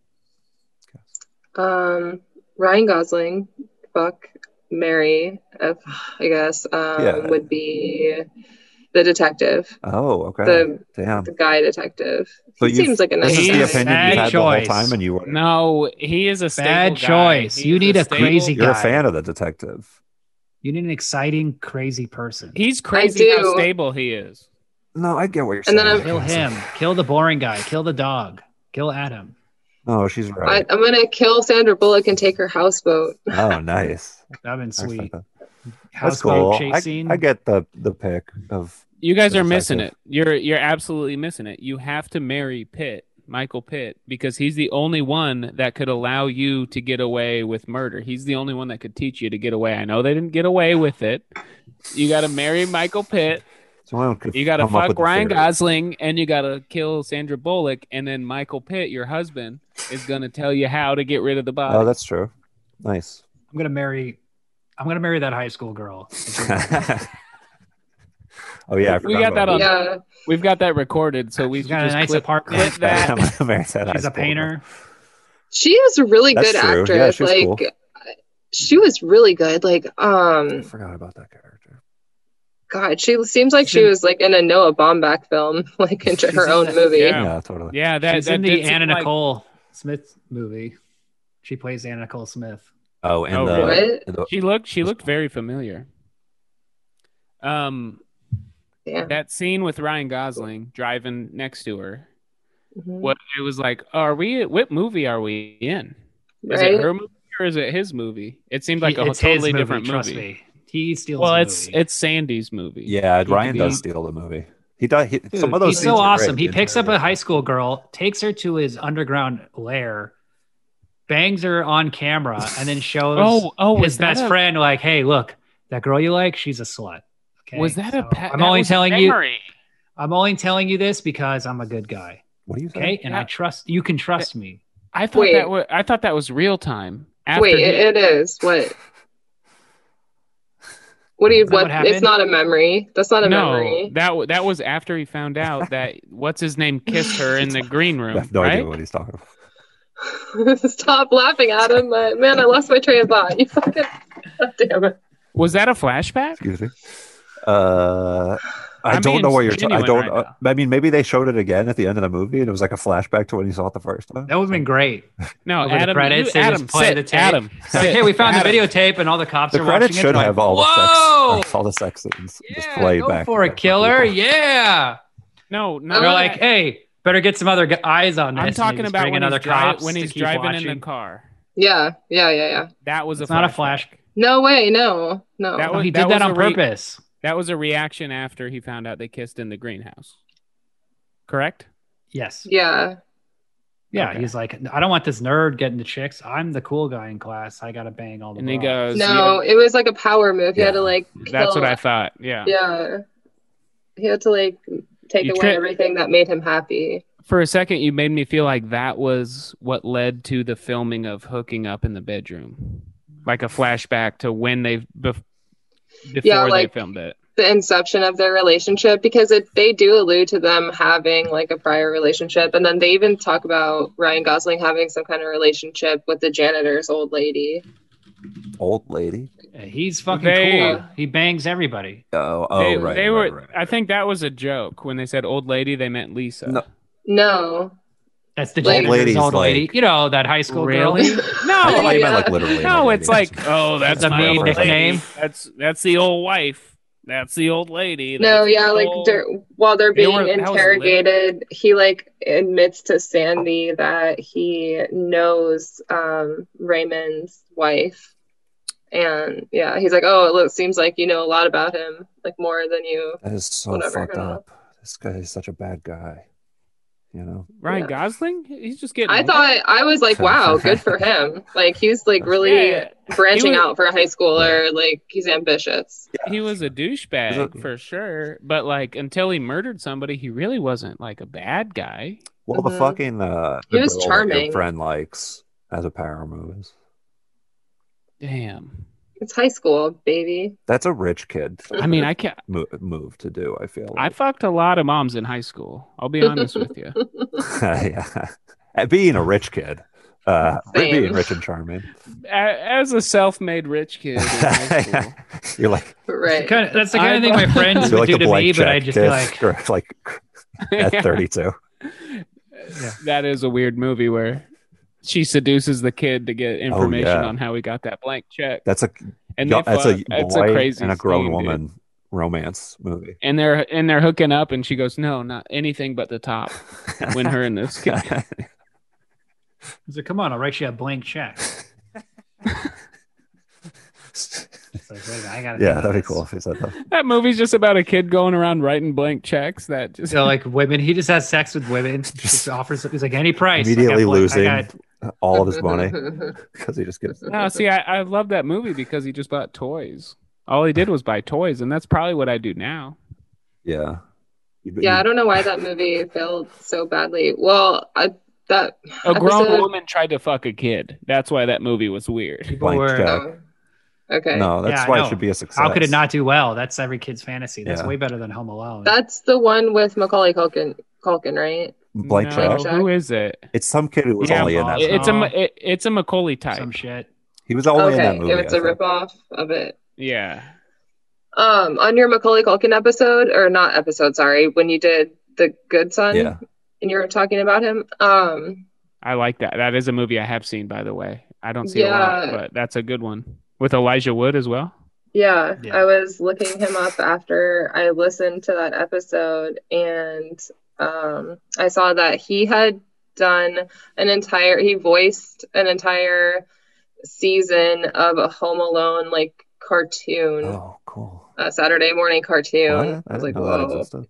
Um, Ryan Gosling, fuck Mary, uh, I guess, um, Yeah. would be the detective, Oh, okay. the, Damn. the guy detective. So he you- seems like a This is nice He's the a guy. opinion you've bad had the whole choice. time, and you were No, he is a stable Bad guy. choice. He's You need a stable- crazy you're a guy. fan of the detective. You need an exciting, crazy person. He's crazy how do. stable he is. No, I get what you're And saying. then I'm- Kill him. Kill the boring guy. Kill the dog. Kill Adam. No, Oh, she's I, right. I'm gonna kill Sandra Bullock and take her houseboat. oh, nice. That'd been I respect sweet. that. That's cool. Houseboat I, chase scene. I get the the pick of You guys That's are missing it. attractive. You're you're absolutely missing it. You have to marry Pitt, Michael Pitt, because he's the only one that could allow you to get away with murder. He's the only one that could teach you to get away. I know they didn't get away with it. You got to marry Michael Pitt. someone could You got to come up fuck with a Ryan theory. Gosling, and you got to kill Sandra Bullock, and then Michael Pitt, your husband, is gonna tell you how to get rid of the Oh, body. that's true. Nice. I'm gonna marry. I'm gonna marry that high school girl. oh yeah, I We forgot got that about on- Yeah, We've got that recorded, so we She's should got a just nice clip, apartment. clip that. I'm gonna marry that high She's school girl. a painter. she is a really That's good true. Yeah, actress. she's like, cool. she was really good. Like, I um, forgot about that character. God, she seems like she She's in- was like in a Noah Baumbach film, like into She's her in own the- movie. Yeah. Yeah, totally. Yeah, that, She's that in did the seem Anna like- Nicole Smith movie. She plays Anna Nicole Smith. Oh, and Oh, the, really? the- She looked she looked very familiar. Um Yeah. that scene with Ryan Gosling driving next to her. Mhm. What it was like, are we what movie are we in? Is Right? it her movie or is it his movie? It seemed like He- a it's his totally movie, different Trust movie. me, he steals. Well, the it's movie. it's Sandy's movie. yeah, Ryan be- does steal the movie. He does. He, some of those. Dude, he's scenes so are awesome. rigged He in picks up there. a high school girl, takes her to his underground lair, bangs her on camera, and then shows Oh, oh, his was that best a- friend like, "Hey, look, that girl you like, she's a slut." Okay, Was that a so pet? I'm that only was telling you. Mary. I'm only telling you this because I'm a good guy. What do you say? Okay, and I Yeah. trust you. Can trust me. I thought Wait. that was, I thought that was real time. After Wait, he- it, it is. What? What do you? Is that What? what happened? it's not a memory. That's not a no, memory. that w- that was after he found out that what's his name kissed her in the green I room, have no right? idea what he's talking about. Stop laughing at him. Uh, man, I lost my train of thought. You fucking. God damn it. Was that a flashback? Excuse me. Uh, I I'm don't being know what you're. ta- I genuine don't. right uh, I mean, maybe they showed it again at the end of the movie, and it was like a flashback to when you saw it the first time. That would have been great. No, Over the Adam. you, credits, they just Adam, play sit, the tape. Adam. It's like, sit, hey, we found Adam. the videotape, and all the cops The are credits watching it. should They're have like, all Whoa! the sex, all the sex scenes. just Yeah, play go back for a killer. Yeah. No, They're no. Really? like, hey, better get some other gu- eyes on this. I'm and they talking just about bring when in other he's, dri- cops when to he's keep driving in watching. the car. Yeah, yeah, yeah, yeah. That was It's a not a flashback. flash. No way, no, no. That was- No, Oh, he did was that on a re- purpose. That was a reaction after he found out they kissed in the greenhouse. Correct? Yes. yeah, Yeah, Okay. he's like, I don't want this nerd getting the chicks. I'm the cool guy in class. I gotta bang all the. And he broads." goes, no. It was like a power move. He had to Yeah. like. That's kill- what I thought. Yeah. Yeah, he had to like take You away tri- everything that made him happy. For a second, you made me feel like that was what led to the filming of hooking up in the bedroom, like a flashback to when they bef- before like- they filmed it. the inception of their relationship because it, they do allude to them having like a prior relationship and then they even talk about ryan gosling having some kind of relationship with the janitor's old lady Old lady. Uh, He's fucking They- cool. He bangs everybody. Oh, oh, they, right. they right, were. right, I think that was a joke when they said old lady. They meant Lisa. No. no That's the Old janitor's lady's old lady. like- You know that high school Really? girl. I No, thought you meant, Yeah. like literally. an no, old it's lady. like, oh, that's, That's a my mean old nickname. lady. That's that's the old wife. That's the old lady. no That's yeah the like old- they're, while they're They being were- that was interrogated he like admits to sandy that he knows um, raymond's wife and yeah he's like oh it looks- seems like you know a lot about him like more than you that is so whatever, I fucked don't know. up. This guy is such a bad guy. You know. Ryan Yeah. Gosling. He's just getting. I old. thought I was like, wow, good for him. Like he's like really Yeah. branching He was- out for a high schooler. Like he's ambitious. he was a douchebag Is it- for sure, but like until he murdered somebody, he really wasn't like a bad guy. Well, the Mhm. fucking uh, He the was girl that your charming. friend likes as a power move. is- Damn. It's high school, baby. That's a rich kid I mean, I can't. mo- move to do. I feel. I Like. fucked a lot of moms in high school. I'll be honest with you. yeah. being a rich kid, uh, Same. being rich and charming. A- As a self-made rich kid in high school, You're like Right. Kind of- that's the kind I- of thing my friends you're would like the do to me, blank but I check just kid, be like, or, like at 32. That is a weird movie where she seduces the kid to get information Oh, yeah. on how he got that blank check, That's a and yo- they that's fuck. a It's boy a crazy and a grown scene, dude. woman romance movie. And they're and they're hooking up, and she goes, "No, not anything but the top." When her and this kid, he's like, come on, I'll write you a blank check. It's like, wait a minute, I gotta yeah, think that'd be this. cool if he said that. that movie's just about a kid going around writing blank checks. That just So like women, he just has sex with women. Just offers. He's like any price. I got Immediately blank- I losing got- all of his money because he just gets No, see, I, I love that movie because he just bought toys. All he did was buy toys, and that's probably what I do now. yeah. You- Yeah, I you- don't know why that movie failed so badly. Well, I, that A grown episode- woman tried to fuck a kid. That's why that movie was weird. people Blank were. check. oh. Okay. no, that's Yeah, I why know. it should be a success. How could it not do well? That's every kid's fantasy. That's Yeah. way better than Home Alone. That's the one with Macaulay Culkin, Culkin right? Blank No, check. Check. Who is it? It's some kid who was Yeah, only in that. Paul. movie. It's a it, it's a Macaulay type. some shit. He was only Oh, in okay. that movie. If it's I a think. ripoff of it. Yeah, Um, on your Macaulay Culkin episode, or not episode, sorry, when you did The Good Son Yeah. and you were talking about him. Um, I like that. That is a movie I have seen, by the way. I don't see a lot, Yeah. but that's a good one with Elijah Wood as well. yeah, Yeah. I was looking him up after I listened to that episode, and um, I saw that he had done an entire, he voiced an entire season of a Home Alone like cartoon, Oh, cool. a Saturday morning What? cartoon. I was didn't like, know that whoa. existed.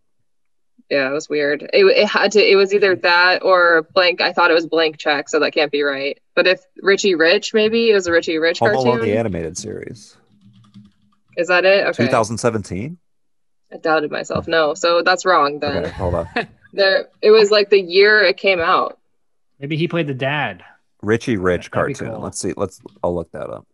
Yeah, it was weird. It, it had to. It was either that or blank. I thought it was blank check, so that can't be right. But if Richie Rich, maybe it was a Richie Rich Home cartoon. Alone the animated series, Is that it? Okay, 2017. I doubted myself. No, so that's wrong then. Okay, hold on. There, it was like the year it came out. Maybe he played the dad. Richie Rich That'd be cartoon. cool. Let's see. Let's. I'll look that up.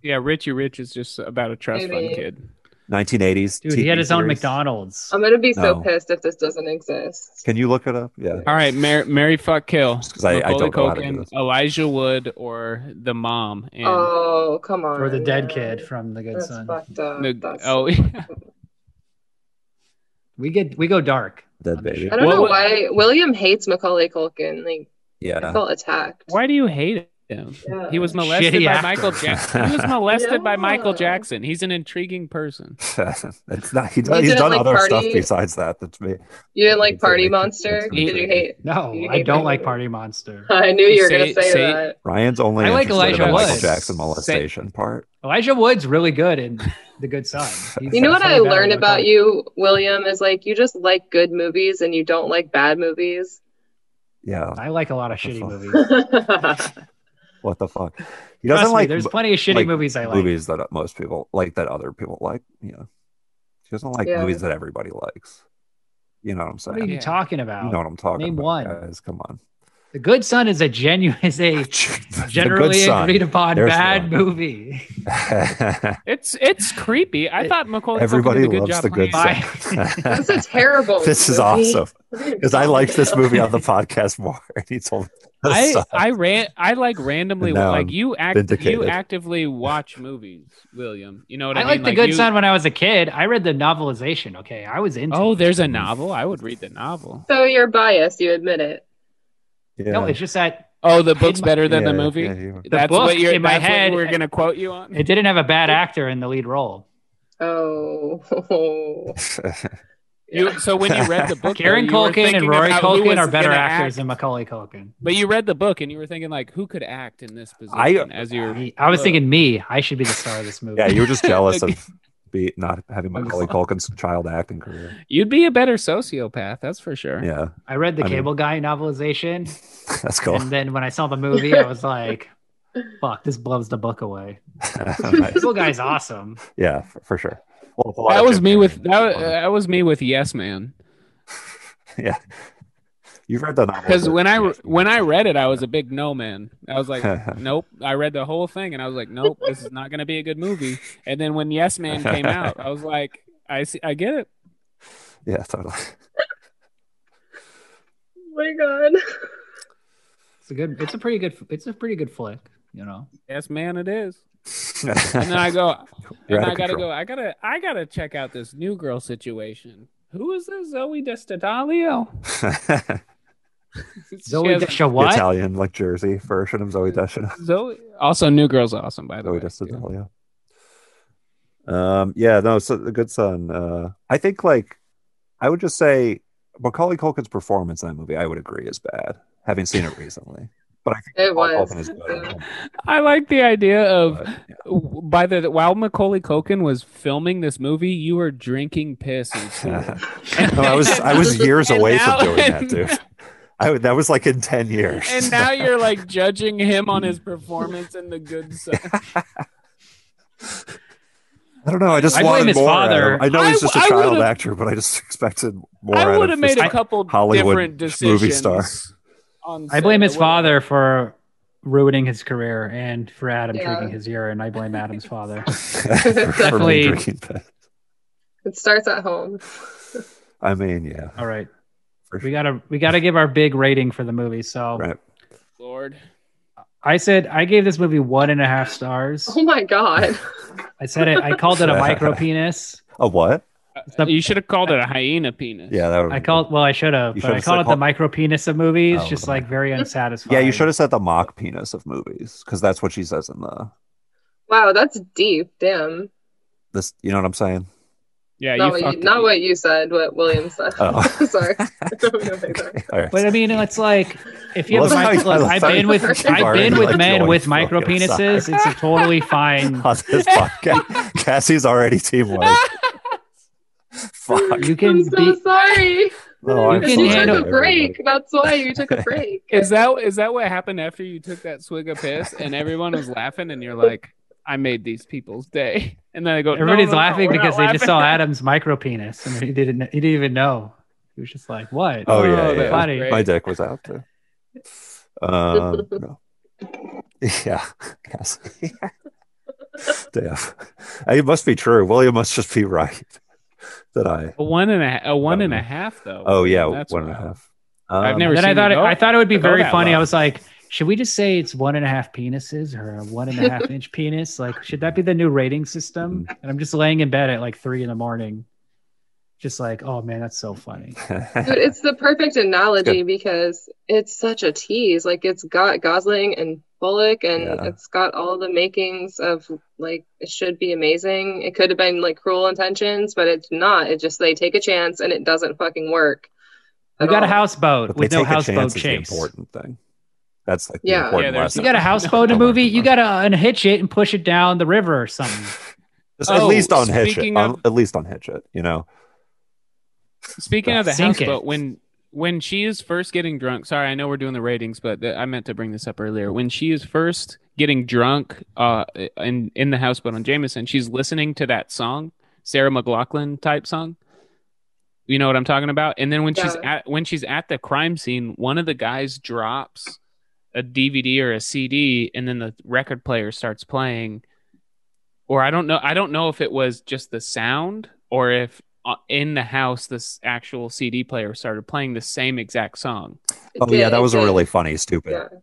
Yeah, Richie Rich is just about a trust fund Maybe. kid. 1980s. Dude, he TV had his own series. McDonald's. I'm gonna be so No. pissed if this doesn't exist. Oh. Can you look it up? Yeah. All right, Mary, Mary fuck kill. 'Cause I- I Macaulay don't know how to do Culkin, this. Elijah Wood, or the mom and Oh, come on. or the dead man. kid from The Good That's Son. fucked up. the, That's- oh yeah. We get we go dark. Dead baby. I don't What know would- why William hates Macaulay Culkin. Like, I Yeah. felt attacked. Why do you hate down. Yeah. He was molested Shitty by actor. Michael Jackson. He was molested by Michael Yeah. Jackson. He's an intriguing person. it's not, he does, You he's didn't done like other stuff party? besides that. That's me. You didn't like It's like- Party Monster? it's Did you hate? No, You I hate don't Michael like Jackson. Party Monster. I knew you were Say- gonna say, say- that. Ryan's only I interested like in Elijah the Michael Woods. Jackson molestation part. Elijah Wood's really good in The Good Son. He's You know what funny I guy, learned like, about oh, you, William, is like you just like good movies and you don't like bad movies. Yeah, I like a lot of shitty That's all. movies. yeah, what the fuck? He Trust doesn't me, like there's mo- plenty of shitty like, movies I like. movies that most people like that other people like. You know, he doesn't like Yeah. movies that everybody likes. You know what I'm What are saying? you Yeah. talking about? You know what I'm talking Name about, one. guys. Come on. The Good Son is a genuine is a The Good generally Son. agreed upon There's bad one. movie. It's it's creepy. I It- thought Macaulay Culkin Everybody did a good loves job the good playing- playing. That's son. a terrible. this is movie. awesome because I liked this movie on the podcast more. And he told me this I sucked. I ran I like randomly Now like I'm you act vindicated. you actively watch movies, William. You know what I, I mean? liked The Good you- Son when I was a kid. I read the novelization. Okay, I was into. Oh, it. there's a novel. I would read the novel. So you're biased. You admit it. yeah. no, it's just that Oh, the book's better than the Yeah, movie. yeah, you- that's book what you're in my that's what head- we're gonna quote you on. it didn't have a bad actor in the lead role. Oh. You, so when you read the book, though, Karen you were Culkin and thinking Rory about who Culkin was are better gonna actors act- than Macaulay Culkin. But you read the book and you were thinking like, who could act in this position? I- as you were, Me- I was Look. thinking me. I should be the star of this movie. yeah, you were just jealous Okay. of be not having Macaulay Culkin's child acting career. you'd be a better sociopath. That's for sure. Yeah, I read the I mean- Cable Guy novelization, that's cool. and then when I saw the movie, I was like, "Fuck, this blows the book away." Nice. Cable Guy's awesome. Yeah, for, for sure. Well, it's a lot That of was Jim me Carrey with in that, this wa- one. that was me with Yes Man. yeah, you've read the novel Because when I Yes, when I yes. read it, I was a big no man. I was like, nope. I read the whole thing and I was like, nope, this is not going to be a good movie. And then when Yes Man came out, I was like, I see, I get it. yeah, totally. Oh my god. It's a good. It's a pretty good. It's a pretty good flick. You know, Yes Man, it is. and And then I go, You're and out I of gotta control. go. I gotta I gotta check out this new girl situation. Who is this Zoe Destadalio? She Zoe has- Desha what? Italian, like Jersey version of Zoe Deschanel. Zoe. Also, New Girl's awesome by the Zoe way. too. Deschanel, yeah. Um, yeah, no, so the good son. Uh, I think like I would just say Macaulay Culkin's performance in that movie, I would agree, is bad. Having seen it recently, but I think It Macaulay was. Culkin is better. I like the idea of But, by the while Macaulay Culkin was filming this movie, you were drinking piss. in school. yeah. No, I was I was years And away now- from doing that, dude. I would- that was like in ten years. And now you're like judging him on his performance in The Good Son. I don't know. I just I blame wanted his more. father. out of- I know I he's just a w- I child would've- actor, but I just expected more. out I of would have this made a guy. couple Hollywood different decisions. movie star. on I blame set. his I would've- father for ruining his career and for Adam Yeah. drinking his urine. I blame Adam's father. For me Definitely. drinking piss. It starts at home. I mean, yeah. All right, For we gotta we gotta give our big rating for the movie. So Right. Lord. I said I gave this movie one and a half stars. Oh my god. I said it. I called it a micro penis. A what? the- Uh, you should have called it a hyena penis. Yeah, that would. I called. Well, I should have. You But I should've called said it the call- micro penis of movies. Oh, just the like very unsatisfying. Yeah, you should have said the mock penis of movies because that's what she says in the Wow, that's deep. Damn. this. You know what I'm saying? Yeah, Not, you what, fucked you, not it. what you said, what William said. Oh. Sorry. Okay, All right. But I mean, it's like if you have a Well, that's how micro, you- look, I've been with You've I've already, been with like, men joined with fucking micro penises. sides. It's a totally fine. on this podcast, Cassie's already team one. Fuck. You can I'm so be. sorry. No, I'm You can you sorry, took handle- a Oh, everybody. break. That's why you took a break. Is that is that what happened after you took that swig of piss and everyone was laughing and you're like, I made these people's day. And then I go, "No, Everybody's no, no, laughing we're not because they just laughing." saw Adam's micro penis and he didn't. He didn't even know. He was just like, "What?" Oh, yeah, that yeah. was Funny. great. My dick was out too. Um, no. Yeah, Cassie. Damn. It must be true. William must just be right that I. A one and a a one and a Um, half though. Oh yeah, That's one and a wild. half. I've Um, never then I seen thought it it, go- I thought it would be go very that funny. low. I was like, should we just say it's one and a half penises or a one and a half inch Mm-hmm. penis? Like, should that be the new rating system? And I'm just laying in bed at like three in the morning, just like, oh man, that's so Um, funny. Dude, it's the perfect analogy because it's such a tease. Like it's got Gosling and Bullock, and Yeah. it's got all the makings of like it should be amazing. It could have been like Cruel Intentions, but it's not. It just they take a chance and it doesn't fucking work. You at got a all. houseboat But they with no take a houseboat chance is the chase. important thing. That's like Yeah. the important Yeah, there's- You lesson. got a houseboat in a No. movie. You got to unhitch it and push it down the river or something. Just at Oh, least on hitch it. speaking on- of- at least on hitch it. You know. Speaking of the Sink houseboat, it. when when she is first getting drunk, sorry, I know we're doing the ratings, but th- I meant to bring this up earlier. When she is first getting drunk, uh, in in the houseboat on Jameson, she's listening to that song, Sarah McLaughlin type song. You know what I'm talking about? And then when she's Yeah. at when she's at the crime scene, one of the guys drops a DVD or a CD, and then the record player starts playing. Or I don't know. I don't know if it was just the sound, or if uh, in the house this actual CD player started playing the same exact song. It Oh yeah, did, that it was a did. really funny stupid. Yeah.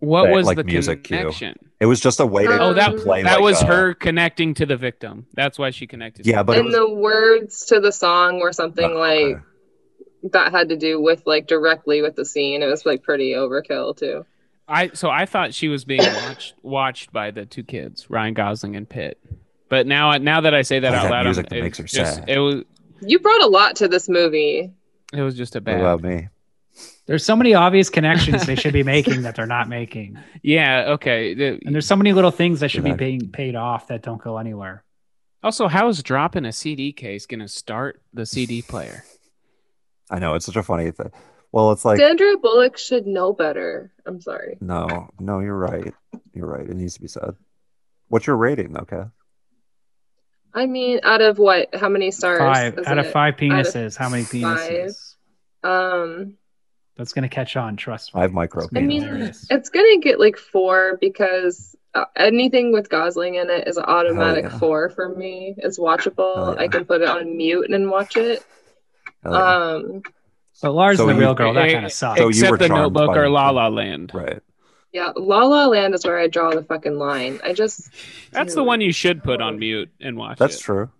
What That, was like, the music cue. connection? It was just a way to Oh, that play. that like, was uh, her connecting to the victim. That's why she connected. Yeah, but it and was the words to the song were something Oh, like okay. that had to do with like directly with the scene. It was like pretty overkill too. I so I thought she was being watched watched by the two kids, Ryan Gosling and Pitt. But now, now that I say that Play out that loud, I'm- music that it's makes her just- sad. It was You brought a lot to this movie. it was just a What bad. about me. There's so many obvious connections they should be making that they're not making. Yeah. Okay. The- And there's so many little things that should be Exactly. being paid off that don't go anywhere. also, how is dropping a CD case going to start the CD player? I know it's such a funny thing. Well, it's like Sandra Bullock should know better. I'm sorry. no, no, you're right. You're right. It needs to be said. What's your rating though, Kath? I mean, out of what? How many stars? Five isn't out of it? five of penises. How many penises? Um, That's gonna catch on. Trust me. I have micro. It's gonna I be mean, hilarious. it's gonna get like four because uh, anything with Gosling in it is an automatic Hell yeah. four for me. It's watchable. Hell yeah. I can put it on mute and watch it. Hell yeah. Um, but Lars so and the you- real girl. That eh, kind of sucks. So you Except were the charmed Notebook by or it. La La Land. right. yeah, La La Land is where I draw the fucking line. I just That's the Dude. one you should put on mute and watch. That's it. true.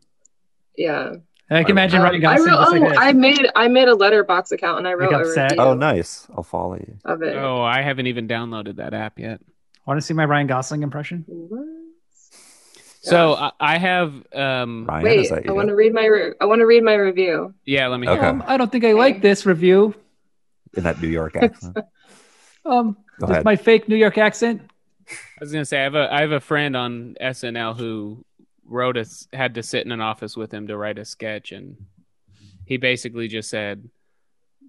yeah. I can imagine Um, Ryan I Gosling. wrote, just like oh, this. I made I made a letterbox account and I wrote Like a upset. review Oh, nice. I'll follow you. of it. Oh, I haven't even downloaded that app yet. Want to see my Ryan Gosling impression? What? So I, I have. Um, Ryan, is Wait, that I you? want to read my re- I want to read my review. yeah, let me. Okay. Um, I don't think I like this review. In that New York accent. Um, Go just ahead. my fake New York accent. I was gonna say I have a I have a friend on SNL who wrote us had to sit in an office with him to write a sketch, and he basically just said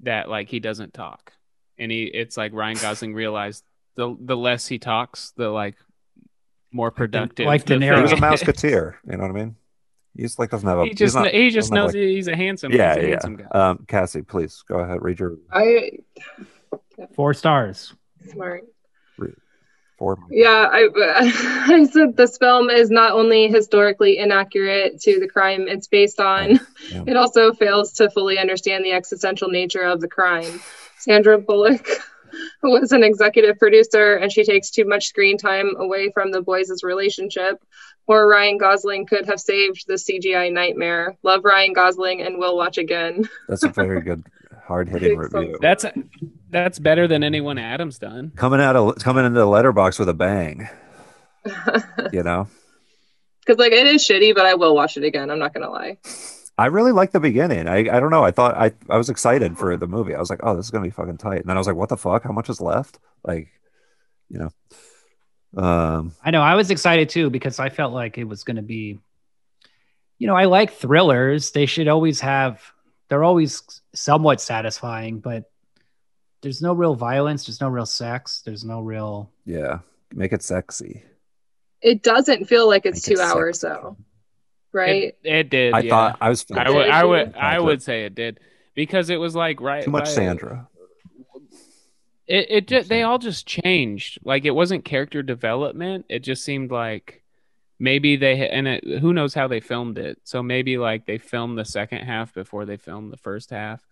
that like he doesn't talk, and he it's like Ryan Gosling realized the the less he talks, the like more productive. like De the Niro. He was a thing is. mouseketeer. You know what I mean? He's like doesn't have a. He he's just not- kn- he just doesn't have, knows like- he's a handsome yeah, he's a yeah. handsome guy. Um, Cassie, please go ahead. Read your I Four stars. smart. four. Yeah, I, I said this film is not only historically inaccurate to the crime it's based on, Yeah. it also fails to fully understand the existential nature of the crime. Sandra Bullock was an executive producer, and she takes too much screen time away from the boys' relationship. Poor Ryan Gosling could have saved the CGI nightmare. Love Ryan Gosling and will watch again. That's a very good, hard hitting Big review. That's that's better than anyone Adam's done. Coming out of coming into the letterbox with a bang. Because You know, like it is shitty, but I will watch it again. I'm not gonna lie. I really liked the beginning. I, I don't know. I thought I I was excited for the movie. I was like, oh, this is gonna be fucking tight. And then I was like, what the fuck? How much is left? Like, you know, um, I know. I was excited too because I felt like it was going to be, you know, I like thrillers. They should always have, they're always somewhat satisfying, but there's no real violence. There's no real sex. There's no real. yeah, make it sexy. It doesn't feel like it's Make it two hours sexy. though, right? It, it did. I yeah. thought I was feeling I would Did I you? would I Gotcha. would say it did because it was like right too much right- Sandra. It it just, they all just changed. Like it wasn't character development. It just seemed like maybe they ha- and it, who knows how they filmed it. So maybe like they filmed the second half before they filmed the first half.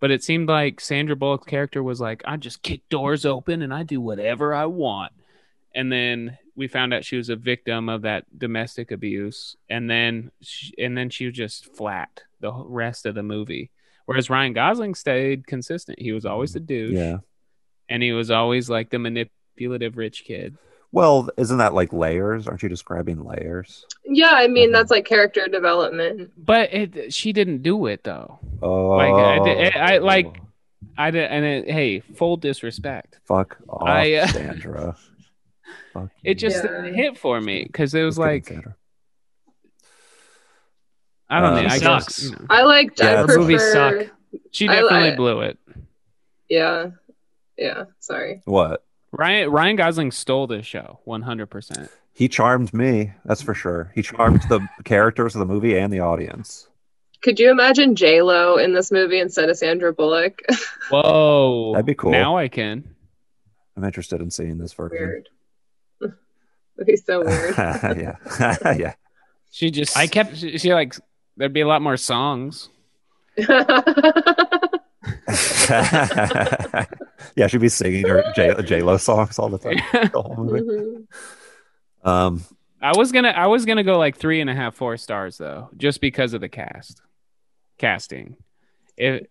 But it seemed like Sandra Bullock's character was like, I just kick doors open and I do whatever I want. And then we found out she was a victim of that domestic abuse, and then she, and then she was just flat. the whole rest of the movie. Whereas Ryan Gosling stayed consistent. He was always the douche, Yeah. and he was always like the manipulative rich kid. Well, isn't that like layers? Aren't you describing layers? Yeah, I mean Mhm. that's like character development. But it, she didn't do it though. Oh, I did- I- I, like- I did, and it, hey, full disrespect. Fuck off, I, uh, Sandra. Fuck It just Yeah. didn't hit for me because it you. was Just kidding, like Sandra. I don't Uh, know. I She guess, sucks. you know. I liked. Yeah, I that's- prefer, Movies suck. she I- definitely I- blew it. Yeah, yeah. Sorry. what? Ryan Ryan Gosling stole this show 100. percent He charmed me. That's for sure. He charmed the characters of the movie and the audience. Could you imagine J Lo in this movie instead of Sandra Bullock? Whoa, That'd be cool. Now I can. I'm interested in seeing this version. weird. That'd be so weird. yeah, yeah. She just I kept- she, she like there'd be a lot more songs. yeah, she'd be singing her J J Lo songs all the time. The whole movie. Mhm. Um, I was gonna I was gonna go like three and a half four stars though, just because of the cast casting. It,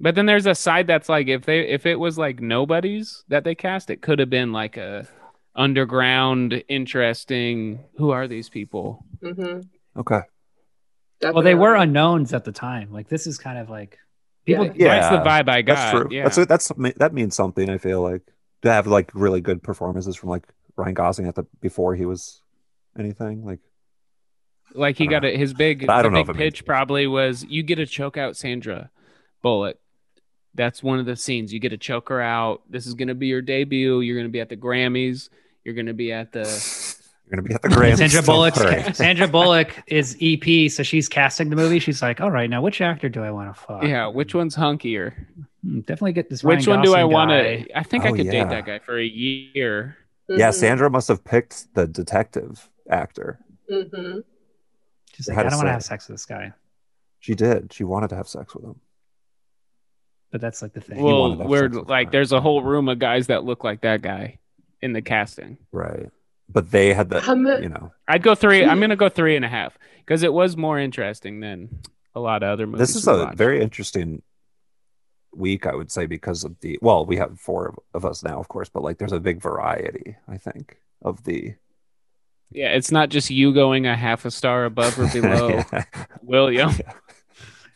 but then there's a side that's like if they if it was like nobodies that they cast, it could have been like a underground interesting. Who are these people? Mhm. okay. Well, they were Definitely. unknowns at the time. Like this is kind of like Yeah. people. that's the vibe I got. That's true. Yeah. That's that's that means something. I feel like to have like really good performances from like Ryan Gosling at the before he was anything like like he I got don't a, his big. I don't the know if big it means- pitch probably was you get to choke out Sandra Bullock. That's one of the scenes you get to choke her out. This is gonna be your debut. You're gonna be at the Grammys. You're gonna be at the. you're gonna be at the Grammys. Sandra Don't Bullock's worry. Sandra Bullock is EP, so she's casting the movie. She's like, all right, now which actor do I want to fuck? Yeah, which one's hunkier? Hmm, definitely get this. Which Ryan one do I Gosling want guy. to? I think I Oh, could yeah. date that guy for a year. Yeah, Mhm. Sandra must have picked the detective actor. Mhm. She's Or like, how I to don't want say to have it. sex with this guy. She did. She wanted to have sex with him. But that's like the thing. Well- Well, wanted to have we're sex with like, her. there's a whole room of guys that look like that guy in the casting. Right. But they had the How mu- you know I'd go three. I'm gonna go three and a half because it was more interesting than a lot of other movies. this is we a watched. very interesting week i would say because of the well we have four of, of us now of course but like there's a big variety i think of the yeah. It's not just you going a half a star above or below Yeah. William.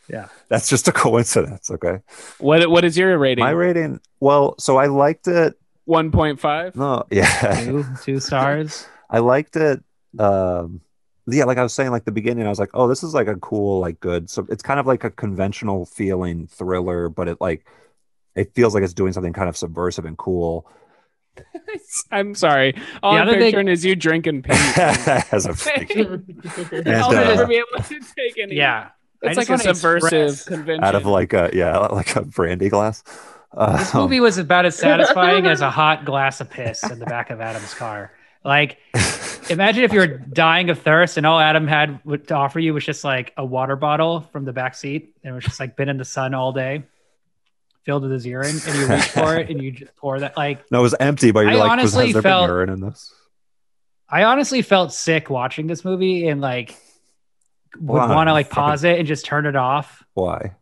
Yeah. that's just a coincidence okay What what is your rating? my rating well so i liked it One point five. no yeah two, two stars. I liked it. Um, yeah, like I was saying, like the beginning, I was like, oh, this is like a cool, like good. So it's kind of like a conventional feeling thriller, but it like it feels like it's doing something kind of subversive and cool. I'm sorry. All The I'm other thing- picturing is you drinking pee. As a freak Mhm. And, I'll never uh, be able to take any. Yeah. I It's just like a wanna subversive express- convention. out of like a yeah, like a brandy glass. Uh, This movie was about as satisfying as a hot glass of piss in the back of Adam's car. Like, imagine if you were dying of thirst and all Adam had would- to offer you was just like a water bottle from the back seat and it was just like been in the sun all day, filled with his urine, and you reach for it and you just pour that. Like, no, it was empty, but you're I like, was- honestly has there felt- been urine in this? I honestly felt sick watching this movie and like would Wow, want to like fucking- pause it and just turn it off Why?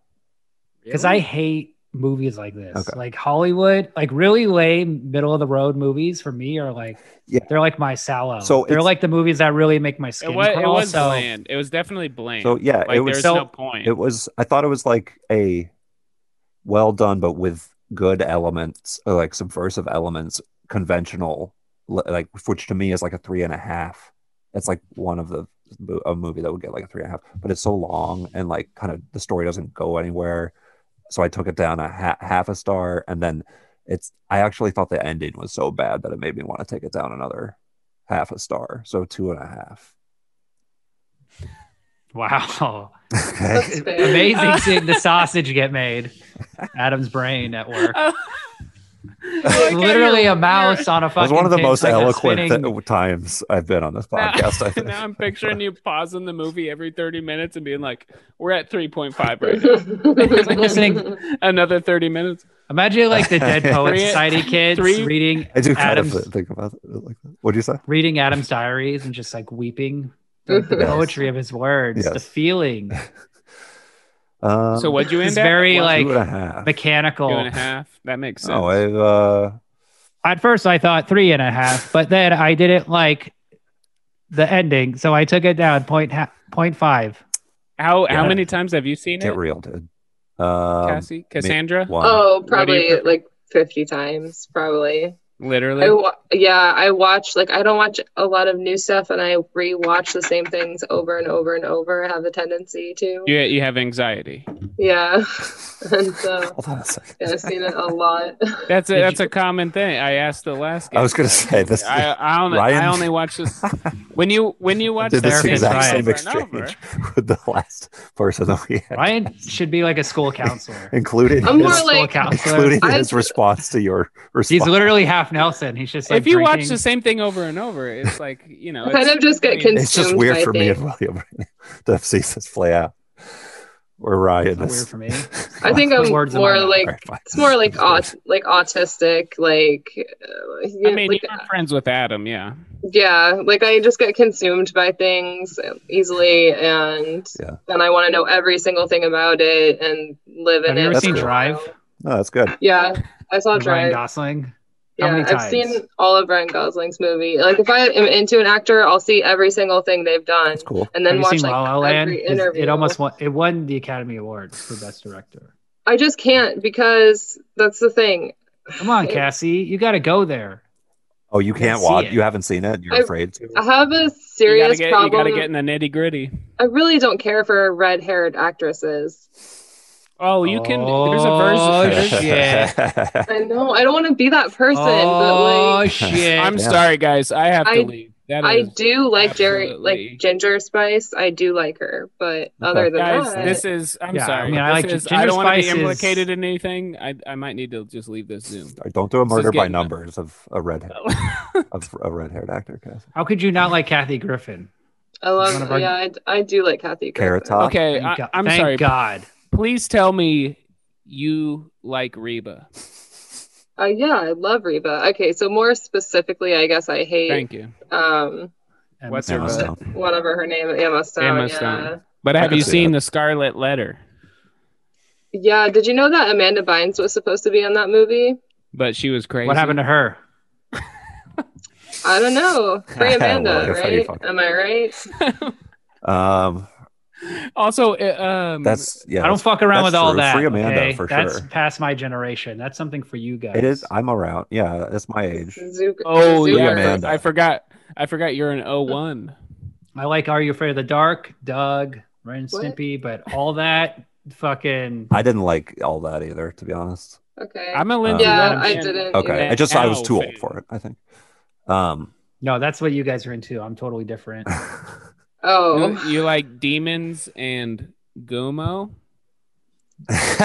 because I hate movies like this. Okay. Like Hollywood, like really lame middle of the road movies for me are like Yeah. they're like my sallow. So So they're it's- like the movies that really make my skin It was, it crawl. was so bland. It was definitely bland. So yeah, like, it was there's so- no point. it was i thought it was like a well done but with good elements or like subversive elements conventional li- like which to me is like a three and a half it's like one of the mo- a movie that would get like a three and a half but it's so long and like kind of the story doesn't go anywhere so i took it down a ha- half a star and then it's i actually thought the ending was so bad that it made me want to take it down another half a star so two and a half wow, okay That's fair. amazing seeing the sausage get made. Adam's brain at work. Oh. It's literally a mouse on a It fucking. was one of the pin, most like a eloquent spinning- th- times I've been on this Now- podcast. I think. now I'm picturing you pausing the movie every 30 minutes and being like, "We're at 3.5 right now. listening. Another 30 minutes." Imagine like the Dead Poet Three- Society kids three- reading I do kind Adam's- of think about it like that. What'd you say? reading Adam's diaries and just like weeping like, the Yes. poetry of his words, the Yes. feeling. Um, so what'd you end It's at? very, One, like, two and a half. two and Mechanical. a half. That makes sense. Oh, I've uh, At first, I thought three and a half, but then I didn't like the ending, so I took it down point ha- point five. how how Yeah. many times have you seen get it, real, dude. Um, Cassie? Cassandra? one. Oh, do you probably prefer? like 50 times, probably. Literally. I wa- yeah, I watch like I don't watch a lot of new stuff, and I rewatch the same things over and over and over. I have a tendency to, you, you have anxiety. yeah, and so Hold on a second. yeah, I've seen it a lot. That's a Did that's a common thing. I asked the last. I was gonna guest. say this. I I only, Ryan- I only watch this when you when you watch did this therapy exact trials same over and over. exchange with the last person that we had, Ryan should be like a school counselor. including I'm He's a more his, school like- counselor. including I- his response to your response. He's literally half Nelson. He's just like if you watch drinking- the same thing over and over, it's like you know. I kind it's- of just get I mean, it's just consumed weird by for me things. and William right now to see this play out. Or It's Ryan not is. weird for me. I think The I'm words in my more mouth. like Alright, fine. it's more like aut- like autistic, like uh, yeah, I mean, like, you're friends with Adam, yeah. yeah, like I just get consumed by things easily, and Yeah. then I want to know every single thing about it and live in Have you it. ever That's seen for a Drive? while. No, that's good. Yeah, I saw with Ryan Drive. Gosling. How Yeah, many I've times? seen all of Ryan Gosling's movie. Like if I am into an actor, I'll see every single thing they've done That's cool. and then Have you watch seen like La La Land? every Is- interview. It almost won. It won the Academy Award for Best Director. I just can't because that's the thing. Come on, It- Cassie, you got to go there. Oh, you didn't can't see watch. it. You haven't seen it. and You're I- afraid to. I have a You gotta, serious get, you problem. gotta get in the nitty gritty. I really don't care for red-haired actresses. Oh, you can. There's Oh, a version. shit. I know I don't want to be that person, oh but like shit! I'm Yeah. sorry, guys. I have to I- leave. That I is, do like Jerry, absolutely. like Ginger Spice. I do like her, but other than guys, that, this is. I'm Yeah, I sorry. mean, I This like is- Ginger I don't want to Spice be is- implicated in anything. I, I might need to just leave this Zoom. Don't do a This is murder by getting- numbers of a red of a red haired actor. Cass. How could you not like Kathy Griffin? I one love. of our- Yeah, I, I do like Kathy. Carrot Griffin. Top. okay, Thank I, God- I'm thank sorry. God. Please tell me you like Reba. Uh, yeah, I love Reba. Okay, so more specifically, I guess I hate Thank you. um And What's her Emma Uh, Stone. whatever her name Emma Stone. Emma yeah. Stone. But I have can you see seen that. the Scarlet Letter? Yeah, did you know that Amanda Bynes was supposed to be in that movie? But she was crazy. What happened to her? I don't know. Free Well, I Amanda, guess how you right? fuck- Am I right? Um, Also, uh, um, that's yeah. I don't fuck around that's with all true. that. Free Amanda, okay? for That's sure. past my generation. That's something for you guys. it is. I'm around. Yeah, that's my age. Zuc- Oh Zucker. yeah, I for- Amanda. I forgot. I forgot you're an 01. I like Are You Afraid of the Dark, Doug, Ren and What? Snippy, but all that fucking. I didn't like all that either, to be honest. Okay. I'm a Lindsay. yeah, Lohan I fan. didn't. Okay, either. I just I was Now too fan. old for it. I think. Um, No, that's what you guys are into. I'm totally different. Oh, You, you like demons and Gumo? Gumo,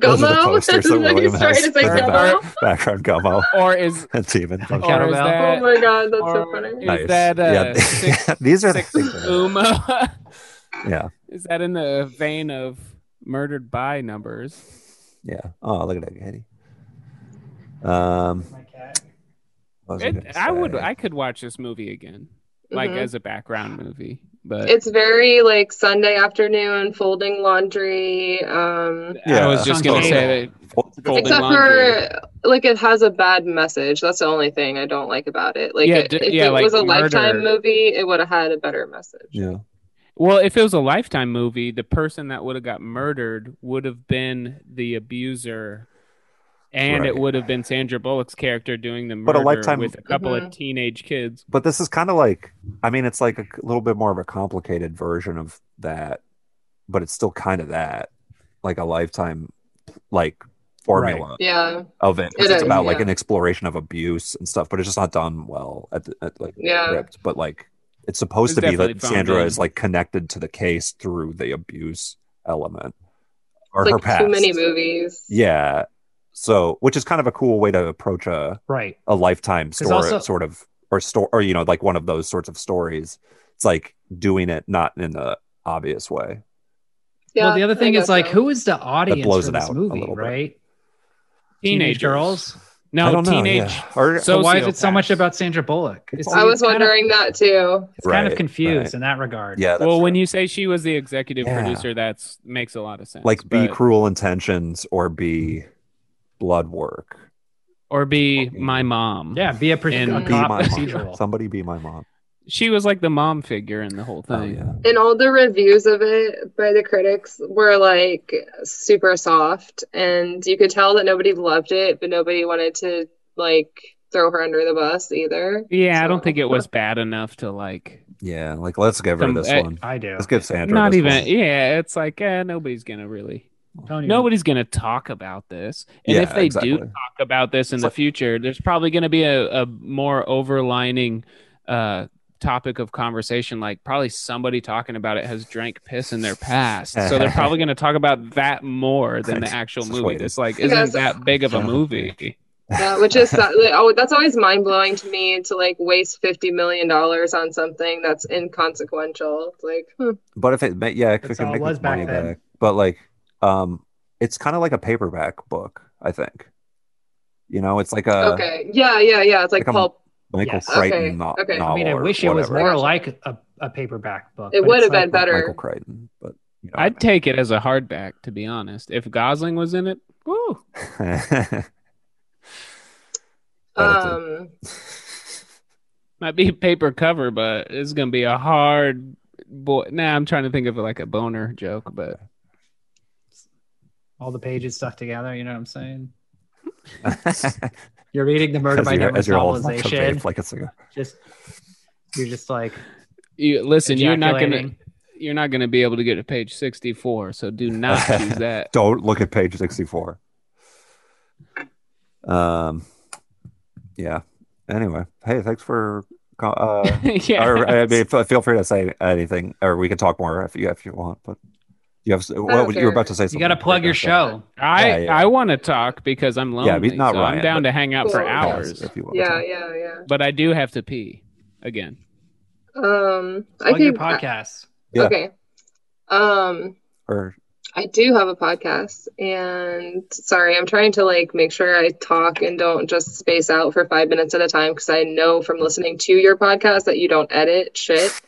Those are the Gummo. posters that William He's trying has to say for Gummo. background gummo Or is and Steven. Okay. or is Kettlebell. that Oh my god, that's so or funny. is that uh, six, These are the six things that- Gumo? Yeah, is that in the vein of murdered by numbers? yeah. Oh, look at that kitty. Um, My cat. what was It- gonna I would. say? I could watch this movie again, like Mhm. as a background movie. But It's very like Sunday afternoon, folding laundry. Um, I Yeah. was just gonna say that. Folding except laundry. for like it has a bad message. That's the only thing I don't like about it. Like Yeah, it, d- if yeah, it like was a murder. lifetime movie, it would have had a better message. Yeah. Well, if it was a lifetime movie, the person that would have got murdered would have been the abuser, and it Right. would have been Sandra Bullock's character doing the murder But a lifetime- with a couple Mhm. of teenage kids. but this is kind of like i mean it's like a little bit more of a complicated version of that but it's still kind of that like a lifetime like formula Yeah, of it 'cause It it's is, about like yeah. an exploration of abuse and stuff but it's just not done well at, the, at like Yeah. ripped but like it's supposed to It's be that Uh, definitely sandra found in. is like connected to the case through the abuse element or It's her like past too many movies. yeah so which is kind of a cool way to approach a Right. a lifetime 'Cause story also- sort of or story or you know like one of those sorts of stories it's like doing it not in the obvious way Yeah, well, the other I thing is guess like, so. who is the audience blows for it this out a movie, little bit. right? Teenagers. girls. I No, don't know, teenage. yeah. Or- So why is it so sociopaths. much about Sandra Bullock? It's, I was it's kind of- wondering that too. it's kind Right, of confused right. in that regard. yeah. Well, when you you say she was the executive Yeah. producer, that's makes a lot of sense. like be but- cruel intentions or be blood work. or be my mom. Yeah, be a, pro- And a Be cop my mom. procedural. Somebody be my mom. she was like the mom figure in the whole thing. Oh yeah. And all the reviews of it by the critics were like super soft, and you could tell that nobody loved it, but nobody wanted to like throw her under the bus either. Yeah, I So- don't think it was bad enough to like Yeah. Like let's give her Some- this eh, one. I do. Let's give Sandra not this even one. yeah, it's like eh, nobody's gonna really Don't even- nobody's gonna talk about this. And Yeah, if they do exactly. talk about this in It's the like- future, there's probably gonna be a, a more overlining uh topic of conversation like probably somebody talking about it has drank piss in their past so they're probably going to talk about that more than the actual Just movie waiting. it's like isn't Yes. that big of a Yeah. movie Yeah, Uh, which is that- like, oh, that's always mind blowing to me to like waste fifty million dollars on something that's inconsequential. It's like, hmm. But if it, ma- yeah, if it That's can all it make was its money back then. back. But like, um, it's kind of like a paperback book, I think. You know, it's like a okay, yeah, yeah, yeah. It's like Uh, like I'm- pulp. Michael Yes. Crichton Okay, no- okay. I mean, novel. I mean, I or wish it was whatever. more like a, a paperback book. It but would it's have been like- better. Michael Crichton, but you know, I'd take it as a hardback, to be honest. If Gosling was in it, woo. Relative. Um, might be paper cover, but it's gonna be a hard boy. Nah, I'm trying to think of like a boner joke, but All the pages stuck together. You know what I'm saying? You're reading the Murder as, by your, Numbers as your whole cup novelization. vape, like it's like a, Just you're just like you listen. You're not gonna ejaculating. you're not gonna be able to get to page 64, so do not choose that. don't look at page sixty-four. Um, yeah. Anyway, hey, thanks for co- uh, yeah, or, I mean, f- feel free to say anything, or we can talk more if you if you want. But you have what would- you were about to say? You Something got to plug your Right, show. I Yeah, yeah. I want to talk because I'm lonely. Yeah, but not so Ryan, I'm down but- to hang out for Cool. that's- hours, if you want yeah, to. yeah, yeah. but I do have to pee again. Um, I Plug your could. podcast. Yeah. Okay. Um, Or I do have a podcast, and sorry, I'm trying to like make sure I talk and don't just space out for five minutes at a time because I know from listening to your podcast that you don't edit shit.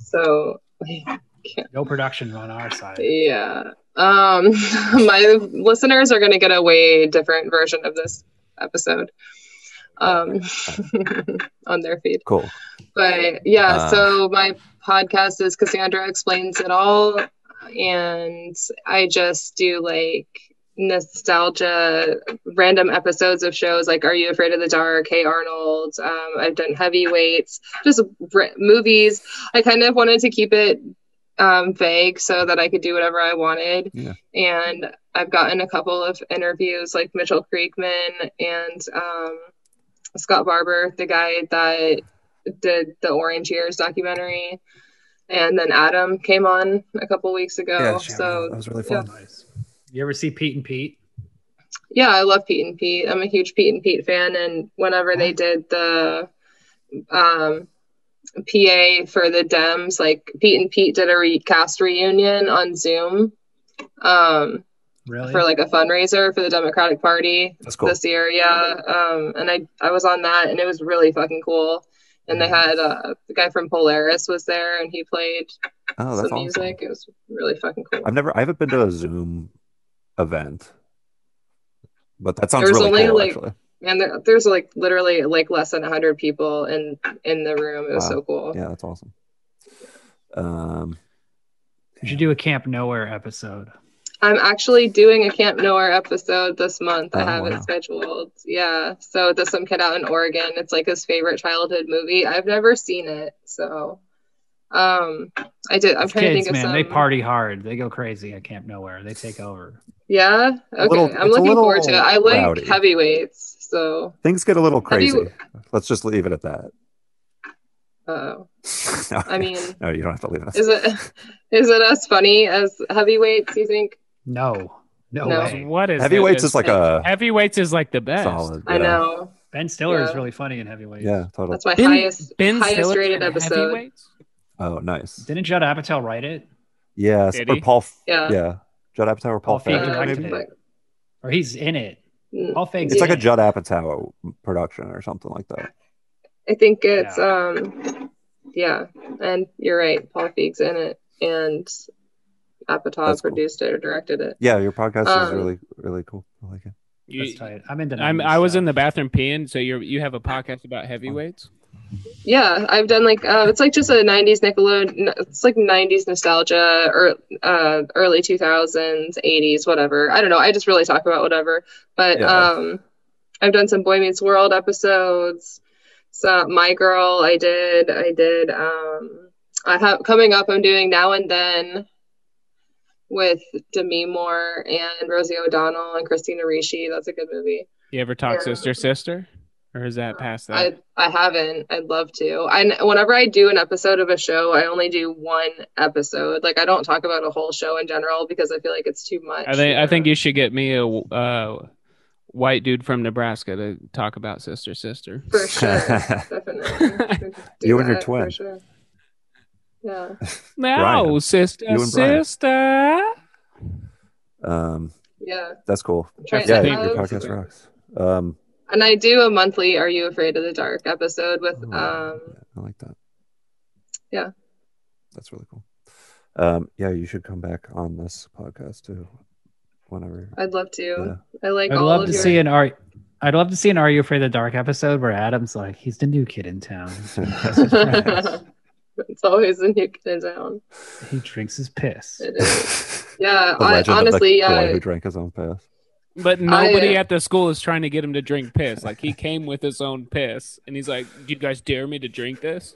So No production on our side. yeah, um, my listeners are going to get a way different version of this episode um, on their feed. cool. But yeah, Uh, so my podcast is Cassandra Explains It All. And I just do like nostalgia, random episodes of shows like Are You Afraid of the Dark? Hey Arnold. Um, I've done heavyweights, just r- movies. I kind of wanted to keep it um, vague so that I could do whatever I wanted. Yeah. And I've gotten a couple of interviews like Mitchell Kriegman and um, Scott Barber, the guy that did the Orange Years documentary, and then Adam came on a couple weeks ago. yeah, that so was really yeah. fun. Nice. You ever see Pete and Pete? yeah, I love Pete and Pete. I'm a huge Pete and Pete fan, and whenever they did the um, PA for the Dems, like Pete and Pete did a recast reunion on Zoom um, Really? for like a fundraiser for the Democratic Party. That's cool. this year yeah um and i i was on that and it was really fucking cool and they had uh the guy from polaris was there and he played Oh, some that's awesome. music it was really fucking cool I've never, I haven't been to a Zoom event, but that sounds There's really only, cool. like- actually, and there, there's like literally like less than 100 people in in the room it was Wow. so cool yeah, that's awesome. Um, You should do a Camp Nowhere episode. i'm actually doing a camp nowhere episode this month i Oh, have wow. it scheduled yeah so there's some kid out in oregon it's like his favorite childhood movie i've never seen it so um i did i'm trying These kids, to think man, of some they party hard. They go crazy at Camp Nowhere. They take over. Yeah. A Okay. little- it's a I'm looking forward to it. little I like rowdy. heavyweights, so things get a little How do crazy. you- Let's just leave it at that. uh, No, I mean, no, you don't have to leave it. At is it is it as funny as heavyweights? You think? No, no, No. way. What is Heavyweights it? is like a heavyweights is like the best. solid. I yeah. know Ben Stiller is Yeah. really funny in Heavyweight. Yeah, totally. that's my Ben- highest Ben highest Stiller rated in episode. Heavyweights? Oh, nice. Didn't Judd Apatow write it? Yes, Did or he? Paul. F- Yeah. Yeah, Judd Apatow or Paul Paul Feig Feig. Um, directed maybe? it. Or he's in it. Mm. All fake. It's like a Judd Apatow production or something like that. I think it's um yeah, and you're right. Paul Feig's in it, and Apatow That's cool. produced it or directed it. Yeah, your podcast is Um, really really cool. I like it. That's tight. I'm into. I'm, 90s I was stuff. in the bathroom peeing, so you you have a podcast about heavyweights. Yeah, I've done like uh, it's like just a '90s Nickelodeon. It's like '90s nostalgia or uh, early 2000s, '80s, whatever. I don't know. I just really talk about whatever. But Yeah. um, I've done some Boy Meets World episodes. So My Girl, I did. I did. Um, I have coming up. I'm doing Now and Then with Demi Moore and Rosie O'Donnell and Christina Ricci. That's a good movie. You ever talk Yeah. sister sister, or is that past that? I I haven't. I'd love to. And whenever I do an episode of a show, I only do one episode. Like I don't talk about a whole show in general because I feel like it's too much. I think I think you should get me a uh, white dude from Nebraska to talk about sister sister. for sure, definitely. Do You and your that, for twin. sure. Yeah. No, Brian. sister You and Brian. sister. Um, Yeah. that's cool. Try Yeah, I it think- your out. podcast rocks. Um, And I do a monthly "Are You Afraid of the Dark" episode with Oh, um yeah, I like that. yeah. That's really cool. Um, yeah, you should come back on this podcast too, whenever. I'd love to. Yeah. I like I'd all love of to your see an Are. I'd love to see an Are You Afraid of the Dark episode where Adam's like, he's the new kid in town. it's always a new kid in town. He drinks his piss. It is. the Yeah, I, legend honestly, of the boy yeah. who drank his own piss. But nobody I, uh, at the school is trying to get him to drink piss. Like he came with his own piss, and he's like, "You guys dare me to drink this?"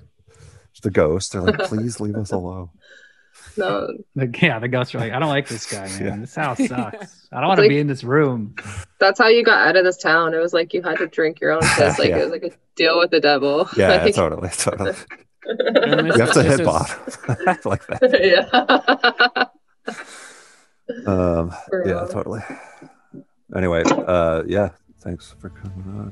It's the ghost. They're like, please leave us alone. No, Like, yeah, the ghosts are like, I don't like this guy, man. Yeah. This house sucks. I don't want to like- be in this room. That's how you got out of this town. It was like you had to drink your own piss. Like Yeah. it was like a deal with the devil. Yeah, Like- totally, totally. And this- You have to this hit is- bottom. I like that. yeah. Um, For yeah, real. totally. Anyway, uh, yeah, thanks for coming on.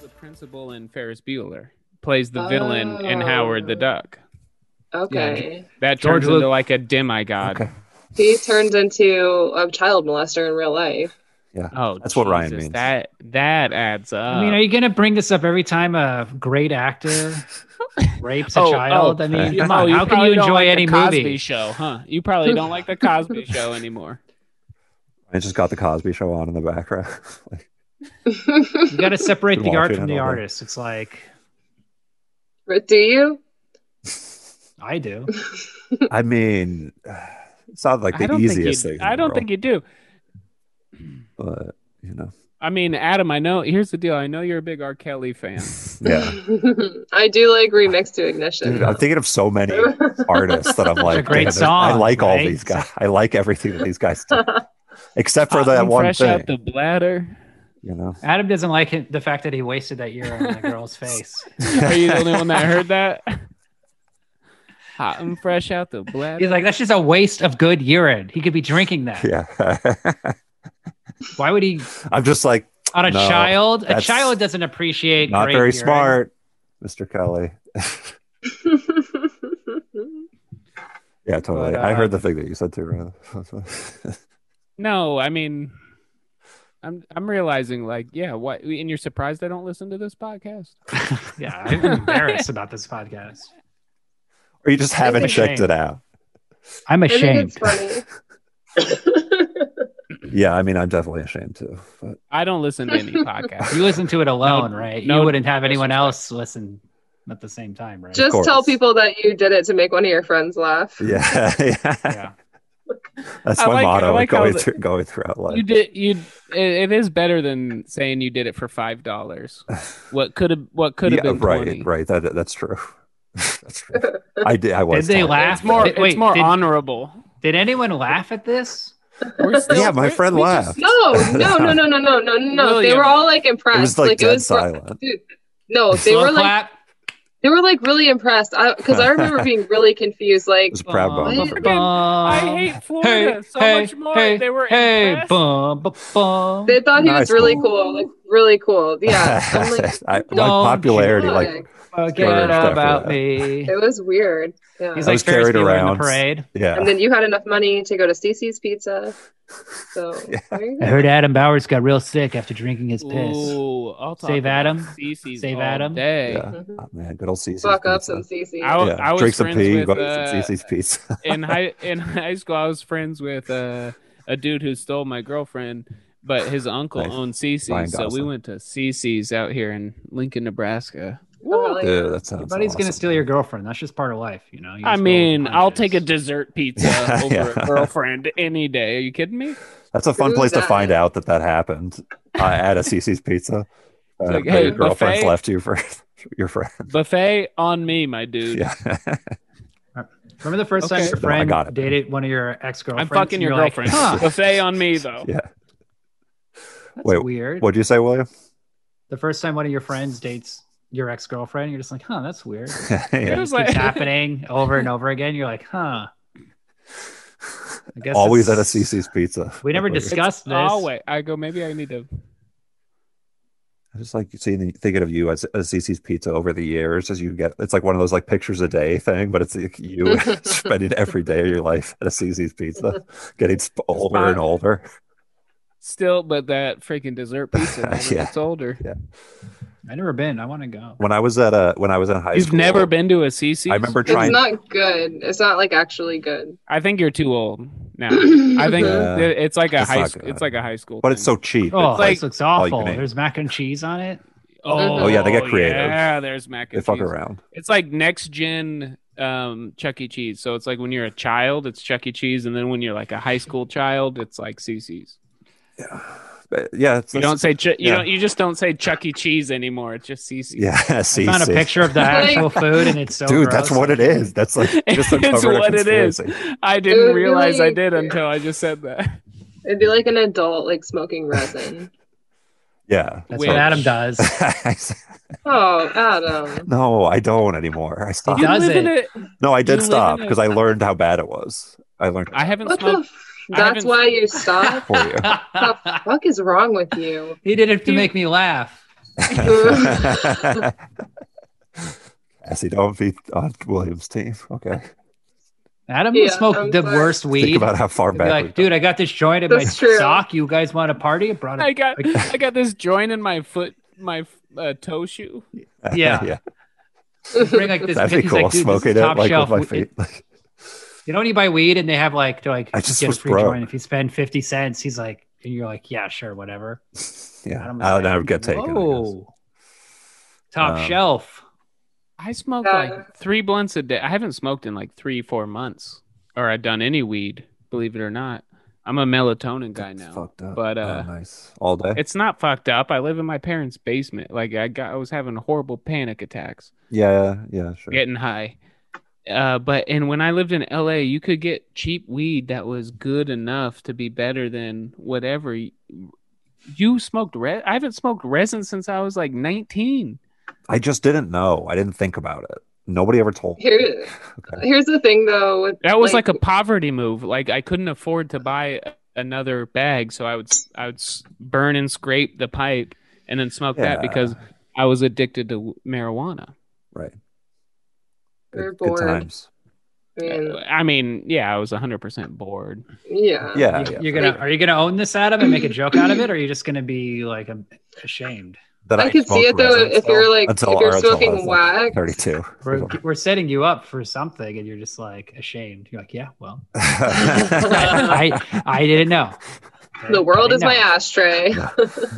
The principal in Ferris Bueller plays the villain in Oh. Howard the Duck. Okay. That George turns into Lu- like a demigod. Okay. He turned into a child molester in real life. Oh, That's what Ryan Jesus, means. That that adds up. I mean, are you gonna bring this up every time a great actor rapes a Oh, child? oh, I mean, you- come oh, on, how can probably you don't enjoy like any the Cosby movie? Show, huh? You probably don't like the Cosby Show anymore. I just got the Cosby Show on in the background. like, You got to separate Been the art watching from it the all day. artist. It's like but do you? I do. I mean, it's not like I the don't easiest think you, thing. I don't think you do. you. But you know, I mean, Adam, I know. Here's the deal. I know you're a big R. Kelly fan. yeah. I do like remix to ignition. Dude, I'm thinking of so many artists that I'm like, great "Damn, there's- I song, like all right? these guys. I like everything that these guys do, except for Hot that and one fresh thing. out the bladder. You know, Adam doesn't like him, the fact that he wasted that year on the girl's face. Are you the only one that heard that? Hot and fresh out the bladder. He's like, that's just a waste of good urine. He could be drinking that. yeah. Why would he I'm just like on a No, child? A that's child doesn't appreciate. not great very urine. smart, Mr. Kelly. Yeah, totally. I uh, heard the thing that you said too. Ryan. No, I mean, I'm I'm realizing like, yeah, what? And you're surprised I don't listen to this podcast? Yeah, I'm embarrassed about this podcast. or you just haven't It's a checked shame. it out. I'm I think ashamed. it's funny. Yeah, I mean, I'm definitely ashamed too. But I don't listen to any podcast. You listen to it alone, No- right? no you wouldn't have anyone else listen at the same time, right? Just course. tell people that you did it to make one of your friends laugh. yeah, yeah. yeah. that's I my like- I motto. like how going the- through going throughout life. You did you. It, it is better than saying you did it for five dollars. What could have? What could have yeah, been right, 20? right. That that's true. that's true. I did. I was. they tired. laugh? It's more. Did- wait, it's more did- honorable. Did anyone laugh at this? We're still- Yeah, my we're- friend we laughed. just- No, no, no, no, no, no, no, no. They William. were all like It impressed. was like, dead it was silent. dude, no, they Slow were like clap. they were like really impressed. I because I remember being really confused. It Like was a proud Bum, moment. for me. Freaking- I bum. hate Florida so hey, much more. hey, they were Hey, impressed. bum, bum, bum. they thought he Nice was really one. cool, like really cool. Yeah. only- I, my Don't popularity, like Exotic. Forget after about that. me. it was weird. Yeah. He's I like was Ferris carried Bueller in the around. parade. and yeah, then you had enough money to go to Cece's Pizza. So Yeah. there you I go. heard Adam Bowers got real sick after drinking his piss. Ooh, I'll talk Save about Adam. Cece's Save all Adam. Day. yeah. Mhm. Oh, man, good old Cece's Fuck up pizza. some Cece. I, w- yeah, I was drink some friends pee, with go uh, get some Cece's pizza. in high in high school. I was friends with uh, a dude who stole my girlfriend, but his uncle Nice. owned Ryan CC's, so we Gosling. went to CC's out here in Lincoln, Nebraska. Oh, like- Dude, that sounds. Your buddy's gonna awesome. steal your girlfriend. That's just part of life, you know. You I just go with the mean, I'll take a punches. dessert pizza Yeah, over yeah. a girlfriend any day. Are you kidding me? That's a fun Who's place to that? find out that that happened uh, at a CC's Pizza. Uh, like, that hey, your girlfriend's buffet? left you for your friend. Buffet on me, my dude. Yeah, Remember the first Okay. time your No, I friend got it. dated one of your ex I'm girlfriends? fucking your girlfriend. Buffet on me though. yeah. Oh. That's Wait, weird. What'd you say, William? The first time one of your friends dates your ex girlfriend, you're just like, huh, that's weird. It It yeah. was just like- keeps happening over and over again. You're like, huh. I guess Always at a it's- CC's Pizza. We never Like, discussed- Discuss this. Oh wait, I go. Maybe I need to. I just like seeing thinking of you as a CC's Pizza over the years as you get. It's like one of those like pictures a day thing, but it's like you spending every day of your life at a CC's Pizza, getting sp- older and older. Still, but that freaking dessert pizza never Yeah. gets older. I've never been. I want to go. When I was at a when I was in high You've school, never been to a CC's. I remember it's trying. not good. It's not like actually good. I think you're too old now. I I think Yeah. it- it's like a It's high. not Sc- good. it's like a high school. But it's thing. so cheap. Oh, It's like- this looks all you awful. can eat. There's mac and cheese on it. Oh, Oh, yeah, they get creative. Yeah, there's mac they and fuck cheese. around. It's like next gen um, Chuck E. Cheese. So it's like when you're a child, it's Chuck E. Cheese, and then when you're like a high school child, it's like CC's. Yeah, But, yeah. It's, You don't say Ch- you yeah. don't you just don't say Chuck E. Cheese anymore. It's just CC's. Yeah, I CC. found a picture of the actual food, and it's so Dude, that's gross. what it is. That's like just it's uncovered a what it is. conspiracy. I didn't It realize I really- did until I just said that. It'd be like an adult like smoking resin. Yeah. That's Which- what Adam does. I said, oh, Adam. no, I don't anymore. I He stopped. does live in it. a- No, I You did live stop in a- because I learned how bad it was. I learned I haven't What the? smoked. F- I that's haven't- why you stopped. for you. What the fuck is wrong with you? he did it to make me laugh. Cassie, don't be on Williams' team. Okay. Adam Yeah, will smoke I'm the sorry. worst Think weed. about how far He'll back. be we've like, gone. dude, I got this joint in my That's true. sock. You guys want a party? I brought I it. got I got this joint in my foot, my uh, toe shoe. yeah. yeah. Bring like this. That'd be he's cool. Like, dude, this Smoking is it top like shelf. with my weed. feet. Like, You know when you buy weed and they have like, they're like, I just get was a free broke. joint if you spend fifty cents. He's like, and you're like, yeah, sure, whatever. yeah. Adam's I'll like, never get taken. I guess. Whoa. Top Um, shelf. I smoke Yeah. like three blunts a day. I haven't smoked in like three, four months, or I've done any weed. Believe it or not, I'm a melatonin guy It's now. Fucked up. But, Oh, uh, nice. All day. It's not fucked up. I live in my parents' basement. Like I got, I was having horrible panic attacks, Yeah. Yeah. Sure. getting high. Uh, but and when I lived in LA, you could get cheap weed that was good enough to be better than whatever. y- You smoked red. I haven't smoked resin since I was like 19. I just didn't know. I didn't think about it. Nobody ever told me. Here, here's the thing though. With, That was like, a poverty move. Like I couldn't afford to buy another bag, so I would I would s- burn and scrape the pipe and then smoke that Yeah. because I was addicted to marijuana. Right. We were Good, good bored. times. I mean, I mean, yeah, I was 100% bored. yeah. Yeah. You- yeah. you're gonna are you gonna own this, Adam, and make a joke out of it, or are you just gonna be like am- ashamed? That I could see smoked it, though, resin if you're, like, until- if you're or until I smoking was, like, wax. 32. We're, we're setting you up for something, and you're just like ashamed. You're like, yeah, well, I, I I didn't know. The world I is my know. ashtray.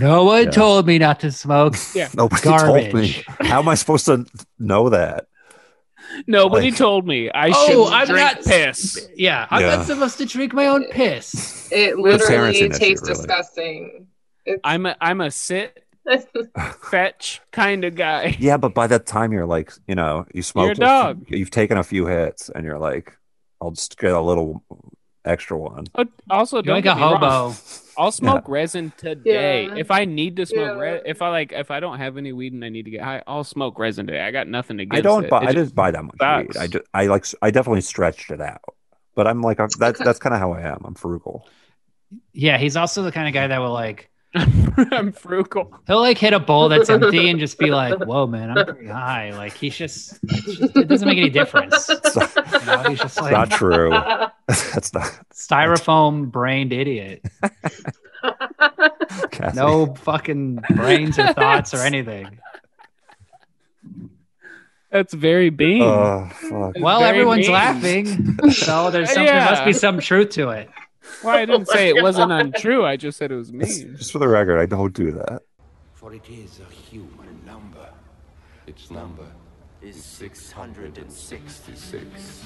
No one Yeah. told me not to smoke. Nobody told me. Garbage. How am I supposed to know that? Nobody Like- told me I Oh, should I'm not drink not- piss. Yeah, I'm Yeah. not supposed to drink my own piss. It parents literally in that shit, tastes really. disgusting. It's, I'm a, I'm a sit fetch kind of guy. Yeah, but by that time you're like, you know, you You're a smoked. dog. You've taken a few hits, and you're like, I'll just get a little extra one. Oh, Also, You're don't like get a me wrong, hobo. I'll smoke resin today. Yeah. If I need to smoke, Yeah. re- if I like, if I don't have any weed and I need to get high, I'll smoke resin today. I got nothing against I don't it. buy. It I just- didn't buy that much sucks. weed. I just, I like. s- I definitely stretched it out. But I'm like, I'm, that's Okay. that's kind of how I am. I'm frugal. Yeah, he's also the kind of guy that will like I'm frugal. He'll like hit a bowl that's empty and just be like, "Whoa, man, I'm pretty high." Like he's just, it's just- it doesn't make any difference. You It's not, know, he's just it's like not true. That's not styrofoam brained idiot. Kathy. No fucking brains or thoughts or anything. That's very bean. Oh fuck. It's Well, very everyone's mean. laughing, so there's some, there must Yeah. be some truth to it. well, I didn't say it wasn't untrue. I just said it was That's- mean. Just for the record, I don't do that. For it is a human number. Its number is 666.